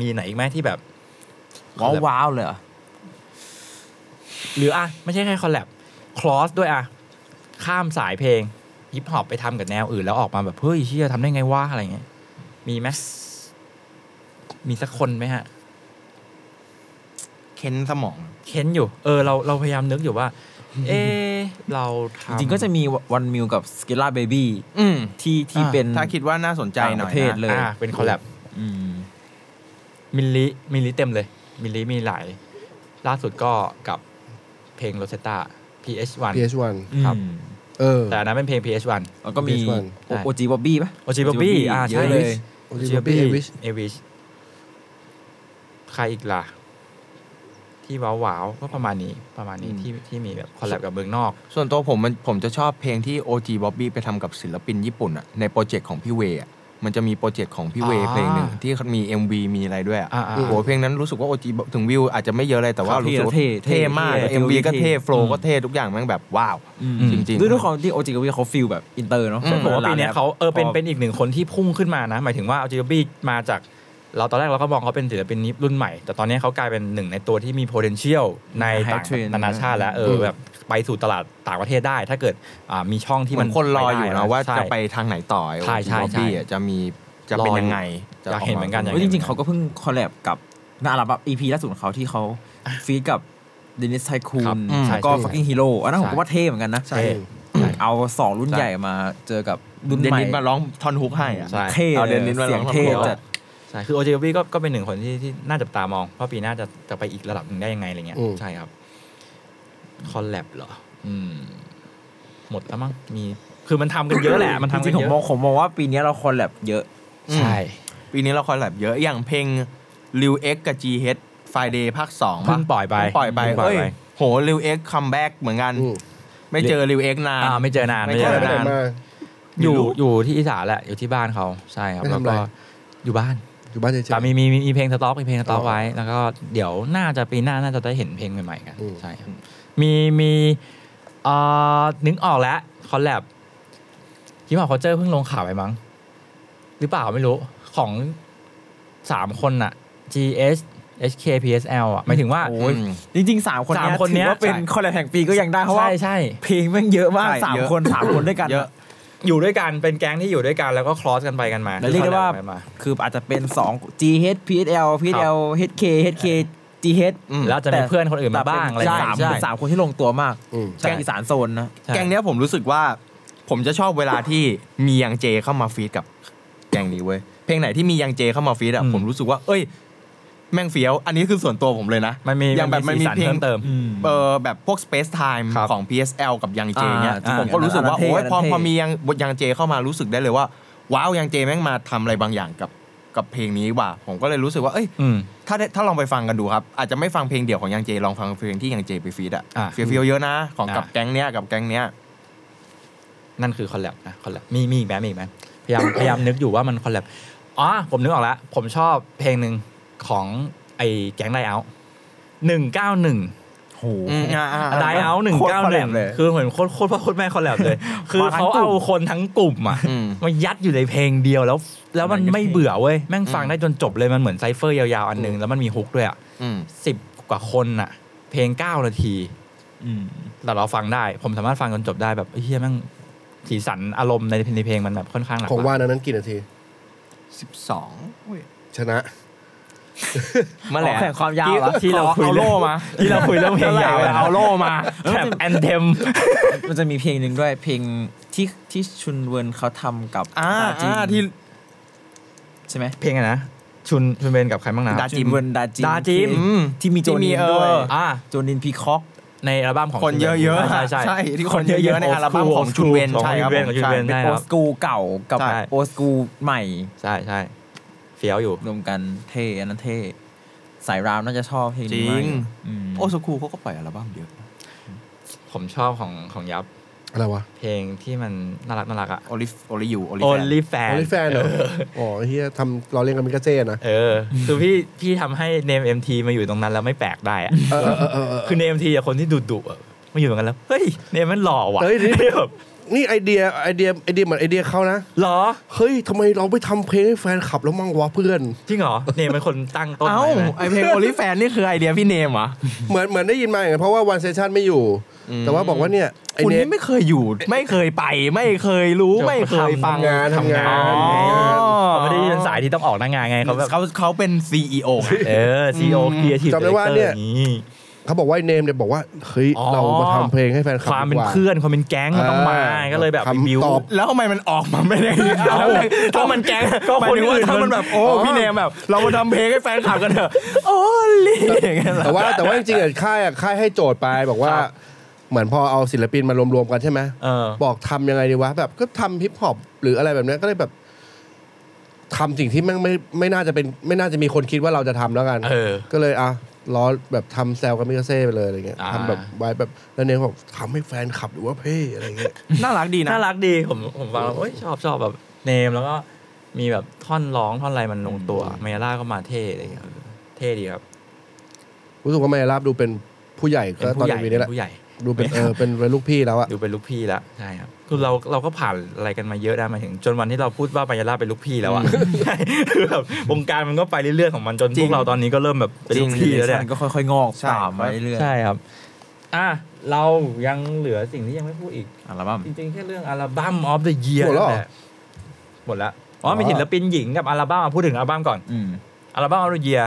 Speaker 3: มีไหนอีกไหมที่แบบ
Speaker 5: ว้าวว้าวเลยเหรอ
Speaker 3: หรืออ่ะ ไม่ใช่แค่คอลแลบ คลอสด้วยอะข้ามสายเพลงฮิปฮอปไปทำกับแนวอื่น แล้วออกมาแบบ เฮ้ยเชี่ยทำได้ไงวะอะไรเงี้ยมีไหมมีสักคนไหมฮะ
Speaker 4: เค้นสมอง
Speaker 3: เค้นอยู่ เออ เราเราพยายามนึกอยู่ว่า เออเราทำ
Speaker 5: จริงๆก็จะมีวันมิวกับสกิล่าเบบี้
Speaker 4: อืม
Speaker 5: ที่ที่เป็น
Speaker 4: ถ้าคิดว่าน่าสนใจหน่อย
Speaker 5: ต่างประเทศ
Speaker 4: นะ
Speaker 5: เลย
Speaker 3: อ่าเป็นคอลแลบ
Speaker 5: อืม
Speaker 3: มิลลิมิลลิเต็มเลย มิลลิมีหลาย ล่าสุดก็กับเพลงโรเซตตา PH1
Speaker 2: PH1
Speaker 3: ครับ
Speaker 5: อืม
Speaker 2: เออ
Speaker 3: แต่อันนั้นเป็นเพลง PH1
Speaker 5: แล้วก็มี
Speaker 2: PH1
Speaker 5: โอจีบอบบี้ปะ
Speaker 3: โอจิบบี้
Speaker 5: Bobby
Speaker 3: อ่า
Speaker 5: เย
Speaker 3: ใช่
Speaker 5: อะเลย
Speaker 2: โอจิบบี้เอวิช
Speaker 3: เอวิชใครอีกล่ะ ที่ว้าวว้าวๆก็ประมาณนี้ประมาณนี้ที่ที่มีแบบคอลแลบกับเมืองนอก
Speaker 4: ส่วนตัวผมมันผมจะชอบเพลงที่ OG Bobby ไปทำกับศิลปินญี่ปุ่นอะในโปรเจกต์ของพี่เวย์อะมันจะมีโปรเจกต์ของพี่เวย์
Speaker 3: อ่า
Speaker 4: เพลงหนึ่งที่มี MV มีอะไรด้วยอะ
Speaker 3: อ่าๆ
Speaker 4: โอ้โหเพลงนั้นรู้สึกว่า OG Bob- ถึงวิวอาจจะไม่เยอะเลยแต่ว่า
Speaker 5: ครับ
Speaker 4: รู้สึกว่า
Speaker 5: เท่เท่
Speaker 4: เท่มาก
Speaker 5: เท่
Speaker 4: MV ก็เท่โฟล์
Speaker 3: อืม
Speaker 4: ก็เท่ทุกอย่างแม่งแบบว้าว จริงๆ
Speaker 5: ด้วยด้วยความที่โอจีบอบบี้เขาฟิลแบบอินเตอร์เนาะ
Speaker 4: อืม
Speaker 3: ผมว่าปีเนี้ยเขาเออเป็น
Speaker 5: พ
Speaker 3: เป็นอีกหนึ่งคนที่พุ่งขึ้นมานะ หมายถึงว่าเอาจิบี้มาจาก เราตอนแรกเราก็มองเขาเป็นศิลปินนี้รุ่นใหม่ แต่ตอนนี้เขากลายเป็นหนึ่งในตัวที่มี potential ในต่าง
Speaker 5: High trend
Speaker 3: นานาชาติแล้วเออแบบไปสู่ตลาดต่างประเทศได้ ถ้าเกิดอ่ามีช่องที่
Speaker 4: มั
Speaker 3: มัน น
Speaker 4: คนรออยู่
Speaker 3: ปได้
Speaker 4: นะว่า
Speaker 3: ใช่
Speaker 4: จะไปทางไหนต่อ
Speaker 3: ใช่
Speaker 4: OG
Speaker 3: ใช่ใช่
Speaker 4: Bobby อะจะมีจะเป็นยังไงจะ
Speaker 3: อยากเห็นเหมือนกัน
Speaker 5: เฮ้ยจริงๆ เขาก็เพิ่งคอลแลบกับนาอัลบั้ม EP ล่าสุดของเขาที่เขาฟีดกับเดนิสไทคู
Speaker 3: ครับ
Speaker 5: น
Speaker 3: อืม
Speaker 5: แล้วก็
Speaker 3: ใช่
Speaker 5: ฟักกิ้งฮีโร่อันนั้น
Speaker 3: ใช่
Speaker 5: ผมก็ว่าเท่เหมือนกันนะ
Speaker 3: ใช่
Speaker 5: เอาสองรุ่นใหญ่มาเจอกับรุ่น
Speaker 4: เดน
Speaker 5: ใหม่
Speaker 4: นิสมาร้องท่อนฮุกให้อะ
Speaker 3: ใช่
Speaker 5: เท่
Speaker 4: เอาเด
Speaker 5: เลย
Speaker 4: นนิสมา
Speaker 5: เสียง
Speaker 4: ลอง
Speaker 5: เท่
Speaker 4: ทำก่อน
Speaker 5: จัด
Speaker 3: ใช่คือโอจิบี้ก็ก็เป็นหนึ่งคนที่ที่น่าจับตามองว่าปีหน้าจะจะไปอีกระดับหนึ่งได้ยังไงอะไรเงี้ย
Speaker 2: อืม
Speaker 3: ใช่ครับคอลแลบเหรออืมหมดแล้วมั้งมีคือมันทำกันเยอะแหละมัน
Speaker 5: จ
Speaker 3: ทำกั
Speaker 5: ริ
Speaker 3: น
Speaker 5: งๆ ผม
Speaker 3: เย
Speaker 5: มอง
Speaker 3: อะ
Speaker 5: ผมมองว่าปีนี้เราคอลแลบเยอะ
Speaker 3: ใช่
Speaker 4: ปีนี้เราคอลแลบเยอะอย่างเพลงริวเอ็กกับ G H Friday ภาคสอง
Speaker 3: เพิ่งปล่อยไป
Speaker 4: ปล่อยไป
Speaker 3: เพิ่งปล่อย
Speaker 4: เอ้ย
Speaker 3: ไป
Speaker 4: โหริวเอ็กคัมแบ็กเหมือนกัน
Speaker 2: อืม
Speaker 4: ไม่เจอริวเอ็กนาน
Speaker 3: อ่าไม่เจอนาน
Speaker 4: ไม่
Speaker 3: ไม่เจ
Speaker 4: เจอ
Speaker 3: อ
Speaker 2: ไปไหน
Speaker 3: นาน
Speaker 2: มา
Speaker 3: อยู่อยู่ที่อีสานแหละอยู่ที่บ้านเขาใช่ครับ
Speaker 2: ไม่
Speaker 3: แล้ว
Speaker 2: ทำอะไร
Speaker 3: ก็อยู่บ้าน
Speaker 2: อยู่บ้านเฉยๆ
Speaker 3: แต่มีมีมีมีเพลงสต็อกมีเพลงสต็อก
Speaker 2: อ๋อ
Speaker 3: ไว้ แล้วก็เดี๋ยวน่าจะปีหน้าน่าจะได้เห็นเพลงใหม่ๆกัน
Speaker 2: อืม
Speaker 3: ใช่ครับมีมีเอ่อนึกออกแล้วคอลแลบฮิปฮอปเคาเจอเพิ่งลงข่าวไปมั้ง หรือเปล่าไม่รู้ของสามคนอะ G S H K P S L อะหมายถึงว่า
Speaker 5: โอ้ยจริงๆ 3 คน
Speaker 3: สามคนเนี้ย
Speaker 5: ถือว่าเป็นคอลแลบแห่งปีก็ยังได้เพราะว่า
Speaker 3: ใช่ใช่
Speaker 5: เพลงแม่งเยอะมาก
Speaker 4: ใช่
Speaker 5: สาม
Speaker 4: เยอะ
Speaker 5: คนสามคนด้วยกัน
Speaker 4: เยอะ
Speaker 3: อยู่ด้วยกันเป็นแก๊งที่อยู่ด้วยกันแล้วก็คลอสกันไปกันมา
Speaker 5: แล้วเรียกได้ว่า
Speaker 3: คอลแลบกันม
Speaker 5: คืออาจจะเป็น 2 G H P S L P S L H K H K G H
Speaker 4: อืม
Speaker 3: แล้วจะมีเพื่อนคนอื่นมาบ้างอะไร
Speaker 5: ใช่
Speaker 3: บ้าง
Speaker 5: ใช่
Speaker 3: ใช่
Speaker 5: สามคนที่ลงตัวมาก
Speaker 2: อืม
Speaker 5: ใช่อีสานโซนนะ
Speaker 3: ใช่
Speaker 4: แกงเนี้ยผมรู้สึกว่า ผมจะชอบเวลาที่มียังเจเข้ามาฟีดกับแกงนี้เว้ยเพลงไหนที่มียังเจเข้ามาฟีดอะ
Speaker 3: อืม
Speaker 4: ผมรู้สึกว่า เอ้ย แม่งเฟี้ยว อันนี้คือส่วนตัวผมเลยนะ
Speaker 3: มันมี
Speaker 4: อย่างแบบมันมี
Speaker 3: สีสัน
Speaker 4: เพลง
Speaker 3: เพิ่มเติม
Speaker 4: เออแบบพวก Space Time
Speaker 3: ครับ
Speaker 4: ของ PSL กับยังเจเนี้ย
Speaker 5: อ่า
Speaker 4: ผมก็รู้สึกว่า
Speaker 5: อันนั้นเท่
Speaker 4: โอ้ยพอ
Speaker 5: อันนั้นเท่
Speaker 4: พอมียังยังเจเข้ามารู้สึกได้เลยว่า ว้าวยังเจแม่งมาทำอะไรบางอย่างกับกับเพลงนี้ว่ะผมก็เลยรู้สึกว่าเอ้ย
Speaker 3: อืม
Speaker 4: ถ้าได้ถ้าลองไปฟังกันดูครับ อาจจะไม่ฟังเพลงเดี่ยวของยังเจ ลองฟังเพลงที่ยังเจไปฟีดอะ
Speaker 3: อ่า
Speaker 4: เฟียวๆเยอะนะ ของ
Speaker 3: อ่ากั
Speaker 4: กับแก๊งเนี้ยกับแก๊งเนี้ย
Speaker 3: นั่นคือคอลแลบนะคอลแลบมีมีอีกไหมมีอีกไหมพยายาม พยายามนึกอยู่ว่ามันคอลแลบอ๋อผมนึกออกแล้ว ผมชอบเพลงหนึ่งของไอ้แก๊งไดเอาหนึ่งเก้าหนึ่ง
Speaker 5: โห
Speaker 3: ไดเอาหนึ่ง
Speaker 5: โคตร
Speaker 3: เก้า
Speaker 5: คอล
Speaker 3: ห
Speaker 5: แล
Speaker 3: นึ่ง
Speaker 5: บเลย
Speaker 3: คือเหมือนโคตรโคตรพ่อโคตรแม่คอลแลบเลย คือ
Speaker 5: มาทั้ง
Speaker 3: เขา
Speaker 5: กลุ่
Speaker 3: เอา
Speaker 5: ม
Speaker 3: คนทั้งกลุ่มอ่ะ
Speaker 4: อืม
Speaker 3: มายัดอยู่ในเพลงเดียวแล้ว แล้วมันไม่เบื่อเว้ยแม่งฟังได้จนจบเลยมันเหมือนไซเฟอร์ยาวๆอันหนึงแล้วมันมีฮุกด้วยอ่ะ
Speaker 4: อืม
Speaker 3: สิบกว่าคนน่ะ เพลงเก้านาที แต่เราฟังได้ ผมสามารถฟังจนจบได้แบบเฮ้ยเฮียแม่งสีสันอารมณ์ในเพลงในเพลงมันแบบค่อนข้างหลาก
Speaker 2: ขอ
Speaker 3: ห
Speaker 2: ง
Speaker 3: ลา
Speaker 2: ว่าย นนั้นกี่นาที
Speaker 4: สิบสอง
Speaker 2: ชนะ
Speaker 4: เมื่อไหร่
Speaker 5: แข่งความยาวเหรอ
Speaker 4: ที่เราคุยเรื่อง
Speaker 3: ที่เราคุยเรื่องเพลงยาว
Speaker 4: เมื่อไหร่เอาโล่มา
Speaker 3: แถบแอนเทม
Speaker 5: มันจะมีเพลงหนึ่งด้วยเพลงที่ที่ชุนเวิร์นเขาทำกับ
Speaker 4: อ่า
Speaker 5: ดจิน
Speaker 4: อ่าที่
Speaker 5: ใช่ไหม
Speaker 3: เพลงอะนะ ชุนชุนเบนกับใครบ้างนะ
Speaker 4: ดาจิม
Speaker 5: ชุนเวิร์นดาจิม
Speaker 3: ดาจิม
Speaker 5: ที่ที่มีโจนินด้วย
Speaker 4: ที่มีเออ
Speaker 3: อ่า
Speaker 5: โจนินพีคอก
Speaker 3: ในอัลบั้มของ
Speaker 4: คนเยอะๆ
Speaker 3: ใช่ใช่
Speaker 4: ใช่ที่คนเยอะๆในอัลบั้มของ
Speaker 3: โ
Speaker 4: Chun Wen
Speaker 3: ของ
Speaker 4: ใช่คน
Speaker 3: ชุ
Speaker 4: รับ
Speaker 3: เบนของชุนเบน
Speaker 4: ใช่
Speaker 3: ใช่ค
Speaker 5: เป็นโอ
Speaker 3: รับ
Speaker 5: สกูเก่ากับ
Speaker 4: ใช่
Speaker 5: โอสกูใหม่
Speaker 3: ใช่ใช่เฟี้ยวอยู่
Speaker 5: รวมกันเท่อันนั้นเท่สายรามน่าจะชอบเพลง
Speaker 4: จริ
Speaker 5: นี้มาก
Speaker 4: ง
Speaker 5: อืม
Speaker 4: โอสคูเขาก็ปล่อยอัลบั้มเยอะ
Speaker 3: ผมชอบของของยับ
Speaker 2: อะไรวะ
Speaker 3: เพลงที่มันน่ารักน่ารักอะ
Speaker 4: โอลิฟโอลิยูโอลิ
Speaker 3: โอ
Speaker 4: แฟน
Speaker 3: ลิแฟน
Speaker 2: โอลิแฟนเหรออ๋อเฮียทำเราเล่นกันมิกาเซ่นะ
Speaker 3: เออ คือพี่พี่ทำให้เนม MT มาอยู่ตรงนั้นแล้วไม่แปลกได้อะ
Speaker 2: เออเออเออเออ
Speaker 3: คือเนม MT อะคนที่ดุดุๆอะมาอยู่ตรงนั้นแล้ว เฮ้ย เนมมันหล่อว่ะ
Speaker 2: เฮ้ยนี่
Speaker 3: แบบ
Speaker 2: นี่ไอเดียไอเดียไอเดียเหมือนไอเดียเขานะ
Speaker 3: เหรอ
Speaker 2: เฮ้ยทำไมเราไม่ทำเพลงให้แฟนคลับแล้วมั่งวะเพื่อน
Speaker 3: จริงเหรอ เนมเป็นคนตั้งต้น
Speaker 4: เอ้า
Speaker 3: ไว้
Speaker 4: ไอ
Speaker 3: ไหม
Speaker 4: เพลงโอลิแฟ นนี่คือไอเดียพี่เนมเหรอ
Speaker 2: เหมือนเหมือนได้ยินมาอย่างนั้นเพราะว่าวันเซสชันไม่อยู่ แต่ว่าบอกว่าเนี่ยไอ
Speaker 4: คุณ
Speaker 2: เน
Speaker 4: นี่ไม่เคยอยู่ ไม่เคยไป ไม่เคยรู้ไม่เคยฟัง
Speaker 2: ทำงานทำงาน
Speaker 4: อ๋อ
Speaker 3: เขา
Speaker 2: ทำงาน
Speaker 3: ไม่ได้เป็นสายที่ต้องออกหน้างานไงเขาแบบ
Speaker 4: เขาเขาเป็น CEO ไง
Speaker 3: เออซีโอครีเอทีฟ
Speaker 2: จำได้ว่าเนี่ย
Speaker 3: นี้
Speaker 2: เขาบอกว่าไอ้เนมเนี่ยบอกว่าเฮ้ย
Speaker 3: อ๋อ
Speaker 2: เรามาทำเพลงให้แฟนคลับ
Speaker 3: ความ
Speaker 2: ดี
Speaker 3: เป็น
Speaker 2: ก
Speaker 3: เพื่อนความเป็นแก๊งมันต้องมา
Speaker 2: เออ
Speaker 3: ก็เลยแบบไปบิว
Speaker 2: คำตอบ
Speaker 4: แล้วทำไมมันออกมาไม่ได้
Speaker 3: เอ้า
Speaker 4: ถ้ามันแกล้ง
Speaker 3: ก็
Speaker 4: หมายถึงว่า
Speaker 3: คนอื่น
Speaker 4: ถ้ามันแบบโอ้
Speaker 3: อ๋อ
Speaker 4: พี่เนมแบบ เรามาทำเพลงให้แฟนคลับกันเถอะโอ้ลี่อย่างเงี้ยเหรอ
Speaker 2: แต่ว่าแต่ว่าจริงๆอะค่ายอะค่ายให้โจทย์ไปบอกว่า เหมือนพอเอาศิลปินมารวมๆกันใช่ไหม
Speaker 3: เออ
Speaker 2: บอกทำยังไงดีวะแบบก็ทำฮิปฮอปหรืออะไรแบบเนี้ยก็เลยแบบทำสิ่งที่แม่งไม่ไม่น่าจะเป็น ไม่น่าจะมีคนคิดว่าเราจะทำแล้วกัน
Speaker 3: เออ
Speaker 2: ก็เลยอ่ะล้อแบบทำแซวกับมิกาเซ่ไปเลยอะไรเงี้ย
Speaker 3: อ่า
Speaker 2: ทำแบบไว้แบบแล้วเนมบอกทำให้แฟนขับหรือว่าเพ่อะไรเงี้ย
Speaker 4: น่ารักดีนะ
Speaker 3: น่ารักดีผมผมฟังแล้วโอ้ยชอบชอบแบบเนมแล้วก็มีแบบท่อนร้องท่อนอะไรมันลงตัวเมล่าก็มาเท่อะไรอย่างเงี้ยเท่ดีครับ
Speaker 2: รู้สึกว่าแม่ราบดูเป็นผู้ใหญ่
Speaker 3: เป็
Speaker 2: ก็
Speaker 3: น
Speaker 2: ตอ
Speaker 3: ผู้
Speaker 2: น
Speaker 3: ใหญ่
Speaker 2: นี้นี่แห
Speaker 3: เป็น
Speaker 2: ละ
Speaker 3: ผู้ใหญ่
Speaker 2: ดูเป็นเออเป็นเป็นลูกพี่แล้วอะ
Speaker 3: ดูเป็นลูกพี่แล้วใช่ครับคือเราเราก็ผ่านอะไรกันมาเยอะนะหมายถึง จนวันที่เราพูดว่าปายาล่าเป็นลูกพี่แล้วอะใช่คือแบบวงการมันก็ไปเรื่อยๆของมันจน
Speaker 4: จ
Speaker 3: พ
Speaker 4: ริ
Speaker 3: ว
Speaker 4: ง
Speaker 3: กเราตอนนี้ก็เริ่มแบบเป็นลูกพี่แล้วเนี่ย
Speaker 5: มันก็ค่อยๆ งอก
Speaker 4: ใช่
Speaker 5: ตามมาเรื่อย
Speaker 3: ใช่ครับ อ่ะเรายังเหลือสิ่งที่ยังไม่พูดอีก
Speaker 5: ๆอัลบั้ม
Speaker 3: จริงๆ แค่เรื่องอัลบั้ม of the year
Speaker 2: หมดแล้วเหรอ
Speaker 3: นั่นละหมดละอ๋อมีศิลปินหญิงกับอัลบั้มอ่ะพูดถึงอัลบั้มก่อน
Speaker 5: อืม
Speaker 3: อัลบั้ม of the year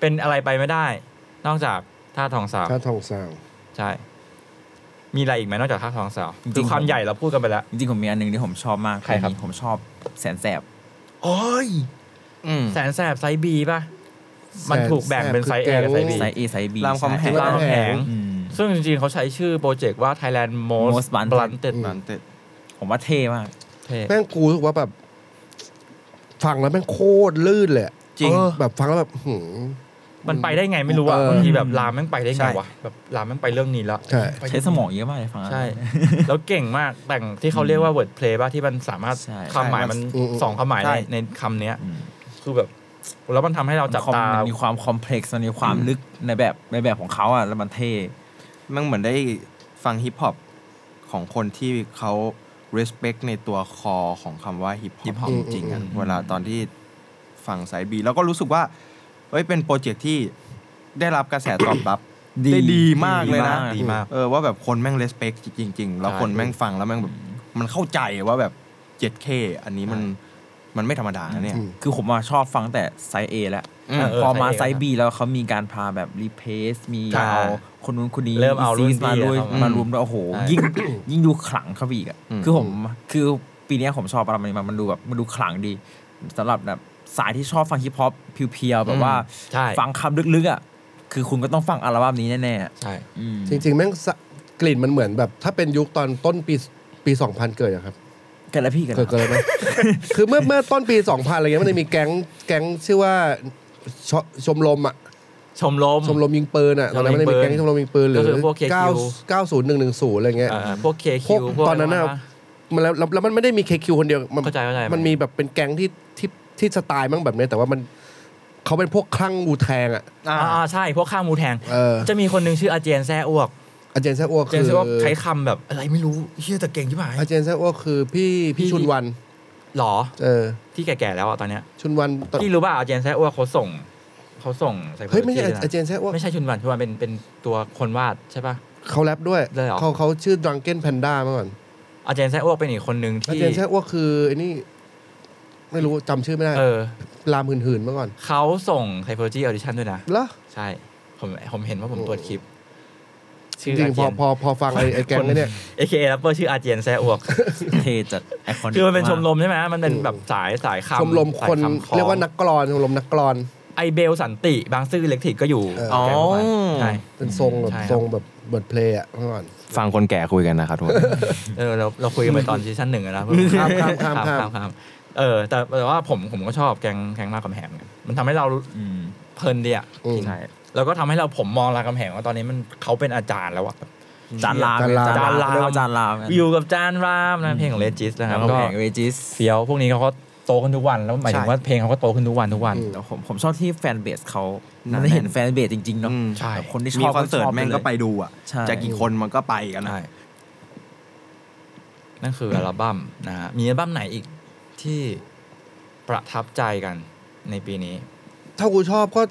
Speaker 3: เป็นอะไรไปไม่ได้ นอกจากท่าทองสาว
Speaker 2: ชาติทองสร้าง
Speaker 3: ใช่ มีอะไรอีกไหมนอกจากท่าทองสาว
Speaker 5: จริงๆ
Speaker 3: คือความใหญ่เราพูดกันไปแล้ว
Speaker 5: จริงๆ ผมมีอันหนึงที่ผมชอบมาก
Speaker 3: ใครครับ
Speaker 5: เพลงนี้ผมชอบแสนแสบ
Speaker 3: โอ้ย
Speaker 4: อืม
Speaker 3: แสนแสบไซส์บีป่ะ มันถูกแบ่งเป็นไซส์ A กับไซส์ B
Speaker 5: ไซส์ A ไซส์ B
Speaker 4: รามคำแหง
Speaker 5: ใช่
Speaker 3: รามคำแหง
Speaker 5: อืม
Speaker 3: ซึ่งจริงๆ เขาใช้ชื่อโปรเจกต์ว่า Thailand Most
Speaker 5: Most Blunted
Speaker 3: Blunted
Speaker 4: นั่นเต็ด
Speaker 5: ผมว่าเท่มาก
Speaker 3: เท่
Speaker 2: แม่งกูรู้สึกว่าแบบฟังแล้วแม่งโคตรลื่นเลยอะ
Speaker 5: จริง
Speaker 2: เออแบบฟังแล้วแบบหืม
Speaker 3: มันไปได้ไงไม่รู้อ่ะ
Speaker 2: เออ
Speaker 3: บางทีแบบรามแม่งไปได้ไงวะ แบบรามแม่งไปเรื่องนี้แล้ว
Speaker 2: ใช่
Speaker 5: ใช้สมองเยอะมากเลยฟัง
Speaker 3: ใช่ แล้วเก่งมากแต่งที่เขาเรียกว่า word play ป่ะ ที่มันสามารถ
Speaker 5: ใช่
Speaker 3: ความหมายมันสองความหมายใน
Speaker 5: ใช่
Speaker 3: ในคำเนี้ย คือแบบ แล้วมันทำให้เรา
Speaker 5: จ
Speaker 3: จับ
Speaker 5: ตา
Speaker 3: ตา
Speaker 5: มันมีความคอมเพล็กซ์มันมีความลึกในแบบในแบบของเขาอ่ะแล้วมันเท่
Speaker 4: มันเหมือนได้ฟังฮิปฮอปของคนที่เขา respect ในตัวคอของคำว่าฮิปฮ
Speaker 5: hip
Speaker 4: อ
Speaker 5: hop
Speaker 4: ปจริงๆอะ
Speaker 5: อืม
Speaker 4: เวลาตอนที่ฟังสายบี แล้วก็รู้สึกว่าเฮ้ยเป็นโปรเจกต์ที่ได้รับกระแสตอบรับ ได้ดีมากเลยนะ
Speaker 5: ดีมาก
Speaker 3: ดีมาก
Speaker 4: เออว่าแบบคนแม่ง respect จริง ๆ แล้ว
Speaker 3: ใช่
Speaker 4: คนแม่งฟังแล้วแม่งแบบมันเข้าใจว่าแบบ 7K อันนี้มันมันไม่ธรรมดานะเนี่ย
Speaker 5: คือผมอะชอบฟังแต่ไซส์ A แล้ว
Speaker 4: อืม
Speaker 5: เออพอมา
Speaker 3: เออไซ
Speaker 5: ไซ
Speaker 3: ส์ A
Speaker 5: ส์ B แล้วเขามีการพาแบบรีเพสมี
Speaker 3: ใช่
Speaker 5: เอาคนนู้นคนนี้
Speaker 3: เริ่มเอารุ่น
Speaker 5: ซีสมา
Speaker 3: พี่
Speaker 5: ด้วย
Speaker 3: เข้ามาม
Speaker 5: ารวมแล้วยโอ้โห
Speaker 3: ใช่
Speaker 5: ยิ่งยิ่งดูขลังเข้าไปอีกอ่ะ
Speaker 4: อืม
Speaker 5: คือผมคือปีเนี้ยผมชอบอะไรมันมันดูแบบมันดูขลังดีสำหรับแบบสายที่ชอบฟังฮิปฮอปเพียวๆแบบว่า
Speaker 3: ใช่
Speaker 5: ฟังคำลึกๆอ่ะคือคุณก็ต้องฟังอัลบั้มนี้แน่ๆอะ
Speaker 3: ใช่
Speaker 5: อืม
Speaker 2: จริง ๆ แม่งสะกลิ่นมันเหมือนแบบ ถ้าเป็นยุคตอนต้นปีปีสองพันเกิดอะครับ
Speaker 5: เกันแล้วพี่เกัน
Speaker 2: เกิดเกิดไหม คือเมื่อเมื่อต้นปีสองพันอะไรเงี้ยมันจะมีแก๊งแก๊งชื่อว่าชชมรมอะ
Speaker 3: ชมรม
Speaker 2: ชมรมยิงปืนอะตอนนั้นมันจะมีแก๊งชมรมยิงปืนหรื
Speaker 3: ก็คือ อพวก KQ
Speaker 2: เก้าเก้าศูนย์หนึ่งหนึ่งศูนย์อะไรเงี้ย
Speaker 3: เอ่อพวกเค
Speaker 2: พ
Speaker 3: คิ
Speaker 2: วก
Speaker 3: วพวก
Speaker 2: ตอนนั้นน่ะ
Speaker 3: ะไรวะ
Speaker 2: มันแล้วแล้วแล้วมันไม่ได้มีเคคิวคนเดียว มัน
Speaker 3: เข้าใจเข้าใจ
Speaker 2: มันมีแบบเป็นแก๊งที่ที่ที่สไตล์มั่งแบบเนี้ยแต่ว่ามันเขาเป็นพวกคลั่งวูแทงอะ
Speaker 4: อ่า
Speaker 3: อ่าอ่าใช่พวกข้ามมูแทง
Speaker 2: เออ
Speaker 3: จะมีคนหนึ่งชื่ออาเจียนแซ่อ้วก
Speaker 2: อาเจารย์แซ่อ้ว
Speaker 3: อาเจี
Speaker 2: คื
Speaker 3: ยน
Speaker 2: อ
Speaker 3: แซ่อ้วกใช้คำแบบอะไรไม่รู้เชื่อแต่เก่งที่หมาย
Speaker 2: อาเจารย์แซ่อ้วคือพี่
Speaker 3: พี่
Speaker 2: พี่ชุนวัน
Speaker 3: หรอ
Speaker 2: เออ
Speaker 3: ที่แก่ๆแล้วอ่ะตอนเนี้ย
Speaker 2: ชุนวันตอน
Speaker 3: พี่รู้ป่ะอาเจียนแซ่อ้วกเขาส่งเขาส่งใส่
Speaker 2: เฮ้ยไม่ใช่
Speaker 3: นะ
Speaker 2: อาเจารย์แซ่อ้ว
Speaker 3: ไม่ใช่ชุนวันชุนวันเป็นเป็นตัวคนวาดใช่ป่ะ
Speaker 2: เขาแรปด้วย
Speaker 3: เลยเหรอ
Speaker 2: เขาเขาชื่อดังเก้นแพนด้ามาก่อน
Speaker 3: อาเจียนแซ่อ้วกเป็นอีกคนหนึ่ง
Speaker 2: อา
Speaker 3: ที่
Speaker 2: เจารย์แซ่อ้วคือไอ้นี่ ไม่รู้จำชื่อไม่ได้
Speaker 3: เออ
Speaker 2: รามหื่นๆมาก่อน
Speaker 3: เขาส่งไทโพจีออดิชั่นด้วยนะ
Speaker 2: แล้ว
Speaker 3: ใช่ ผมผมเห็นว่าผมตรวจคลิป
Speaker 2: จริง
Speaker 3: า
Speaker 2: ๆพ
Speaker 3: เจี
Speaker 2: อย
Speaker 3: น
Speaker 2: พอพอฟังไอ้ไอ้แก๊ง
Speaker 3: คน
Speaker 2: เนี่ย
Speaker 3: AKA แรปเปอร์ชื่ออาเจียนแซ่อ้วก
Speaker 5: เทจัดไอคอน
Speaker 3: คือมันเป็นชมรมใช่ไหมมันเป็นแบบสายสายคำ
Speaker 2: ชมรมคน
Speaker 3: สำของ
Speaker 2: เรียกว่านักกรอนชมรมนักกรอน
Speaker 3: ไอเบลสันติบางซื่ออิเล็กทริกก็อยู่
Speaker 2: เออ
Speaker 3: แก๊งประมาณ
Speaker 4: อ๋อ
Speaker 3: ใช่
Speaker 2: เป็นทรงแบบ
Speaker 3: ใช่ครับ
Speaker 2: ทรงแบบเบิร์ดเพลย์อะเมื่อก่อน
Speaker 4: ฟังคนแก่คุยกันนะครับทุกคน
Speaker 3: เออเราเราคุยกันไปตอนซีซั่นหนึ่งอะนะ
Speaker 2: ข้ามข้ามข้ามข้าม
Speaker 3: มเออแต่แต่ว่าผมผมก็ชอบแกงแกงรามคำแหงเหมือนกันมันทำให้เรา
Speaker 5: อืม
Speaker 3: เพลินดีอ่ะ
Speaker 2: อืม
Speaker 3: ใช่แล้วก็ทำให้เราผมมองรามคำแหงว่าตอนนี้มันเขาเป็นอาจารย์แล้วอะ
Speaker 5: จานราม
Speaker 2: จานราม
Speaker 5: จานราม
Speaker 3: จานราม
Speaker 5: เรียกว่จานราม
Speaker 3: อยู่กับจานรามนะเพลงของเลจิสนะค
Speaker 5: แล้
Speaker 3: รั
Speaker 5: ว
Speaker 3: บ
Speaker 5: ก็
Speaker 3: ก็
Speaker 5: แผงเวจิส
Speaker 3: เฟี้ยวพวกนี้เขาก็โตขึ้นทุกวันแล้วหมายถึงว่าเพลงเขาก็โตขึ้นทุกวันทุกวัน
Speaker 2: อืม
Speaker 5: แล้วผมผมชอบที่แฟนเบสเขา
Speaker 4: หนาแน่น
Speaker 5: ได้เห็นแฟนเบสจริง ๆ เนาะ
Speaker 4: อืม
Speaker 3: ใช่
Speaker 5: แบบคนที่ช
Speaker 4: มี
Speaker 5: อบ
Speaker 4: คอนเสิร์ต
Speaker 5: ชบ
Speaker 4: แม่ง
Speaker 5: เลย
Speaker 4: ก็ไปดูอ่ะ
Speaker 5: ใช่
Speaker 4: จะกี่คนมันก็ไปกันนะ
Speaker 3: ใช่ นั่นคืออัลบั้มนะฮะมีอัลบั้มไหนอีกที่ประทับใจกันในปีนี้
Speaker 2: ถ้ากูชอบก็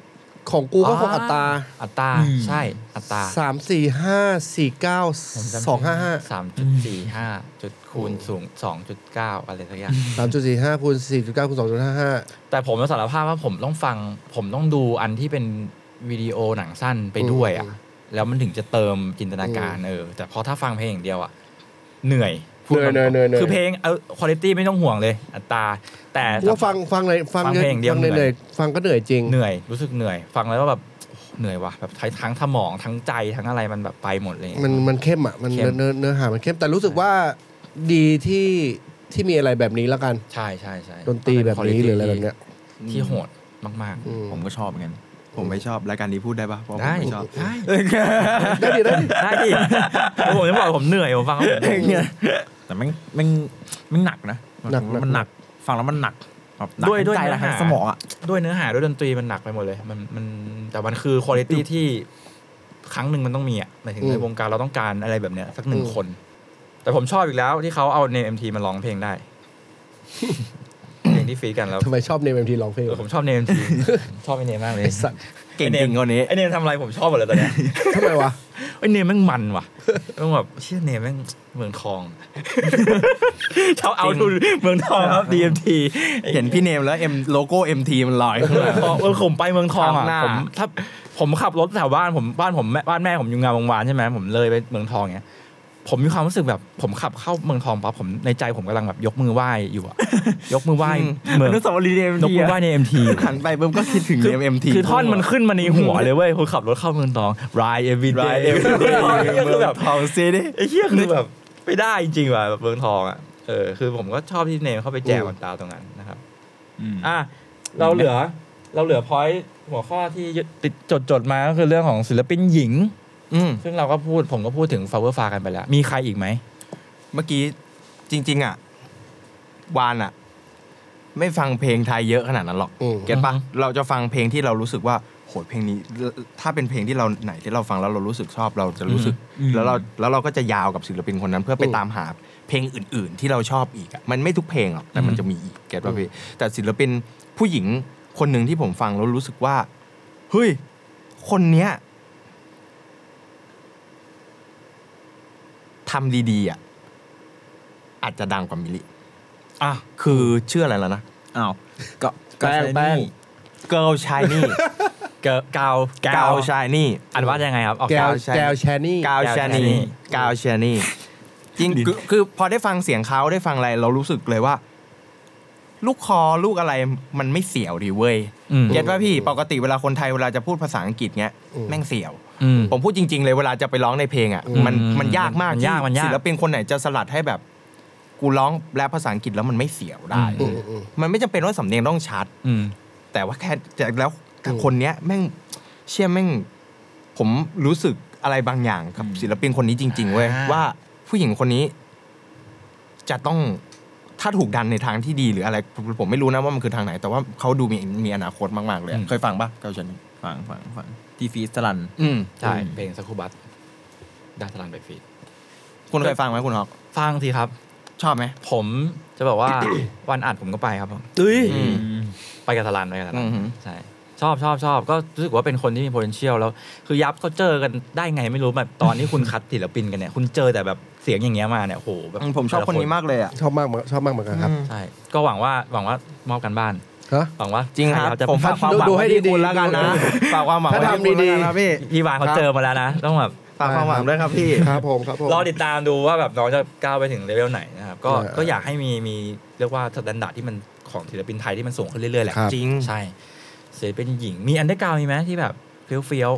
Speaker 2: ของกูก็คงอัตรา
Speaker 3: อัตตาใช่อัตตา
Speaker 2: สามสี่ห้าสี่เก้า
Speaker 3: ผมจำ
Speaker 2: สองห้าห้า
Speaker 3: สามจุดสี่ห้าจุดคูณสูงสองจุดเก้าอะไรสักอย่าง
Speaker 2: สามจุดสี่ห้าคูณสี่จุดเก้าคูณสองจุดห้าห้า
Speaker 3: แต่ผมต้องสารภาพว่าผมต้องฟัง ผมต้องดูอันที่เป็นวิดีโอหนังสั้นไปด้วย
Speaker 2: อื
Speaker 3: อ่ะ
Speaker 2: ม
Speaker 3: แล้วมันถึงจะเติมจินตนาการเออ แต่พอถ้าฟังเพลงอย่างเดียวอ่ะ เหนื่อยพูดตรงๆ
Speaker 2: เหนื่อยเหนื่อยเหนื่อย
Speaker 3: คือเพลงเออคุณภาพไม่ต้องห่วงเลย อัตราแต่
Speaker 2: ก็ฟังฟังเลยฟัง
Speaker 3: ฟังเพลงเดียว
Speaker 2: ฟังเห
Speaker 3: เหนื่
Speaker 2: นื่อ
Speaker 3: อย ย
Speaker 2: ๆฟังก็เหนื่อยจริง
Speaker 3: เหนื่อยรู้สึกเหนื่อย ฟังแล้วก็แบบโอ้โหเหนื่อยว่ะแบบทั้งสมองทั้งใจทั้งอะไรมันแบบไปหมดเลย
Speaker 2: มันมันเข้มอ่ะมัน
Speaker 3: เข้ม
Speaker 2: เนื้อเนื้อหามันเข้มแต่รู้สึกว่าดีที่ที่มีอะไรแบบนี้แล้วกัน
Speaker 3: ใช่ใช่ใช่
Speaker 2: ดนตรีแบบนี้
Speaker 3: มั
Speaker 2: ห
Speaker 3: เป็ quality
Speaker 2: รืออะไรแบบเนี้ย
Speaker 3: ที่โหดมาก
Speaker 2: อืม
Speaker 5: ผมก็ชอบเหมือนกัน
Speaker 4: ผมไม่ชอบรายการนี้พูดได้ปะเพราะ
Speaker 3: ๆ
Speaker 4: ผม
Speaker 3: ได้
Speaker 4: ไม่ชอบ
Speaker 3: ได้
Speaker 2: ได้ดีได้ดี
Speaker 3: ได้ ดิผมจะบอกผมเหนื่อยผมฟังแล้วผมเหนื่อย
Speaker 5: แต่แม่งแม่งแม่งหนักนะ
Speaker 2: หนัก
Speaker 5: มันหนักฟังแล้วมันหนักแบบหนัก
Speaker 3: ด้วยด้วย
Speaker 5: ใจ
Speaker 3: เนื้อ
Speaker 5: นะ
Speaker 3: หา
Speaker 5: สมองอ่ะ
Speaker 3: ด้วยเนื้อหาด้วยดนตรีมันหนักไปหมดเลย มันมันแต่มันคือคุณ i t y ที่ครั้งหนึ่งมันต้องมีอ่ะหมายถึงในวงการเราต้องการอะไรแบบเนี้ยสักหนึ่งคน แต่ผมชอบอีกแล้วที่เขาเอาเนมเอ็มทีมาร้องเพลงได้ เพลงที่ฟีดกันแล้ว
Speaker 2: ทำไมชอบเนมเอ็มทีร้องเพลง
Speaker 3: เอ
Speaker 2: วะ
Speaker 3: อผมชอบเนมเอ็มทีชอบไอเนมมากเลย
Speaker 2: ไอ้สัตว์
Speaker 4: เก่งจริงคนนี้
Speaker 3: ไอเนมทำอะไรผมชอบหมดเลยตอนเนี้ย
Speaker 2: ทำไมวะ
Speaker 3: ไอเนมแม่งมันว่ะต้องแบบเชื่อเนมแม่งเมืองท องชอบเอา
Speaker 5: จริง
Speaker 3: ทุนเมืองทอง ครับ DMT ไอ้
Speaker 4: เห็นพี่เนมแล้วเอ็มโลโก้ MT มันลอย
Speaker 3: เมืองทองเออผมไปเมืองทอง
Speaker 5: ข้างหน้า
Speaker 3: อ่ะผมถ้าผมขับรถแถวบ้านผมบ้านผมแม่บ้านแม่ผมอยู่งานวงวานใช่ไหมผมเลยไปเมืองทองเนี้ยผมมีความรู้สึกแบบผมขับเข้าเมืองทองปั๊บผมในใจผมกำลังแบบยกมือไหว้อยู่ อะ ยกมือไหว้เมือง
Speaker 5: นุสาวรีย์เอ็ม
Speaker 3: ยก
Speaker 5: ดี
Speaker 3: มือไหว้
Speaker 5: อะ
Speaker 3: ในเอ็มที
Speaker 4: หันไปปุ๊บก็คิดถึงเนม MT
Speaker 3: คือท่อนมันขึ้นมาในหัวเลยเว้ย คนขับรถเข้าเมืองทอง ride every day
Speaker 4: เอ็ม
Speaker 3: เมืองทอง เหี้ยคือแบบ
Speaker 4: ทองซีดิ
Speaker 3: ไอ้เหี้ยคือแบบไม่ได้จริงๆว่ะแบบเมืองทองอ่ะเออคือผมก็ชอบที่เนมเข้าไปแจมตาตรงนั้นนะครับ
Speaker 5: อืม
Speaker 3: อ่ะเราเหลือเราเหลือพอยหัวข้อที่ติดจดจดมาก็คือเรื่องของศิลปินหญิง
Speaker 4: อืม
Speaker 3: ซึ่งเราก็พูดผมก็พูดถึงฟาวเวอร์ฟากันไปแล้ว มีใครอีกไหม
Speaker 4: เมื่อกี้จริง ๆ อ่ะ วานอ่ะ ไม่ฟังเพลงไทยเยอะขนาดนั้นหรอก
Speaker 2: อืม
Speaker 4: เก็ตปะ
Speaker 3: อือฮึ
Speaker 4: เราจะฟังเพลงที่เรารู้สึกว่าโหเพลงนี้ ถ้าเป็นเพลงที่เราไหนที่เราฟังแล้วเรารู้สึกชอบเราจะรู้สึก แล้วเราแล้วเราก็จะยาวกับศิลปินคนนั้น เพื่อไปตามหาเพลงอื่น ๆ ที่เราชอบอีกอะมันไม่ทุกเพลงหรอกแต่มันจะมีอีกเก็ตปะพี่แต่ศิลปินผู้หญิงคนหนึ่งที่ผมฟังแล้วรู้สึกว่าเฮ้ยคนเนี้ยทำดีๆอ่ะ อาจจะดังกว่ามิลิ
Speaker 5: อ่ะ
Speaker 4: คือชื่ออะไรแล้วนะ
Speaker 5: อ้าวก็
Speaker 2: แป้งแป้ง
Speaker 4: Girl Shiny
Speaker 3: เกกาว
Speaker 4: Girl Shiny
Speaker 3: อันว่ายังไงครับออก
Speaker 2: แก
Speaker 3: กาว ว
Speaker 2: แกวแชนี่
Speaker 4: กาว
Speaker 3: กาว
Speaker 4: แชนี
Speaker 3: Shiny
Speaker 4: กาวแชนีจริงคือคือพอได้ฟังเสียงเขาได้ฟังอะไร เรารู้สึกเลยว่า ลูกคอลูกอะไรมันไม่เสียวดีเว้ย
Speaker 3: อืม
Speaker 4: เก็ตว่าพี่ปกติเวลาคนไทยเวลาจะพูดภาษาอังกฤษเงี้ย
Speaker 2: อืม
Speaker 4: แม่งเสียว
Speaker 3: อืม
Speaker 4: ผมพูดจริง ๆ เลยเวลาจะไปร้องในเพลงอ่ะ
Speaker 2: อืม
Speaker 4: มันมันยากมาก
Speaker 3: มันยาก
Speaker 4: ที่
Speaker 3: มันยาก
Speaker 4: ศิลปินคนไหนจะสลัดให้แบบ กูร้องแรปภาษาอังกฤษแล้วมันไม่เสียวได้
Speaker 2: อืมอืม
Speaker 4: มันไม่จำเป็นว่าสำเนียงต้องชัด
Speaker 3: อืม
Speaker 4: แต่ว่าแค่แต่แล้ว
Speaker 2: อืม
Speaker 4: คนเนี้ยแม่งเชี่ยแม่ง ผมรู้สึกอะไรบางอย่างกับ
Speaker 5: อืม
Speaker 4: ศิลปินคนนี้จริง ๆ เว้ย
Speaker 3: อ่า
Speaker 4: ว่าผู้หญิงคนนี้ จะต้องถ้าถูกดันในทางที่ดีหรืออะไรผมผมไม่รู้นะว่ามันคือทางไหน แต่ว่าเขาดูมีมีอนาคตมาก ๆ เลยอะเคยฟังปะเกาชัน
Speaker 5: ฟังฟังฟังทีฟีสลัน
Speaker 4: อืม
Speaker 3: ใช่ เพลงสกูบัสดาสลันไปฟีด
Speaker 4: คุณเคยฟังไหมคุณฮอก
Speaker 3: ฟังสิครับ
Speaker 4: ชอบไหม
Speaker 3: ผมจะบอก ว่า วันอัดผมก็ไปครับผม
Speaker 2: เอ้ย
Speaker 4: อืม
Speaker 3: ไปกับสลันไปกับสลั
Speaker 4: อื
Speaker 3: น
Speaker 4: อหือ
Speaker 3: ใช่ชอบชอบชอบก็รู้สึกว่าเป็นคนที่มี potential แล้ว คือยับเขาเจอกันได้ไงไม่รู้แบบตอนที่คุณคัดศิลปินกันเนี่ย คุณเจอแต่แบบเสียงอย่างเงี้ยมาเนี่ยโหแบบ
Speaker 4: ผมชอบคนนี้
Speaker 3: แต่ละ
Speaker 4: มากเลยอ่ะ
Speaker 2: ชอบมากเหมือนชอบมากเหมือนกันครับ
Speaker 3: ใช่ก็หวังว่าหวังว่ามอบกันบ้าน
Speaker 2: ฮะ
Speaker 3: หวังว่า
Speaker 4: จริงครับ
Speaker 3: ใจะ
Speaker 4: ผมฝากความหวัง
Speaker 2: ดูให้
Speaker 4: ไว้ที่
Speaker 2: ดี
Speaker 4: คุณแล้วกันนะฝากความหวังไว้
Speaker 2: ถ้า
Speaker 4: ที่
Speaker 2: ทำ
Speaker 4: คุณแล้ว
Speaker 2: ดี
Speaker 4: กัน
Speaker 2: ๆ
Speaker 4: นะพี่
Speaker 3: พี่วานเขาเจอมาแล้วนะ ต้องแบบ
Speaker 4: ฝากความหวังด้วยครับพี่
Speaker 2: ครับผมครับผม
Speaker 3: รอติดตามดูว่าแบบน้องจะก้าวไปถึงเลเวลไหนนะครับก็
Speaker 2: เออ
Speaker 3: ก็อยากให้มีมีเรียกว่าสแตนดาร์ดที่มันของศิลปินไทยที่มันสูงขึ้นเรื่อยๆแหละ
Speaker 2: ครับ
Speaker 4: จริง
Speaker 3: ใช่ศิลปินหญิงมีอันเดอร์กราวมีไหมที่แบบเฟี้ยว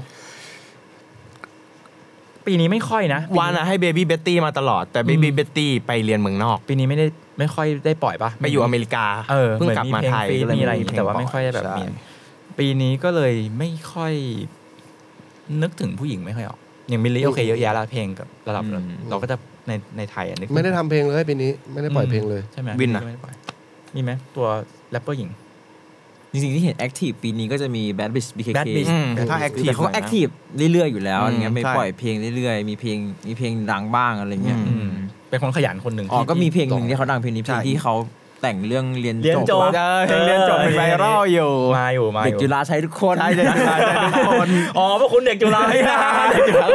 Speaker 3: ๆปีนี้ไม่ค่อยนะปี
Speaker 4: วานอะให้เบบี้เบตตี้มาตลอดแต่เบบี้เบตตี้ไปเรียนเมืองนอก
Speaker 3: ปีนี้ไม่ได้ไม่ค่อยได้ปล่อยปะ
Speaker 4: ไปอยู่อเมริกา
Speaker 3: เออ
Speaker 4: เพิ่งกลับมาไทย
Speaker 3: เหมือนมีเพ
Speaker 4: ก็เล
Speaker 3: ลงฟีดมีอะไรแต่ว่าไม่ค่อยได้แบบ
Speaker 4: ใช่
Speaker 3: มีปีนี้ก็เลยไม่ค่อย นึกถึงผู้หญิงไม่ค่อยออก อย่างมิลลี่
Speaker 2: อืม
Speaker 3: โอเคเยอะแยะละเพลงกับระดับ
Speaker 5: อืม
Speaker 3: เราก็จะในในไทยอ่ะนึก
Speaker 2: ไม่ได้ทำเพลงเลยปีนี้ไม่ได้ปล่อยเพลงเลย
Speaker 3: ใช่ไหม
Speaker 4: วินอะ
Speaker 3: ไม่ได้ปล่อยมีไหมตัวแรปเปอร์หญิง
Speaker 5: จริงๆที่เห็นแอคทีฟปีนี้ก็จะมี Bad Bitch BKK
Speaker 3: Bad Bitch
Speaker 4: อืมถ้าแอคทีฟ
Speaker 5: แต่เขาแอคทีฟเรื่อยๆอยู่แล้ว
Speaker 4: อืม
Speaker 5: อะไรเงี้ยไม่
Speaker 4: ใช่
Speaker 5: ปล่อยเพลงเรื่อยๆ มีเพลงมีเพลงดังบ้างอะไรเงี้ย
Speaker 4: อืม
Speaker 5: อืม
Speaker 3: เป็นคนขยันคนหนึ่ง
Speaker 5: อ๋อ
Speaker 3: ที่
Speaker 5: ก็มีเพลงหนึ่ง
Speaker 3: ที่
Speaker 5: ที่เขาดังเพลงนี้เพลงที่เขาแต่งเรื่องเรียน
Speaker 3: เรียนจ
Speaker 5: จ
Speaker 3: บบ
Speaker 4: เออ
Speaker 5: เรียนจบเป็นไวรัลอยู่
Speaker 3: มาอยู่มาอ
Speaker 5: เด็ก
Speaker 3: ยู่
Speaker 5: จุฬาใช้ทุกคน
Speaker 4: ใช่ใช่ใช่ใช่ทุกคน
Speaker 3: อ๋อพวกคุณเด็กจุฬาเ
Speaker 5: เด็กจุฬาแล้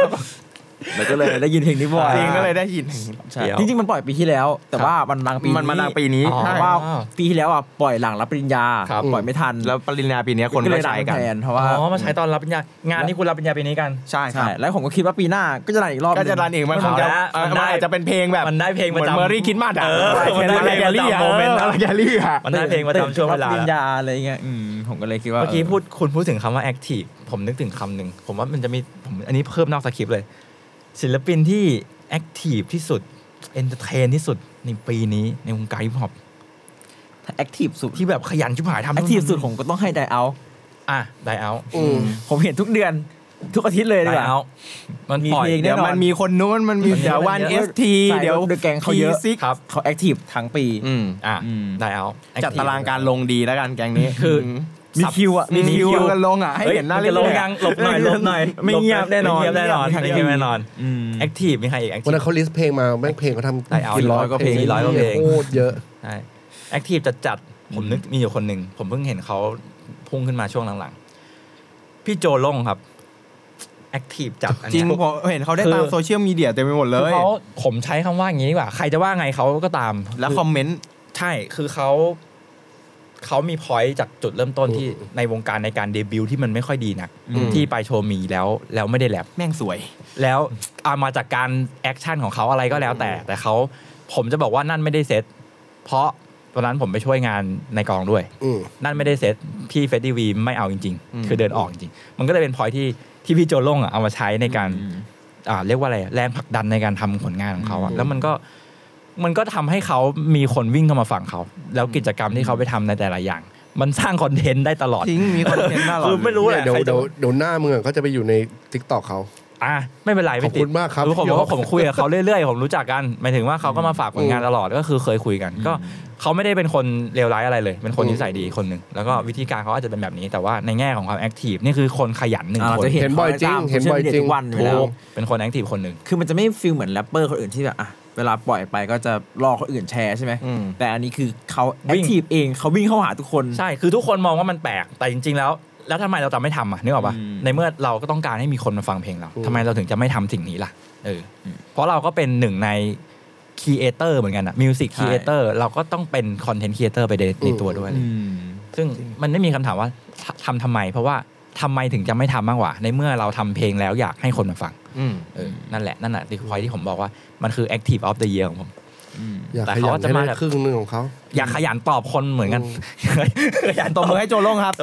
Speaker 5: วก็เลยได้ยินเพลงนี้บ่อย
Speaker 4: จริงก็เลยได้ยิน
Speaker 5: ใช่จริงๆมันปล่อยปีที่แล้ว แต่ว่ามันดังปี
Speaker 4: มันมาดังปีนี้
Speaker 5: อ๋อ
Speaker 4: ใช่
Speaker 5: เพราะว่าปีที่แล้วอ่ะปล่อยหลังรับปริญญา
Speaker 3: ครับ
Speaker 5: ปล่อยไม่ทัน
Speaker 4: แล้วปริญญาปีเนี้ยคน
Speaker 5: ก็เล
Speaker 4: ก็
Speaker 5: ยดัง
Speaker 4: ใช้กัน
Speaker 5: แทนเพราะ
Speaker 3: อ๋อ
Speaker 5: ว่า
Speaker 3: มาใช้ตอนรับปริญญางานที่คุณรับปริญญาปีนี้กัน
Speaker 4: ใช่ค
Speaker 5: ใช่
Speaker 4: รับ
Speaker 5: แล้วผมก็คิดว่าปีหน้าก็จะดังอีกรอบ
Speaker 4: ก็จะรันอีกมันคงจะ
Speaker 3: เอาละ
Speaker 4: เออ
Speaker 3: มันได้
Speaker 4: มันอาจจะเป็นเพลงแบบ
Speaker 3: มันได้เพลง
Speaker 4: เห
Speaker 3: ป
Speaker 4: มื
Speaker 3: ระ
Speaker 4: อน
Speaker 3: จำ
Speaker 4: เมอรี่คิดมาดอะ
Speaker 3: เออมันได้
Speaker 4: อะไรแก
Speaker 3: เพลงประ
Speaker 4: ลี่
Speaker 3: จำ
Speaker 4: อะ
Speaker 3: โมเมนต์นะ
Speaker 4: อะไรแกลี่อะ
Speaker 3: มันได้เพลงประจำช่วงเวลา
Speaker 5: รับปริญญาอะไรเงี้ยอืมผมก็เลยคิดว่า
Speaker 3: เมื่อกี้พูดคุณพูดถึงคำว่า active ผมนึกถึงคำหนึ่งผมว่ามันจะมีผมอันนี้เพิ่มนอกสคริปต์เลย ศิลปินที่ active ที่สุด entertain ที่สุดในปีนี้ในวงการฮิปฮอป
Speaker 5: แอคทีฟสุด
Speaker 3: ที่แบบขยันชิบหายทำ
Speaker 5: แอ
Speaker 3: นู่
Speaker 5: คน ทีฟสุดผมก็ต้องให้ไดเอา
Speaker 3: อ่ะไดเอา
Speaker 2: อืม
Speaker 5: ผมเห็นทุกเดือนทุกอาทิตย์เลยดี
Speaker 3: ได
Speaker 5: กว่า
Speaker 3: เอามัน
Speaker 5: มี
Speaker 3: ปล่อย
Speaker 5: เพลง
Speaker 4: เดี๋ยวมันมีคนนู้นมันมี
Speaker 5: มันมี
Speaker 4: เดี๋ยว
Speaker 5: มั
Speaker 4: วัน น
Speaker 5: เย
Speaker 4: เอ
Speaker 5: อะ
Speaker 4: สที
Speaker 5: ใช่
Speaker 4: เดี๋ยว
Speaker 5: The Gang เขาเยอะ
Speaker 4: P6
Speaker 3: ครับ
Speaker 5: เขาแอคทีฟทั้งปี
Speaker 4: อืม
Speaker 3: อ่ะ
Speaker 5: อืม
Speaker 3: ไดเอา
Speaker 4: จัดตารางการลงดีแล้วกันแกงนี้
Speaker 3: คือ
Speaker 4: ม
Speaker 5: มีคิวอ่ะ
Speaker 4: มีคิวกันลงอ่ะ ให้เห็นหน้า
Speaker 3: จะ
Speaker 4: เรื่
Speaker 3: ล
Speaker 4: อ
Speaker 3: ง
Speaker 4: ยๆ
Speaker 3: ยั
Speaker 4: อะ
Speaker 3: งหลบหน่อยหลบหน่อย
Speaker 5: ไม่เงียบแน่นอน
Speaker 3: ไม่เงียบแน่นอน
Speaker 5: ไม่
Speaker 3: ไม่
Speaker 5: เงี
Speaker 3: เงี
Speaker 5: ย
Speaker 3: ย
Speaker 5: บบ แน่
Speaker 3: แน่น
Speaker 5: นอ
Speaker 3: อน น
Speaker 5: อืม
Speaker 3: active มีใครอีก
Speaker 2: วันนั้
Speaker 3: active
Speaker 2: นเขาลิสต์เพลงมาแม่งเพลงเขาท
Speaker 3: ได้เอา
Speaker 2: ำกี่ร้อยกว่าเพลง
Speaker 3: กี่ร้อยกว่าเพลง
Speaker 2: โคตรเยอะ
Speaker 3: ใช่แอคทีฟจัดจัดๆผมนึกมีอยู่คนหนึ่ง ผมเพิ่งเห็นเขาพุ่งขึ้นมาช่วงหลังๆ พี่โจโล่งครับ แอคทีฟจัดอัน
Speaker 4: จริ
Speaker 3: เนี้
Speaker 4: ง
Speaker 3: ย
Speaker 4: ผมเห็นเขาได้ตาม
Speaker 3: คือ
Speaker 4: โซเชียลมีเดียเต็มไปหมดเล
Speaker 3: คือย เขาผมใช้คำว่าอย่างนี้ดีกว่า ใครจะว่าไงเขาก็ตาม
Speaker 4: แล้ว
Speaker 3: คือ
Speaker 4: คอมเมนต์
Speaker 3: ใช่คือเขา เขามีพอยต์จากจุดเริ่มต้นที่ในวงการในการเดบิวต์ที่มันไม่ค่อยดีนัก
Speaker 2: อืม
Speaker 3: ที่ไปโชว์มีแล้วแล้วไม่ได้แลบ
Speaker 4: แม่งสวย
Speaker 3: แล้วเอามาจากการแอคชั่นของเขาอะไรก็แล้วแต่ แต่เขาผมจะบอกว่านั่นไม่ได้เซตเพราะตอนนั้นผมไปช่วยงานในกองด้วย
Speaker 2: อืม
Speaker 3: นั่นไม่ได้เซตพี่เฟสตี้วีไม่เอาจริง
Speaker 4: อืม
Speaker 3: ๆ คือเดินออกจริงๆ มันก็เลยเป็นพอยที่ที่พี่โจโล่งอะเอามาใช้ในการอ่าเรียกว่าอะไรแรงผลักดันในการทำผลงานของเขาอะ
Speaker 2: อืม
Speaker 3: แล้วมันก็มันก็ทำให้เขามีคนวิ่งเข้ามาฝั่งเขา แล้วกิจกรรมที่เขาไปทำในแต่ละอย่าง มันสร้างคอนเทนต์ได้ตลอด
Speaker 4: ทิ้งมีคอนเทนต์น่ารัก
Speaker 3: คือไม่รู้
Speaker 2: เดี๋ยวเดี๋ยวเดี๋ยวเดี๋ยวหน้ามึงอะก็จะไปอยู่ในทิกตอกเขา
Speaker 3: อ่ะไม่เป็นไร
Speaker 2: ข
Speaker 3: ไม่
Speaker 2: อบ
Speaker 3: ติด
Speaker 2: คุณมากครับ
Speaker 3: ผมบอก
Speaker 2: พี่โย
Speaker 3: ว่าผมคุยกับเขาเรื่อยๆ ผมรู้จักกันหมายถึงว่าเขาก็มาฝากผลงานตลอดก็คือเคยคุยกัน ก็เขาไม่ได้เป็นคนเลวร้ายอะไรเลย เป็นคน
Speaker 2: อืม
Speaker 3: นิสัยดีคนหนึ่งแล้วก็วิธีการเขาอาจจะเป็นแบบนี้ แต่ว่าในแง่ของความแอคทีฟนี่คือคนขยันหนึ่ง
Speaker 5: อ่า
Speaker 3: คน
Speaker 5: เราจะเห็น
Speaker 2: เห็นบ่อยจริง
Speaker 5: ขาตาม
Speaker 2: เห็นบ่อยจริง
Speaker 5: โซชีลมีดีทุกวันอยู่
Speaker 3: ถู
Speaker 5: แล้
Speaker 3: ก
Speaker 5: ว
Speaker 3: เป็นคนแอคทีฟคนหนึ่ง
Speaker 5: คือมันจะไม่ฟีลเหมือนแรปเปอร์คนอื่นที่แบบอ่ะเวลาปล่อยไปก็จะรอคนอื่นแชร์ใช่ไหม
Speaker 4: อืม
Speaker 5: แต่อันนี้คือเขาแอ
Speaker 3: วิ่
Speaker 5: ค
Speaker 3: ง
Speaker 5: ทีฟเองเขาวิ่งเข้าหาทุกคน
Speaker 3: ใช่ คือทุกคนมองว่ามันแปลก แต่จริง ๆ แล้ว แล้วทำไมเราจะไม่ทำอ่ะ นึกออกปะ
Speaker 5: อืม
Speaker 3: ในเมื่อเราก็ต้องการให้มีคนมาฟังเพลงเรา
Speaker 2: อืม
Speaker 3: ทำไมเราถึงจะไม่ทำสิ่งนี้ล่ะ เอออเพราะเราก็เป็นหนึ่งในครีเอเตอร์เหมือนกันอะมิวสิกครีเอเตอร์เราก็ต้องเป็นคอนเทนต์ครีเอเตอร์ไปในในตัวด้วย
Speaker 5: อืม
Speaker 3: ซึ่งมันไม่มีคำถามว่าททำทำไม เพราะว่าทำไมถึงจะไม่ทำมากกว่า ในเมื่อเราทำเพลงแล้วอยากให้คนมาฟัง
Speaker 4: อืม
Speaker 3: เออ นั่นแหละ นั่นแหละที่พอยที่ผมบอกว่า มันคือ active of the year ของผม
Speaker 2: อยาก
Speaker 3: แต่
Speaker 2: ขยั
Speaker 3: เขา
Speaker 2: น
Speaker 3: ก็จะ
Speaker 2: ให้
Speaker 3: มา
Speaker 2: ได้
Speaker 3: แบบ
Speaker 2: ครึ่งหนึงของเขา
Speaker 3: อยากขยันตอบคนเหมือนกัน ขยัน
Speaker 4: ต
Speaker 3: ต
Speaker 4: บ
Speaker 3: อบ
Speaker 4: มือให้โจโล่งครับ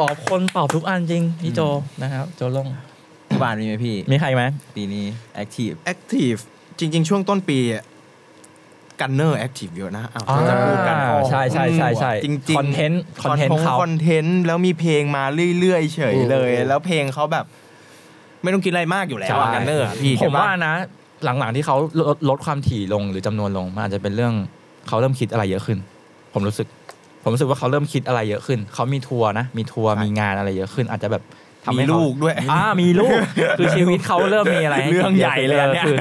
Speaker 3: ตอบคนตอบทุกอันจริง พี่โจนะครับโจลง
Speaker 5: ที่บ้านมีไหมพี่
Speaker 3: มีใครไหม
Speaker 5: ปีนี้แอคทีฟ
Speaker 4: Active จริง ๆ ช่วงต้นปีกันเนอร์แอคทีฟเยอะนะอ้าวเขาจะพูดกัน
Speaker 3: อ่าใช่ใช่ใช่ใช่
Speaker 4: จริงๆ
Speaker 3: คอนเทนต์คอนเทนต์
Speaker 4: ง
Speaker 3: เขา
Speaker 4: คอนเทนต์แล้วมีเพลงมาเรื่อย ๆ เฉยเลย
Speaker 2: อืม
Speaker 4: แล้วเพลงเขาแบบ ไม่ต้องกินอะไรมากอยู่แล้ว
Speaker 3: ใช่
Speaker 4: กันเนอร์พี่
Speaker 3: ผมว่า
Speaker 4: เก็บ
Speaker 3: นะ หลังๆที่เขาลดลดความถี่ลงหรือจำนวนลง มันอาจจะเป็นเรื่องเขาเริ่มคิดอะไรเยอะขึ้น ผมรู้สึก ผมรู้สึกว่าเขาเริ่มคิดอะไรเยอะขึ้น เขามีทัวร์นะ มีทัวร์มีงานอะไรเยอะขึ้น อาจจะแบบทำ
Speaker 4: มี
Speaker 3: ให้เขา
Speaker 4: ลูกด้วย
Speaker 3: อ่ามีลูก คือชีวิตเขาเริ่มมีอะไร
Speaker 4: เรื่องใหญ่เลยอันเนี้ย
Speaker 3: คือ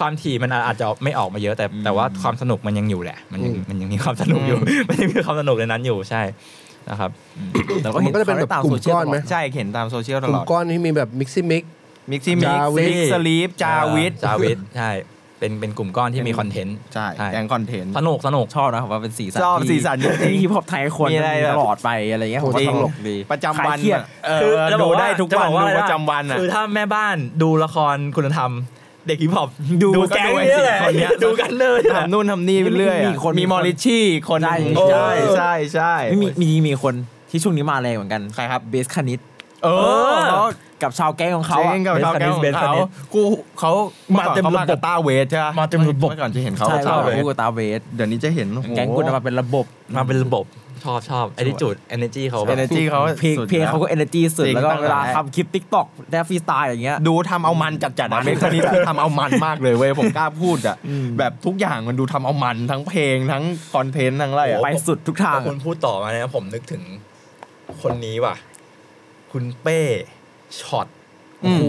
Speaker 3: ความถี่มันอาจจะไม่ออกมาเยอะแต่แต่ว่าความสนุกมันยังอยู่แหละ มันยัง
Speaker 2: อืม
Speaker 3: มันยังมีความสนุกอยู่ มันยังมีความสนุกในนั้นอยู่ใช่นะครับ
Speaker 5: แต่ก็
Speaker 2: มั
Speaker 5: เห็
Speaker 2: น
Speaker 5: น
Speaker 2: ก็จะเป็นแบบ
Speaker 5: ขาได้ตาม
Speaker 2: กลุ่ม
Speaker 5: โซเชีย
Speaker 2: ก้
Speaker 5: ล
Speaker 2: อนไหม
Speaker 4: ใช่เห็นตามโซเชียลต
Speaker 2: กลุ่
Speaker 4: ล
Speaker 2: ม
Speaker 4: อด
Speaker 2: ก้อนที่มีแบบมิกซี่มิก
Speaker 4: มิกซี่มิก
Speaker 2: Jarvis
Speaker 4: บิ๊กสลีปจาวิท
Speaker 3: จาวิทใช่เป็นเป็นกลุ่มก้อนที่มีคอนเทนต์
Speaker 4: ใช่แกงคอนเทนต์
Speaker 3: สนุกสนุก
Speaker 5: ชอบนะผมว่าเป็นสีสัน
Speaker 4: ชอบ
Speaker 5: ที่
Speaker 4: สีสันจริงๆ
Speaker 5: ที่ฮิปฮอปไทยควร
Speaker 4: มีอะไรแบบ
Speaker 5: ตลอดไปอะไรเงี้ย
Speaker 2: โอ้
Speaker 5: ผมว่า
Speaker 4: จริ
Speaker 5: ต
Speaker 4: ง
Speaker 5: ลกดี
Speaker 4: ประจำวัน
Speaker 5: คลายเครียด
Speaker 4: อะเออดูได้ทุกวันดูประจำวันอ่ะ
Speaker 3: คือถ้าแม่บ้านดูละครคุณธรรม เด็กฮิปฮอป
Speaker 4: ดู
Speaker 3: ดูแก๊ง
Speaker 4: ก็ดูไอ้
Speaker 3: เนี่ยแหละ
Speaker 4: สี่คนเนี้ย
Speaker 3: ดูกันเลยเนี่ย
Speaker 4: ทำนู่นทำนี่ไปเรื่อยอะ
Speaker 5: มีคน
Speaker 4: มีมอริชี่อีกคนหนึ่ง
Speaker 5: ใช่
Speaker 4: ใช่ใช่ใช่
Speaker 5: ไม่มีมีมีคนที่ช่วงนี้มาแรงเหมือนกัน
Speaker 4: ใครครับ
Speaker 5: เบสคณิต
Speaker 4: เออ
Speaker 5: เขากับชาวแก๊งของเขา
Speaker 4: เขา
Speaker 5: อะ
Speaker 4: เองกับเขาแก้วข
Speaker 3: เบ
Speaker 4: อง
Speaker 3: สคัน
Speaker 4: เขา
Speaker 3: นิส
Speaker 4: กูเขามา
Speaker 3: มาเต็
Speaker 4: เต็ม
Speaker 3: ม
Speaker 4: ระ
Speaker 3: ระ
Speaker 4: บ
Speaker 3: บบ บ
Speaker 4: ตาเวทใช่ไหม
Speaker 3: มาเต็มระบบ
Speaker 4: ก่อนจะเห็นเขา
Speaker 5: ใช่
Speaker 4: ตา
Speaker 5: เรา
Speaker 4: เวท
Speaker 5: คู่กับตาเวส
Speaker 4: เดี๋ยวนี้จะเห็นโอ้โห
Speaker 5: แก๊งกูจะมาเป็นระบบ
Speaker 3: มาเป็นระบบชอบชอบไอดิจูดเอเนจีเขาแบบ
Speaker 4: energy เขา
Speaker 5: เพลง
Speaker 4: สุด
Speaker 5: เพลง
Speaker 4: แล้ว
Speaker 5: เขาก็เอเนจีสุด
Speaker 4: จริง
Speaker 5: แล้วก็
Speaker 4: ตั้งแต่
Speaker 5: เวลาทำคลิปทิกตอกแรปฟรีสไตล์อย่างเงี้ย
Speaker 4: ดูทำเอามันจัดๆนะเมคคนนี้คือทำเอามันมากเลยเว้ยผมกล้าพูดอ่ะแบบทุกอย่างมันดูทำเอามันทั้งเพลงทั้งคอนเทนต์ทั้งอะไรอ่ะ
Speaker 5: ไปสุดทุกทาง
Speaker 3: พอคุณพูดต่อมาเนี่ยผมนึกถึงคนนี้ว่ะ คุณเป้ช็อต
Speaker 4: อืม
Speaker 3: โอ้โห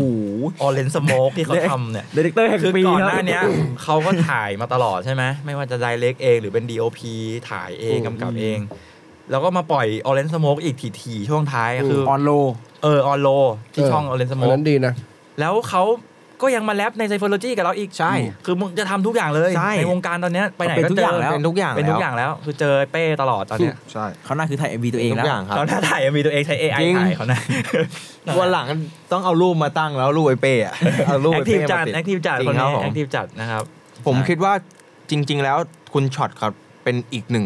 Speaker 3: ออเรนสโมกที่เขาทำเนี่ย
Speaker 5: ดีเรคเตอร์แห่ง
Speaker 3: คือ
Speaker 5: ปี
Speaker 3: ก่อนห
Speaker 5: ครับ
Speaker 3: น้าเนี้ย เขาก็ถ่ายมาตลอดใช่ไหมไม่ว่าจะไดเ c กเองหรือเป็น DOP ถ่ายเองกำกับเอง แล้วก็มาปล่อยออเรนสโมกอีกทีๆช่วงท้ายอะคือ
Speaker 5: ออนโล
Speaker 3: เออออนโลที่ช่องออเรนสโม
Speaker 2: อัน
Speaker 3: ก
Speaker 2: นั้นดีนะ
Speaker 3: แล้วเขาก็ยังมาแรปในไซ p ฟ o โลจีกับเราอีก
Speaker 5: ใช่
Speaker 3: คือมึงจะทำทุกอย่างเลย
Speaker 5: ใช่
Speaker 3: วงการตอนเนี้ยไปไหน
Speaker 5: เป็น
Speaker 3: ก็
Speaker 5: ทุก
Speaker 3: เจ
Speaker 5: อย่าง
Speaker 3: อ
Speaker 5: แล้ว
Speaker 1: เป็นทุกอย่าง
Speaker 3: เป็นทุกอ
Speaker 1: แล้ว
Speaker 3: ย่างแล้ว คือเจอเป้ตลอดตอนเนี้ย
Speaker 4: ใช่
Speaker 5: เขาหน้าคือถ่ายเอวีตัวเอง
Speaker 1: ทุ
Speaker 5: แล้
Speaker 1: ก
Speaker 5: ว
Speaker 1: อย่างครับ
Speaker 3: เขาหน้าถ่ายมีตัวเองใช้ AI
Speaker 1: จริง
Speaker 3: ถ่ายเขานะ
Speaker 1: วันหลังต้องเอารูปมาตั้งแล้วรูปไอเป้อะเอารูป
Speaker 3: แอ
Speaker 1: ไอ
Speaker 3: คที
Speaker 1: เป้
Speaker 3: ฟจั
Speaker 1: มา
Speaker 3: ด
Speaker 1: ติด
Speaker 3: แอคทีฟจัด
Speaker 1: จริ
Speaker 3: คน
Speaker 1: งรับ
Speaker 3: นี้
Speaker 1: ผม
Speaker 3: แอคทีฟจัดนะครับ
Speaker 4: ผม
Speaker 1: ใช่
Speaker 4: คิดว่าจริง ๆ แล้วคุณช็อตครับเป็นอีกหนึ่ง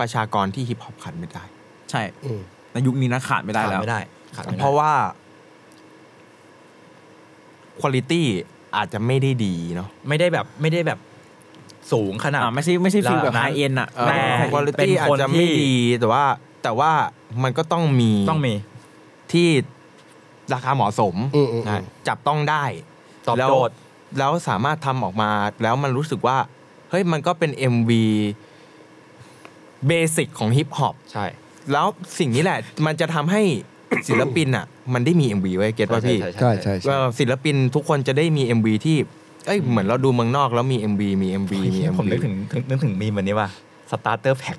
Speaker 4: ประชากรที่ฮิปฮอปขาดไม่ได้
Speaker 5: ใช่
Speaker 2: อืม
Speaker 5: ในยุคนี้นะขาดไม่ได้
Speaker 3: ขาด
Speaker 5: แล้ว
Speaker 3: ไม่ได้ขาดไม่ได้
Speaker 4: เพราะว่าคุณภาพอาจจะไม่ได้ดีเนาะ
Speaker 3: ไม่ได้แบบไม่ได้แบบสูงขนาด
Speaker 5: อ่าไม่ใช่ไม่ใช่ฟิลแบบ
Speaker 3: ระดับ
Speaker 5: ไฮ
Speaker 3: นั้น
Speaker 5: เอ็นอะเออ
Speaker 3: แต่
Speaker 4: คุณ
Speaker 3: เป็น
Speaker 4: ภาพอาจ
Speaker 3: คน
Speaker 4: จะ
Speaker 3: ที่
Speaker 4: ไม่ดีแต่ว่า แต่ว่ามันก็ต้องมี
Speaker 3: ต้องมี
Speaker 4: ที่ราคาเหมาะสม
Speaker 2: อืมอืม
Speaker 4: นะจับต้องได้
Speaker 3: ตอบ
Speaker 4: แล้ว
Speaker 3: โจทย์
Speaker 4: แล้วสามารถทำออกมาแล้วมันรู้สึกว่า เฮ้ยมันก็เป็น MV เบสิกของฮิปฮอป
Speaker 3: ใช่
Speaker 4: แล้วสิ่งนี้แหละ มันจะทำให้ ศิลปินอ่ะ มันได้มี MV ไว้เก็ตว่าพี่
Speaker 2: ใช่ใช่ใช่
Speaker 4: เอ่อศิลปินทุกคนจะได้มี MV ที่เอ้ยเหมือนเราดูเมืองนอกแล้วมี MV มี MV มี MV
Speaker 3: ผมนึกถึงถึงนึกถึงมีมอันนี้ว่า starter pack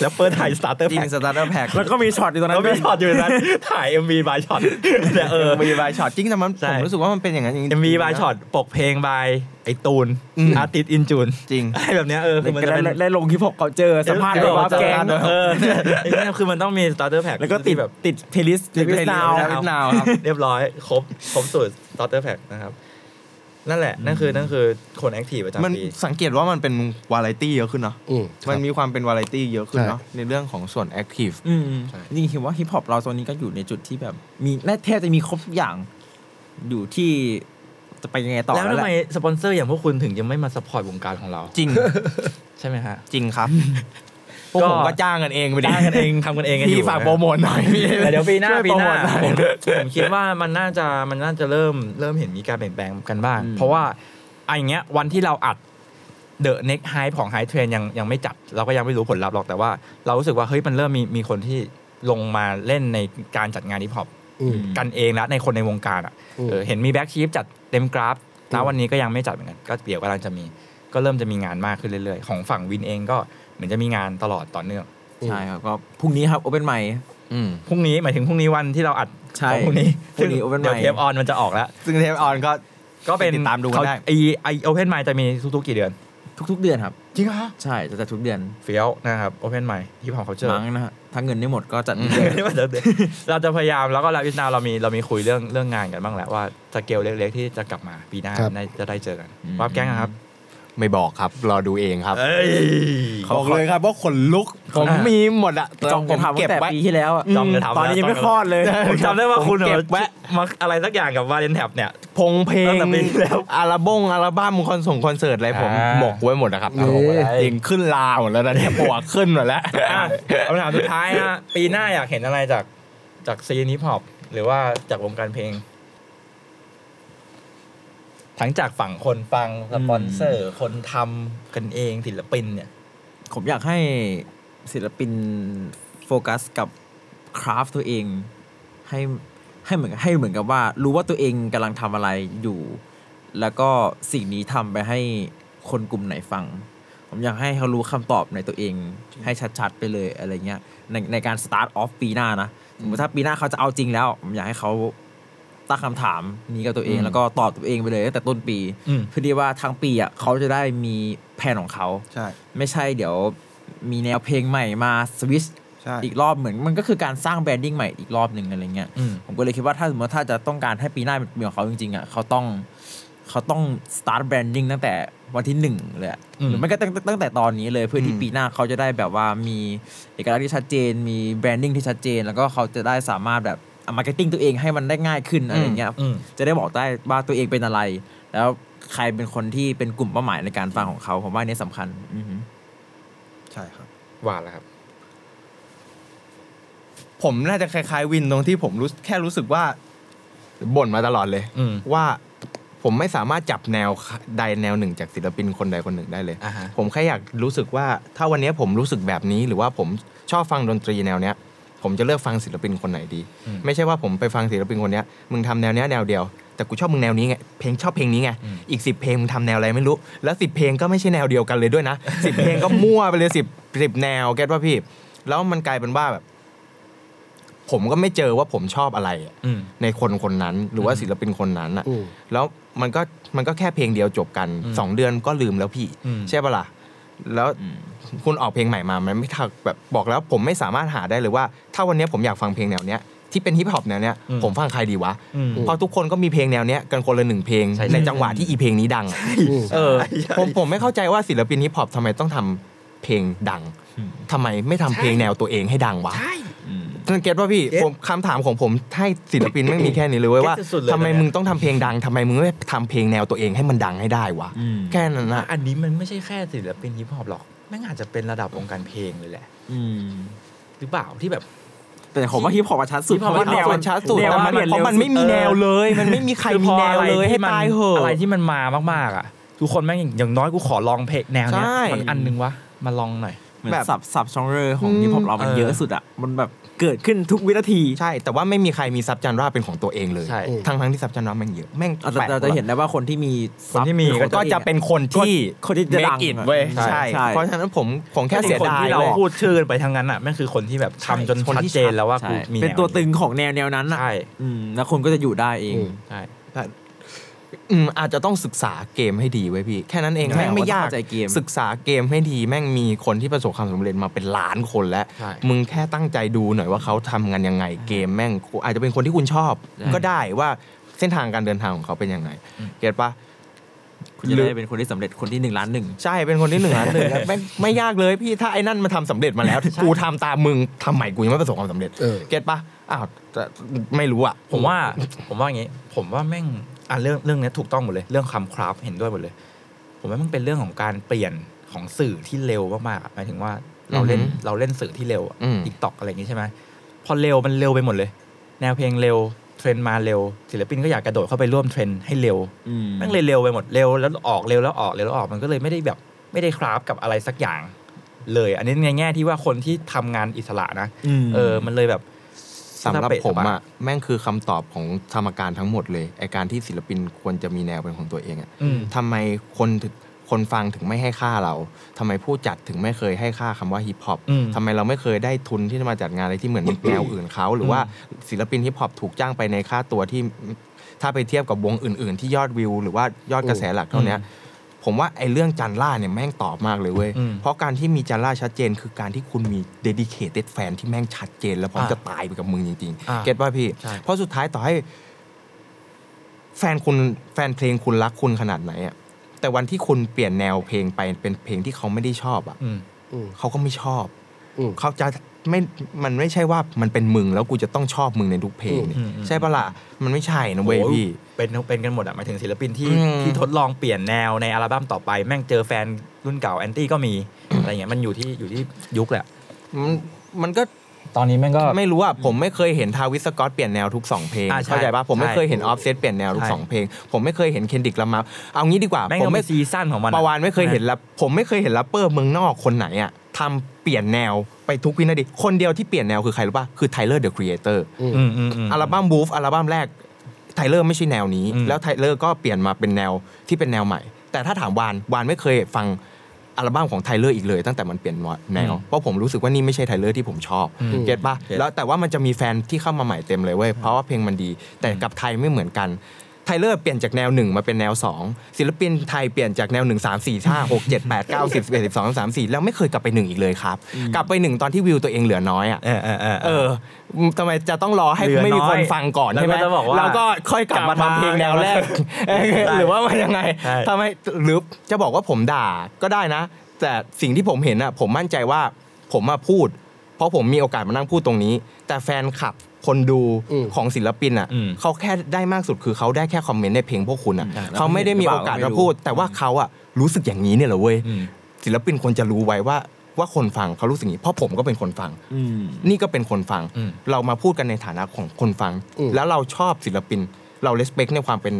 Speaker 3: แล้วเปิดถ่าย starter
Speaker 1: จริง
Speaker 3: pack
Speaker 1: สตาร์เตอร์แพ็ค
Speaker 5: แล้วก็มีช็อตอยู่ตรงนั้
Speaker 3: แล้ว
Speaker 5: น
Speaker 3: มีช็อตอยู่ใน นั้นถ่าย MV by shot แต่เออ
Speaker 4: MV บายช็อตจริงแต่มัน
Speaker 3: ใช่
Speaker 4: ผมรู้สึกว่ามันเป็นอย่างนั้นจริงๆ
Speaker 3: MV by shot ปกเพลง by ไอตูน artist in June
Speaker 4: จริง
Speaker 3: อะไรแบบเนี้ยเออคือมันจะ
Speaker 5: ได้
Speaker 3: เป็น
Speaker 5: ได้ลงที่พวกเขาเจอสัมภาษณ์
Speaker 3: เอ
Speaker 5: แบ
Speaker 3: อบ
Speaker 5: ว่าแกง
Speaker 3: เออ ไอ้เนี่ยคือมันต้องมี starter pack
Speaker 5: แล้วก็ติด
Speaker 3: แบบ
Speaker 5: แบบติดเพลิสติดเพลิสนาว
Speaker 4: Playlist
Speaker 1: นาวครับ
Speaker 3: เรียบร้อย ครบ ครบสูตรสตอ r เตอร์แพ็นะครับ นั่นแหละ นั่นคือ นั่นคือคนแอคทีฟประจำ
Speaker 4: มัน
Speaker 3: ปี
Speaker 4: สังเกตว่ามันเป็นวาไรตี้เยอะขึ้นเนาะ
Speaker 2: อืมครับ
Speaker 4: มันมีความเป็นวาไรตี้เยอะขึ้น
Speaker 2: ใช่
Speaker 4: เนาะในเรื่องของส่วนแอคทีฟ
Speaker 5: อืมจริงๆคิดว่าฮิปฮอปเราตอนนี้ก็อยู่ในจุดที่แบบ มีน่าแทบจะมีครบทุกอย่าง อยู่ที่จะไปยังไงต่อ
Speaker 3: แล้ว
Speaker 5: แล้ว
Speaker 3: ทำ
Speaker 5: แหละ
Speaker 3: ไมสปอนเซอร์อย่างพวกคุณถึงยังไม่มาสปอร์ตวงการของเรา
Speaker 4: จริง
Speaker 3: ใช่ไหมฮะ
Speaker 4: จริงครับ พวก
Speaker 3: ก็
Speaker 4: ผมก็จ้างกันเองไปดิ
Speaker 3: จ้างกันเองทำกันเองกันอ
Speaker 4: พี่
Speaker 3: ยู่
Speaker 4: ฝากโปรโมทหน่อยพี่
Speaker 3: แต่เดี๋ยวปีหน้า
Speaker 4: ช่วย
Speaker 3: ปี
Speaker 4: โปร
Speaker 3: ห
Speaker 4: โมท
Speaker 3: น้า
Speaker 4: น่อย
Speaker 3: ผมผมคิดว่ามันน่าจะมันน่าจะเริ่มเริ่มเห็นมีการเปลี่ยนแปลงกันบ้าง
Speaker 5: อืม
Speaker 3: เพราะว่าไอะอย่างเงี้ยวันที่เราอัดเดอะเน็กไฮของไฮเทรนยังยังไม่จัด เราก็ยังไม่รู้ผลลัพธ์หรอกแต่ว่า เรารู้สึกว่าเฮ้ยมันเริ่มมีมีคนที่ลงมาเล่นในการจัดงานฮิปฮอป
Speaker 2: อืม
Speaker 3: กันเองแล้วในคนในวงการอ่ะ
Speaker 2: อืม
Speaker 3: เออเห็นมีแบ็กชีฟจัดเต็มกราฟนะวันนี้ก็ยังไม่จัดเหมือนกัน ก็เดี๋ยวกำลังจะมี ก็เริ่มจะมีงานมากขึ้นเรื่อยๆ ของฝั่งวินเองก็เหมือนจะมีงานตลอดต่อเนื่อง
Speaker 5: ใช่ครับก็พรุ่งนี้ครับโอเปนไม
Speaker 3: พรุ่งนี้หมายถึงพรุ่งนี้วันที่เราอัด
Speaker 5: ใช่
Speaker 3: ของพรุ่งนี้
Speaker 5: พรุ่งนี้ Open
Speaker 3: เดี๋ยว
Speaker 5: Mic
Speaker 3: เทปออนมันจะออกแล้ว
Speaker 4: ซึ่งเทปออนก็
Speaker 3: ก็เป็น
Speaker 4: ติดตามดูกัน
Speaker 3: เขา
Speaker 4: ได้
Speaker 3: ไอไอโอเพนไมจะมีทุกๆกี่เดือน
Speaker 5: ทุก ๆ เดือนครับ
Speaker 3: จริงเหรอ
Speaker 5: ใช่จะจัดทุกเดือน
Speaker 3: เฟี้ยวนะครับโอเพนไมที่ของเขาเจอ
Speaker 5: มั้งนะฮะถ้าเงินไม่หมดก็จัด
Speaker 4: อืม
Speaker 5: เดือน
Speaker 3: เราจะพยายามแล้วก็ลาวิสนาเรามีเรามีคุยเรื่องเรื่องงานกันบ้างแหละว่าสเกลเล็กๆที่จะกลับมาปีหน้า
Speaker 2: ครับ
Speaker 3: น่าจะได้เจอกันวับแก๊งอะครับ
Speaker 4: ไม่บอกครับ รอดูเองครับ
Speaker 3: เอ้ย
Speaker 4: บอกเลยครับว่าขนลุก ผ
Speaker 3: เขา
Speaker 4: ม
Speaker 3: อ่ะ
Speaker 4: มีหมดอะแต่
Speaker 5: จอง
Speaker 4: ผม
Speaker 5: ทำตั้
Speaker 4: เก็บ
Speaker 5: งแต่
Speaker 4: ไว้
Speaker 5: ปีที่แล้วอะ
Speaker 3: จองจะทำ
Speaker 5: ตอนนี้ยังไม่คลอดเลย
Speaker 3: ผมจำได้ว่าคุณ
Speaker 4: ผมเก็บ
Speaker 3: แวะ
Speaker 4: แวะ
Speaker 3: มาอะไรสักอย่างกับวาเลนแท็บเนี่ย
Speaker 4: พงเพล
Speaker 3: ตั้
Speaker 4: ง
Speaker 3: งแต่ปีที่แล้ว
Speaker 4: อัลบั้มอัลบั้มคอนส่งคอนเสิร์ตอะไรผม
Speaker 3: อ่า
Speaker 4: หมกไว้หมดนะครับ
Speaker 2: นี่
Speaker 4: จริงขึ้นลาหมดแล้วนะเนี่ยปวกขึ้นหมดแล้ว
Speaker 3: อ่ะคำถามสุดท้ายนะปีหน้าอยากเห็นอะไรจากจากซีนิพอปหรือว่าจากวงการเพลง ทั้งจากฝั่งคนฟังสปอนเซอร์ คนทำกันเองศิลปินเนี่ย
Speaker 5: ผมอยากให้ศิลปินโฟกัสกับคราฟตัวเอง ให้ให้เหมือนให้เหมือนกับว่า รู้ว่าตัวเองกำลังทำอะไรอยู่ แล้วก็สิ่งนี้ทำไปให้คนกลุ่มไหนฟัง ผมอยากให้เขารู้คำตอบในตัวเอง ให้ชัดๆไปเลยอะไรเงี้ยในในการสตาร์ทออฟปีหน้านะสมมติถ้าปีหน้าเขาจะเอาจริงแล้ว ผมอยากให้เขาตั้งคำถามนี้กับตัวเอง
Speaker 3: อืม
Speaker 5: แล้วก็ตอบตัวเองไปเลยตั้งแต่ต้นปี
Speaker 3: อืม
Speaker 5: เพื่อที่ว่าทั้งปีอ่ะเขาจะได้มีแผนของเขา
Speaker 4: ใช่
Speaker 5: ไม่ใช่เดี๋ยวมีแนวเพลงใหม่มาสวิช
Speaker 4: ใช่
Speaker 5: อีกรอบเหมือนมันก็คือการสร้างแบรนดิ้งใหม่อีกรอบหนึ่งอะไรเงี้ย
Speaker 3: อืม
Speaker 5: ผมก็เลยคิดว่าถ้าสมมติว่าถ้าจะต้องการให้ปีหน้าเป็นปีของเขาจริงๆอ่ะเขาต้องเขาต้อง start branding ตั้งแต่วันที่หนึ่งเลยอะ
Speaker 3: อืม
Speaker 5: หรือไม่ก็ตั้งตั้งตั้งแต่ตอนนี้เลยเพื่อที่
Speaker 4: อืม
Speaker 5: ปีหน้าเขาจะได้แบบว่ามีเอกลักษณ์ที่ชัดเจน มีแบรนดิ้งที่ชัดเจน แล้วก็เขาจะได้สามารถแบบมาร์เก็ตติ้งตัวเองให้มันได้ง่ายขึ้นอะไรเงี้ย
Speaker 3: อืม
Speaker 5: จะได้บอกได้ว่าตัวเองเป็นอะไร แล้วใครเป็นคนที่เป็นกลุ่มเป้าหมายในการฟังของเขา ผมว่าอันนี่สำคัญ อือฮึ
Speaker 4: ใช่ครับ
Speaker 3: หวานแล้วครับ
Speaker 4: ผมน่าจะคล้ายๆวินตรงที่ผมรู้แค่รู้สึกว่าบ่นมาตลอดเลย
Speaker 3: อืม
Speaker 4: ว่าผมไม่สามารถจับแนวใดแนวหนึ่งจากศิลปินคนใดคนหนึ่งได้เลย
Speaker 3: อ่าฮะ
Speaker 4: ผมแค่อยากรู้สึกว่า ถ้าวันนี้ผมรู้สึกแบบนี้ หรือว่าผมชอบฟังดนตรีแนวเนี้ย ผมจะเลือกฟังศิลปินคนไหนดี ไม่ใช่ว่าผมไปฟังศิลปินคนเนี้ยมึงทำแนวเนี้ยแนวเดียว แต่กูชอบมึงแนวนี้ไงเพลงชอบเพลงนี้ไงอีกสิบเพลงมึงทำแนวอะไรไม่รู้ แล้วสิบเพลงก็ไม่ใช่แนวเดียวกันเลยด้วยนะสิบเพลงก็มั่วไปเลยสิบสิบแนวแกว่าพี่ แล้วมันกลายเป็นว่าแบบ ผมก็ไม่เจอว่าผมชอบอะไรอะ
Speaker 3: อืม
Speaker 4: ในคนคนนั้น หรือว่าศิลปินคนนั้นอะ
Speaker 2: อืม
Speaker 4: แล้วมันก็มันก็แค่เพลงเดียวจบกัน
Speaker 3: อืม
Speaker 4: สองเดือนก็ลืมแล้วพี่
Speaker 3: อืม
Speaker 4: ใช่ปะล่ะแล้วคุณออกเพลงใหม่มามันไม่ทักแบบบอกแล้วผมไม่สามารถหาได้เลยว่า ถ้าวันเนี้ยผมอยากฟังเพลงแนวเนี้ยที่เป็นฮิปฮอปแนวเนี้ยผมฟังใครดีวะ
Speaker 3: อืม
Speaker 4: เพราะทุกคนก็มีเพลงแนวเนี้ยกันคนละหนึ่งเพลง
Speaker 3: ใช่
Speaker 4: ใน
Speaker 3: ใช่
Speaker 4: จังหวะที่อีเพลงนี้ดังอะเออผมผมไม่เข้าใจว่าศิลปินฮิปฮอปทำไมต้องทำเพลงดังทำไมไม่ทำเพลงแนวตัวเองให้ดังวะ สังเกตว่าพี่
Speaker 6: เก็ต
Speaker 4: ผมคำถามของผมให้ศิลปินไม่งมีแค่นี้เลยเว้ยว่า
Speaker 6: เก็ตสุดๆเลย
Speaker 4: ทำไม
Speaker 6: นะเนี่ย
Speaker 4: มึงต้องทำเพลงดังทำไมมึงไม่ทำเพลงแนวตัวเองให้มันดังให้ได้วะแค่นั้นนะ
Speaker 6: อันนี้มันไม่ใช่แค่ศิลปินฮิปฮอปหรอกแม่งอาจจะเป็นระดับวงการเพลงเลยแหละ หรือเปล่าที่แบบ
Speaker 5: แต่ผมว่าฮิปฮอปอะชัดสุด
Speaker 6: ฮิปฮอป
Speaker 5: เพราะว่าแนว
Speaker 4: มั
Speaker 5: มัน น
Speaker 4: ช้าสุด
Speaker 5: แนว
Speaker 4: แต่
Speaker 5: มั
Speaker 4: มัน น
Speaker 5: เปลี่ยน
Speaker 4: เพราะ
Speaker 5: เร็ว
Speaker 4: มันไม่มีแนวเลย มันไม่มีใครมีแนวเลยให้ตายเหอะ
Speaker 3: อะไรที่มันมามากๆอ่ะ ทุกคนแม่งอย่างน้อยกูขอลองเพลงแนวเนี้ย
Speaker 4: ใช่
Speaker 3: มันอันนึงวะ มาลองหน่อย
Speaker 5: เหมือน
Speaker 4: แบบ
Speaker 5: สับสับชองเรอร์ของ
Speaker 4: อืม
Speaker 5: ฮิปฮอปเรามัน
Speaker 4: เออ
Speaker 5: เยอะสุดอ่ะมันแบบเกิดขึ้นทุกวินาที
Speaker 4: ใช่ แต่ว่าไม่มีใครมีซับจันราเป็นของตัวเองเลย
Speaker 3: ใช่
Speaker 4: ทั้งทั้งๆที่ซับจันราแม่งเยอะแม่ง
Speaker 5: อ่ะแต่
Speaker 4: แปลก
Speaker 5: แต่เราจะเห็นได้ว่าคนที่มี
Speaker 3: คนที่มี
Speaker 5: ซับ
Speaker 4: ก็จะเป็นคนที่
Speaker 5: คนที่จะดัง
Speaker 4: อิดเว้ย
Speaker 5: ใช่
Speaker 4: ใช่
Speaker 5: ใช่
Speaker 4: เพราะฉะนั้นผมผมแค่เสียดาย
Speaker 3: ที่เรา
Speaker 4: เลย
Speaker 3: พูดชื่อกันไปทั้งนั้นอ่ะแม่งคือคนที่แบบทำจน
Speaker 4: คน
Speaker 3: ชัด
Speaker 4: ที่
Speaker 3: เจนแล้วว่า
Speaker 5: ใช่
Speaker 3: กูมี
Speaker 5: เป็นตัวตึงของแนวแนวนั้นอ่ะ
Speaker 3: ใช่
Speaker 5: อืมแล้วคนก็จะอยู่ได้เอง
Speaker 2: อืม
Speaker 3: ใช่
Speaker 4: อืมอาจจะต้องศึกษาเกมให้ดีไว้ยพี่ แค่นั้นเอง
Speaker 5: ใช่
Speaker 4: แม่ง
Speaker 5: ผมว่าย
Speaker 4: ไม่าก
Speaker 5: เข้าใจเกม
Speaker 4: ศึกษาเกมให้ดีแม่งมีคนที่ประสบความสำเร็จมาเป็นล้านคนแล้ว
Speaker 3: ใช่
Speaker 4: มึงแค่ตั้งใจดูหน่อยว่าเขาทำงานยังไงเกมแม่งอาจจะเป็นคนที่คุณชอบ ก็ได้ว่าเส้นทางการเดินทางของเขาเป็นยังไงเก็ตปะ
Speaker 5: คุณจะได้เป็นคนที่สำเร็จคนที่หนึ่งล้านหนึ่ง
Speaker 4: ใช่เป็นคนที่หนึ่งล้านหนึ่ง แล้วไม่ไม่ยากเลยพี่ถ้าไอ้นั่นมาทำสำเร็จมาแล้วกูทำตามมึงทำใหม่กูยังไม่ประสบความสำเร็จ
Speaker 2: เออ
Speaker 4: เก็ตปะอ้าวแต่ไม่รู้อ่ะ
Speaker 3: ผมว่าผมว่าอย่างงี้ ผมว่าแม่งอ่ะเรื่องเรื่องเนี้ยถูกต้องหมดเลย เรื่องคำคราฟเห็นด้วยหมดเลย ผมว่ามันเป็นเรื่องของการเปลี่ยนของสื่อที่เร็วมากๆอะหมายถึงว่าเราเล่น
Speaker 4: อือหือ
Speaker 3: เราเล่นสื่อที่เร็ว
Speaker 4: อืม
Speaker 3: ทิกตอกอะไรอย่างงี้ใช่ไหมพอเร็วมันเร็วไปหมดเลย แนวเพลงเร็วเทรนด์มาเร็ว ศิลปินก็อยากกระโดดเข้าไปร่วมเทรนด์ให้เร็ว แม่งเลยเร็วไปหมดเร็วแล้วออกเร็วแล้วออกเร็วแล้วออกมันก็เลยไม่ได้แบบไม่ได้คราฟกับอะไรสักอย่าง เลย อันนี้ในแง่ที่ว่าคนที่ทำงานอิสระนะเออมันเลยแบบ
Speaker 4: สำหรับผมอะแม่งคือคำตอบของธรรมการทั้งหมดเลยไอการที่ศิลปินควรจะมีแนวเป็นของตัวเองอะ
Speaker 3: อืม
Speaker 4: ทำไมคนถึงคนฟังถึงไม่ให้ค่าเราทำไมผู้จัดถึงไม่เคยให้ค่าคำว่าฮิปฮอป
Speaker 3: อืม
Speaker 4: ทำไมเราไม่เคยได้ทุนที่จะมาจัดงานอะไรที่เหมือน แนวอื่นเขาหรือว่าศิลปินฮิปฮอปถูกจ้างไปในค่าตัวที่ ถ้าไปเทียบกับวงอื่น ๆ ที่ยอดวิว หรือว่ายอดกระแสหลักเท่าเนี้ยผมว่าไอ้เรื่องจันล่าเนี่ยแม่งตอบมากเลยเว้ย
Speaker 3: อืม
Speaker 4: เพราะการที่มีจันล่าชัดเจน คือการที่คุณมี dedicated แฟนที่แม่งชัดเจน และพร้อมจะตายไปกับมึงจริง
Speaker 3: อ่า
Speaker 4: ๆ เก็ตว่าพี่
Speaker 3: ใช่
Speaker 4: เพราะสุดท้ายต่อให้ แฟนคุณแฟนเพลงคุณรักคุณขนาดไหนอะแต่วันที่คุณเปลี่ยนแนวเพลงไปเป็นเพลงที่เขาไม่ได้ชอบอะ
Speaker 3: อืม
Speaker 2: อืม
Speaker 4: เขาก็ไม่ชอบ
Speaker 2: อืม
Speaker 4: เขาจะไม่ มันไม่ใช่ว่ามันเป็นมึงแล้วกูจะต้องชอบมึงในทุกเพลงเนี่ย
Speaker 3: อืมอืม
Speaker 4: ใช่ปะล่ะ มันไม่ใช่นะเว้ย
Speaker 3: โอ้
Speaker 4: พี่
Speaker 3: เป็นเป็นกันหมดอะหมายถึงศิลปินที่
Speaker 4: อืม
Speaker 3: ที่ทดลองเปลี่ยนแนวในอัลบั้มต่อไป แม่งเจอแฟนรุ่นเก่าแอนตี้ก็มี อะไรเงี้ยมันอยู่ที่อยู่ที่ยุคแหละ
Speaker 4: มันมันก็
Speaker 3: ตอนนี้แม่งก็
Speaker 4: ไม่รู้อ่ะ ผมไม่เคยเห็นทาวิสสกอตเปลี่ยนแนวทุก 2 เพลง
Speaker 3: อ่าใช่
Speaker 4: เข้าใจปะผมไม่
Speaker 3: ใช่
Speaker 4: เคยเห็นออฟเซตเปลี่ยนแนวทุก
Speaker 3: ใช่
Speaker 4: 2 เพลง ผมไม่เคยเห็นเคนดิกลามาเอางี้ดีกว่า
Speaker 3: แม่ง
Speaker 4: ผ
Speaker 3: ก็
Speaker 4: ม
Speaker 3: มี
Speaker 4: ไม่
Speaker 3: ซีซั่นของมันอะ
Speaker 4: ประวานไม่เคยเห็นแล้วผมไม่เคยเห็นแรปเปอร์เมืองนอกคนไหนอ่ะทำเปลี่ยนแนวไปทุกวินาทีคนเดียวที่เปลี่ยนแนวคือใครรู้ป่ะคือไทเลอร์เดอะครีเอเตอร์
Speaker 3: อืมอืมอืม
Speaker 4: อัลบั้มบูฟอัลบั้มแรกไทเลอร์ไม่ใช่แนวนี้
Speaker 3: อืม
Speaker 4: แล้วไทเลอร์ก็เปลี่ยนมาเป็นแนวที่เป็นแนวใหม่ แต่ถ้าถามวานวานไม่เคยฟังอัลบั้มของไทเลอร์อีกเลย ตั้งแต่มันเปลี่ยนแนว
Speaker 3: อืม
Speaker 4: เพราะผมรู้สึกว่านี่ไม่ใช่ไทเลอร์ที่ผมชอบ
Speaker 3: อืม
Speaker 4: เก็ตปะ
Speaker 3: เก็ต
Speaker 4: แล้วแต่ว่ามันจะมีแฟนที่เข้ามาใหม่เต็มเลยเว้ยเพราะว่าเพลงมันดี แต่กับไทยไม่เหมือนกันไทเลอร์เปลี่ยนจากแนวหนึ่งมาเป็นแนวสองศิลปินไทยเปลี่ยนจากแนวหนึ่งสามสี่ห้าหกเจ็ดแปดเก้าสิบสิบเอ็ดสิบสองสิบสามสี่แล้วไม่เคยกลับไปหนึ่งอีกเลยครับกลับไปหนึ่งตอนที่วิวตัวเองเหลือน้อยอ่ะ
Speaker 3: เออเออเออ
Speaker 4: เออทำไมจะต้องรอให้
Speaker 3: เหลือ
Speaker 4: ไม่มี
Speaker 3: น้อย
Speaker 4: คนฟังก่อน
Speaker 3: แล้ว
Speaker 4: ใช่ไหม
Speaker 3: ก็จะบอกว่า
Speaker 4: เราก็ค่อยกลับมาก
Speaker 3: ลับมา
Speaker 4: ทำเพลงแนวแรกเออหรือว่ามันยังไง
Speaker 3: ใช่
Speaker 4: ทำไมหรือจะบอกว่าผมด่าก็ได้นะ แต่สิ่งที่ผมเห็นอ่ะผมมั่นใจว่าผมมาพูด เพราะผมมีโอกาสมานั่งพูดตรงนี้ แต่แฟนคลับคนดู
Speaker 2: อืม
Speaker 4: ของศิลปินอ่ะ
Speaker 3: อืม
Speaker 4: เขาแค่ได้มากสุดคือเขาได้แค่คอมเมนต์ในเพลงพวกคุณอ่ะ
Speaker 5: อืม
Speaker 4: เขาไม่ได้มีโอกาสมาพูด
Speaker 5: เราไม่รู้
Speaker 4: แต่ว่าเขาอ่ะรู้สึกอย่างนี้เนี่ยเหรอเว้ย
Speaker 3: อืม
Speaker 4: ศิลปินควรจะรู้ไว้ว่าว่าคนฟังเขารู้สึกอย่างนี้เพราะผมก็เป็นคนฟัง
Speaker 5: อืม
Speaker 4: นี่ก็เป็นคนฟัง
Speaker 3: อืม
Speaker 4: เรามาพูดกันในฐานะของคนฟัง
Speaker 2: อืม
Speaker 4: แล้วเราชอบศิลปิน เราเลสเ c t ในความเป็น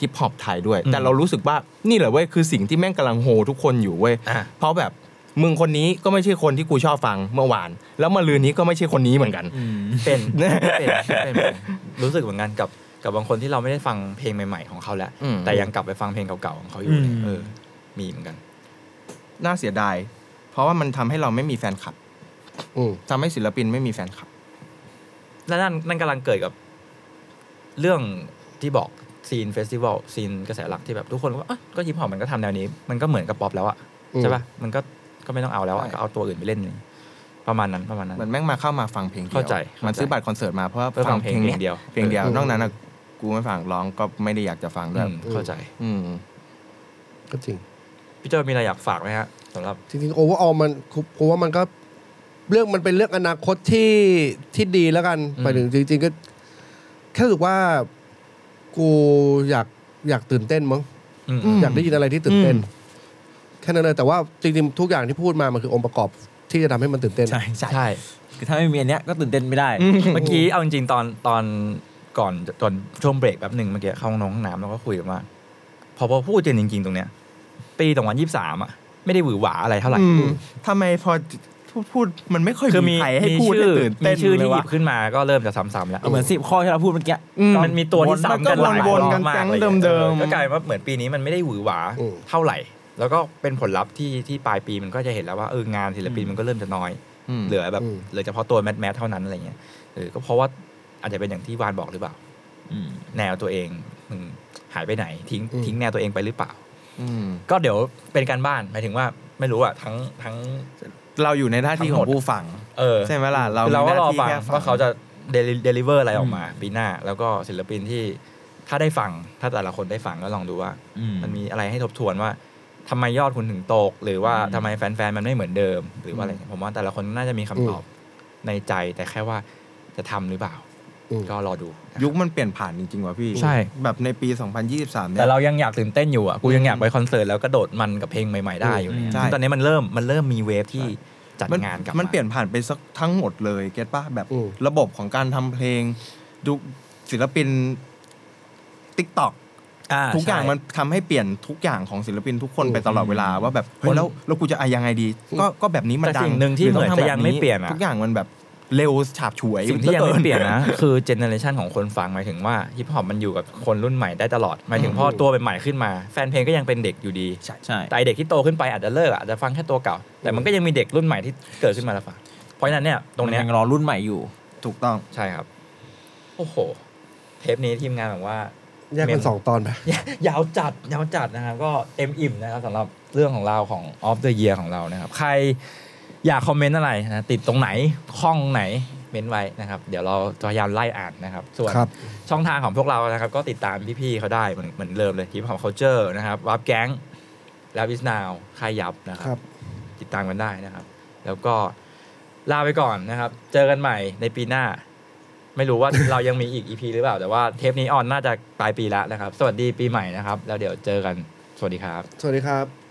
Speaker 4: ฮิปฮอปไทยด้วย แต่เรารู้สึกว่านี่แหละเว้ยคือสิ่งที่แม่งกำลังโฮทุกคนอยู่เว้ย
Speaker 3: อ่ะ
Speaker 4: เพราะแบบมึงคนนี้ก็ไม่ใช่คนที่กูชอบฟังเมื่อวาน แล้วมาลืนนี้ก็ไม่ใช่คนนี้เหมือนกัน
Speaker 3: เป็นเป็นเป็นรู้สึกเหมือนกันกับ กับบางคนที่เราไม่ได้ฟังเพลงใหม่ๆของเขาแล้ว
Speaker 4: อืม
Speaker 3: แต่ยังกลับไปฟังเพลงเก่าๆของเขาอยู่เนี่ย
Speaker 1: อืม
Speaker 3: เออ มีเหมือนกัน
Speaker 4: น่าเสียดาย เพราะว่ามันทำให้เราไม่มีแฟนคลับ
Speaker 2: อืม
Speaker 4: ทำให้ศิลปินไม่มีแฟนคลับ
Speaker 3: และนั่นนั่นกำลังเกิดกับเรื่องที่บอกซีนเฟสติวัลซีนกระแสหลักที่แบบทุกคนก็ว่าเอ้ยก็ฮิปฮอปมันก็ทำแนวนี้ มันก็เหมือนกับป๊อปแล้วอะ
Speaker 2: อืม
Speaker 3: ใช่ปะมันก็ก็ไม่ต้องเอาแล้วอะ
Speaker 4: ใช่
Speaker 3: ก็เอาตัวอื่นไปเล่นประมาณนั้นประมาณนั้น
Speaker 4: เหมือนแม่งมาเข้ามาฟังเพลงดียว
Speaker 3: เข้าใจ
Speaker 4: มัน
Speaker 3: เข้าใจ
Speaker 4: ซื้อบัตรคอนเสิร์ตมาเพื่อ
Speaker 3: เพื่อฟังเพลง
Speaker 4: นี้
Speaker 3: อย่างเดียว
Speaker 4: เพลงเดียว
Speaker 2: เออ
Speaker 4: นอกนั้นอะกูไม่ฟังร้องก็ไม่ได้อยากจะฟังด้วย
Speaker 3: อืมเข้าใจ
Speaker 4: อืม
Speaker 2: ก็จริง
Speaker 3: พี่เจ้ามีอะไรอยากฝากไหมฮะสำหรับ
Speaker 2: จริงๆโอเวอร์ออมันผมว่ามันก็เรื่องมันเป็นเรื่องอนาคตที่ที่ดีแล้วกัน
Speaker 3: อืม
Speaker 2: ไปถึงจริง ๆ ก็แค่รู้สึกว่ากูอยากอยากตื่นเต้นมั้ง
Speaker 3: อืม
Speaker 2: อยากได้ยินอะไรที่ตื่นเต้น แค่นั้นเลยแต่ว่าจริงๆทุกอย่างที่พูดมามันคือองค์ประกอบที่จะทำให้มันตื่นเต้น
Speaker 5: ใช่ใช่
Speaker 3: ใช่
Speaker 5: คือถ้าไม่มีอันเนี้ยก็ตื่นเต้นไม่ได้
Speaker 3: เมื่อกี้เอาจริงๆตอนตอนก่อนก่อนช่วงเบรกแป๊บหนึ่งเมื่อกี้เข้าห้องน้ำห้องน้ำแล้วก็คุยกันว่าพอพอพูดกันจริง ๆ ตรงเนี้ยปีสองพันยี่สามอะไม่ได้หวือหวาอะไรเท่าไหร่
Speaker 4: อืมทำไมพอพูดพูดมัน ไม่ค่อย
Speaker 3: คือ
Speaker 4: มี
Speaker 3: มี
Speaker 4: ใครให้
Speaker 3: มี
Speaker 4: พูด
Speaker 3: ชื่
Speaker 4: ให้
Speaker 3: อ
Speaker 4: ตื่น
Speaker 3: มี
Speaker 4: เต้น
Speaker 3: ชื่อ
Speaker 4: เล
Speaker 3: ที่
Speaker 4: ย
Speaker 3: หยิ
Speaker 4: วะ
Speaker 3: บขึ้นมาก็เริ่มจะซ้ำๆแล้ว
Speaker 5: เหมือนสิบข้อที่เราพูดเมื่อกี้
Speaker 3: มันมีตัวที่ซ้ำกันหลาย
Speaker 4: ว
Speaker 3: ร
Speaker 4: น
Speaker 3: อบ
Speaker 4: กัน
Speaker 3: มาก
Speaker 4: แก๊ง
Speaker 3: เลย
Speaker 4: เดิม
Speaker 3: ก็กลายว่าเหมือนปีนี้มันไม่ได้หวือหวา
Speaker 2: อืม
Speaker 3: เท่าไหร่ แล้วก็เป็นผลลัพธ์ที่ที่ปลายปีมันก็จะเห็นแล้วว่าเอองานศิลปินมันก็เริ่มจะน้อย
Speaker 4: ๆอืม
Speaker 3: เหลือแบบ
Speaker 2: อืม
Speaker 3: เหลือเฉพาะตัวแมทแมทเท่านั้นอะไรเงี้ยเออก็เพราะว่าอาจจะเป็นอย่างที่วานบอกหรือเปล่า
Speaker 1: อืม
Speaker 3: แนวตัวเองอืมหายไปไหน ทิ้ง
Speaker 2: อืม
Speaker 3: ทิ้งแนวตัวเองไปหรือเปล่า
Speaker 4: อืม
Speaker 3: ก็เดี๋ยวเป็นการบ้านหมายถึงว่าไม่รู้อะทั้งทั้ง
Speaker 4: เราอยู่ในหน้าที่
Speaker 3: ทั้
Speaker 4: ข
Speaker 3: งห
Speaker 4: อง
Speaker 3: มด
Speaker 4: ผู้ฟัง
Speaker 3: เออ
Speaker 4: ใช่ไหมล่ะเรา
Speaker 3: คือเราก็รอ
Speaker 4: มีหน้
Speaker 3: ฟั
Speaker 4: ที่แค่
Speaker 3: งว่าเขาจะเดลิเวอร์อะไรออกมาปีหน้า แล้วก็ศิลปินที่ถ้าได้ฟังถ้าแต่ละคนได้ฟังก็ลองดูว่า
Speaker 1: อืม
Speaker 3: มันมีอะไรให้ทบทวนว่าทำไมยอดคุณถึงตก หรือว่าทำไมแฟนๆมันไม่เหมือนเดิม หรือว่าอะไรเงี้ยผมว่าแต่ละคนน่าจะมีคำตอบในใจแต่แค่ว่าจะทำหรือเปล่า
Speaker 2: อืม
Speaker 3: ก็รอดูนะครับ
Speaker 4: ยุคมันเปลี่ยนผ่านจริงๆว่ะพี่
Speaker 3: ใช่
Speaker 4: แบบในปี 2023เนี่
Speaker 3: แต่
Speaker 4: ย
Speaker 3: เรายังอยากตื่นเต้นอยู่อ่ะ กูยังอยากไปคอนเสิร์ตแล้วกระโดดมันกับเพลงใหม่ ๆ ได้อยู่เนี่ย
Speaker 4: ใช่
Speaker 3: ซึ่งตอนนี้มันเริ่มมันเริ่มมีเวฟที่จัด
Speaker 4: มั
Speaker 3: งานกับ
Speaker 4: มันเปลี่ยนผ่านไปสักทั้งหมดเลยเก็ตป่ะแบบ
Speaker 2: อืม
Speaker 4: ระบบของการทำเพลงดูศิลปินติ๊กต็อกทุกอย่างมันทำให้เปลี่ยนทุกอย่างของศิลปินทุกคนไปตลอดเวลาว่าแบบเฮ้ยแล้วแล้วกูจะอะยังไงดี ก็ก็แบบนี้มัน
Speaker 3: แต่
Speaker 4: ดัง
Speaker 3: สิ่งหนึ่งที่
Speaker 4: รื
Speaker 3: เหมื
Speaker 4: ต้
Speaker 3: อน
Speaker 4: ทำ
Speaker 3: จะ
Speaker 4: แบบ
Speaker 3: ยังไม่เปลี่ยนอ่ะ
Speaker 4: ทุกอย่างมันแบบเร็วฉาบฉวย
Speaker 3: สิ่งที่ยัง
Speaker 4: หลือ
Speaker 3: ไม่
Speaker 4: กิ
Speaker 3: เปลี่ยนนะ คือเจเนอเรชันของคนฟังหมายถึงว่าฮิปฮอปมันอยู่กับคนรุ่นใหม่ได้ตลอดหมายถึงพอตัวใหม่ๆขึ้นมา แฟนเพลงก็ยังเป็นเด็กอยู่ดี
Speaker 5: ใช่
Speaker 3: แต่ไอ้เด็กที่โตขึ้นไปอาจจะเลิกอะอาจจะฟังแค่ตัวเก่า แต่มันก็ยังมีเด็กรุ่นใหม่ที่เกิดขึ้นมาแล้วฟังเพราะฉะนั้นเนี่ยต
Speaker 5: ต
Speaker 3: ร
Speaker 5: รง ง
Speaker 3: เนี้
Speaker 5: นี้
Speaker 3: ย
Speaker 5: ยังรอรุ่นใหม่อยู่
Speaker 4: ถูกต้อง
Speaker 3: ใช่ครับโอ้โห เทปนี้ทีมงานบอกว่า
Speaker 2: แยกเป็นสองตอนไป
Speaker 3: ย ายาวจัดยาวจัดนะครับก็เต็มอิ่มนะครับสำหรับเรื่องของเราของ Off the Year ของเรานะครับ ใครอยากคอมเมนต์อะไรนะติดตรงไหนข้องไหนเม้นไว้นะครับ เดี๋ยวเราจะพยายามไล่อ่านนะครับ ส่วน
Speaker 2: ครับ
Speaker 3: ช่องทางของพวกเรานะครับ ก็ติดตามพี่ๆเขาได้เหมือนเหมือนเดิมเลยฮิปฮอปเคาเจอร์นะครับวับแก๊งลาวิสนาวค่ายยับนะค
Speaker 2: ครับ รับ
Speaker 3: ติดตามกันได้นะครับ แล้วก็ลาไปก่อนนะครับ เจอกันใหม่ในปีหน้า ไม่รู้ว่า เรายังมีอีก EP หรือเปล่า แต่ว่าเทปนี้ออนน่าจะปลายปีแล้วนะครับ สวัสดีปีใหม่นะครับ แล้วเดี๋ยวเจอกัน สวัสดีครับ
Speaker 2: สวัสดีครับ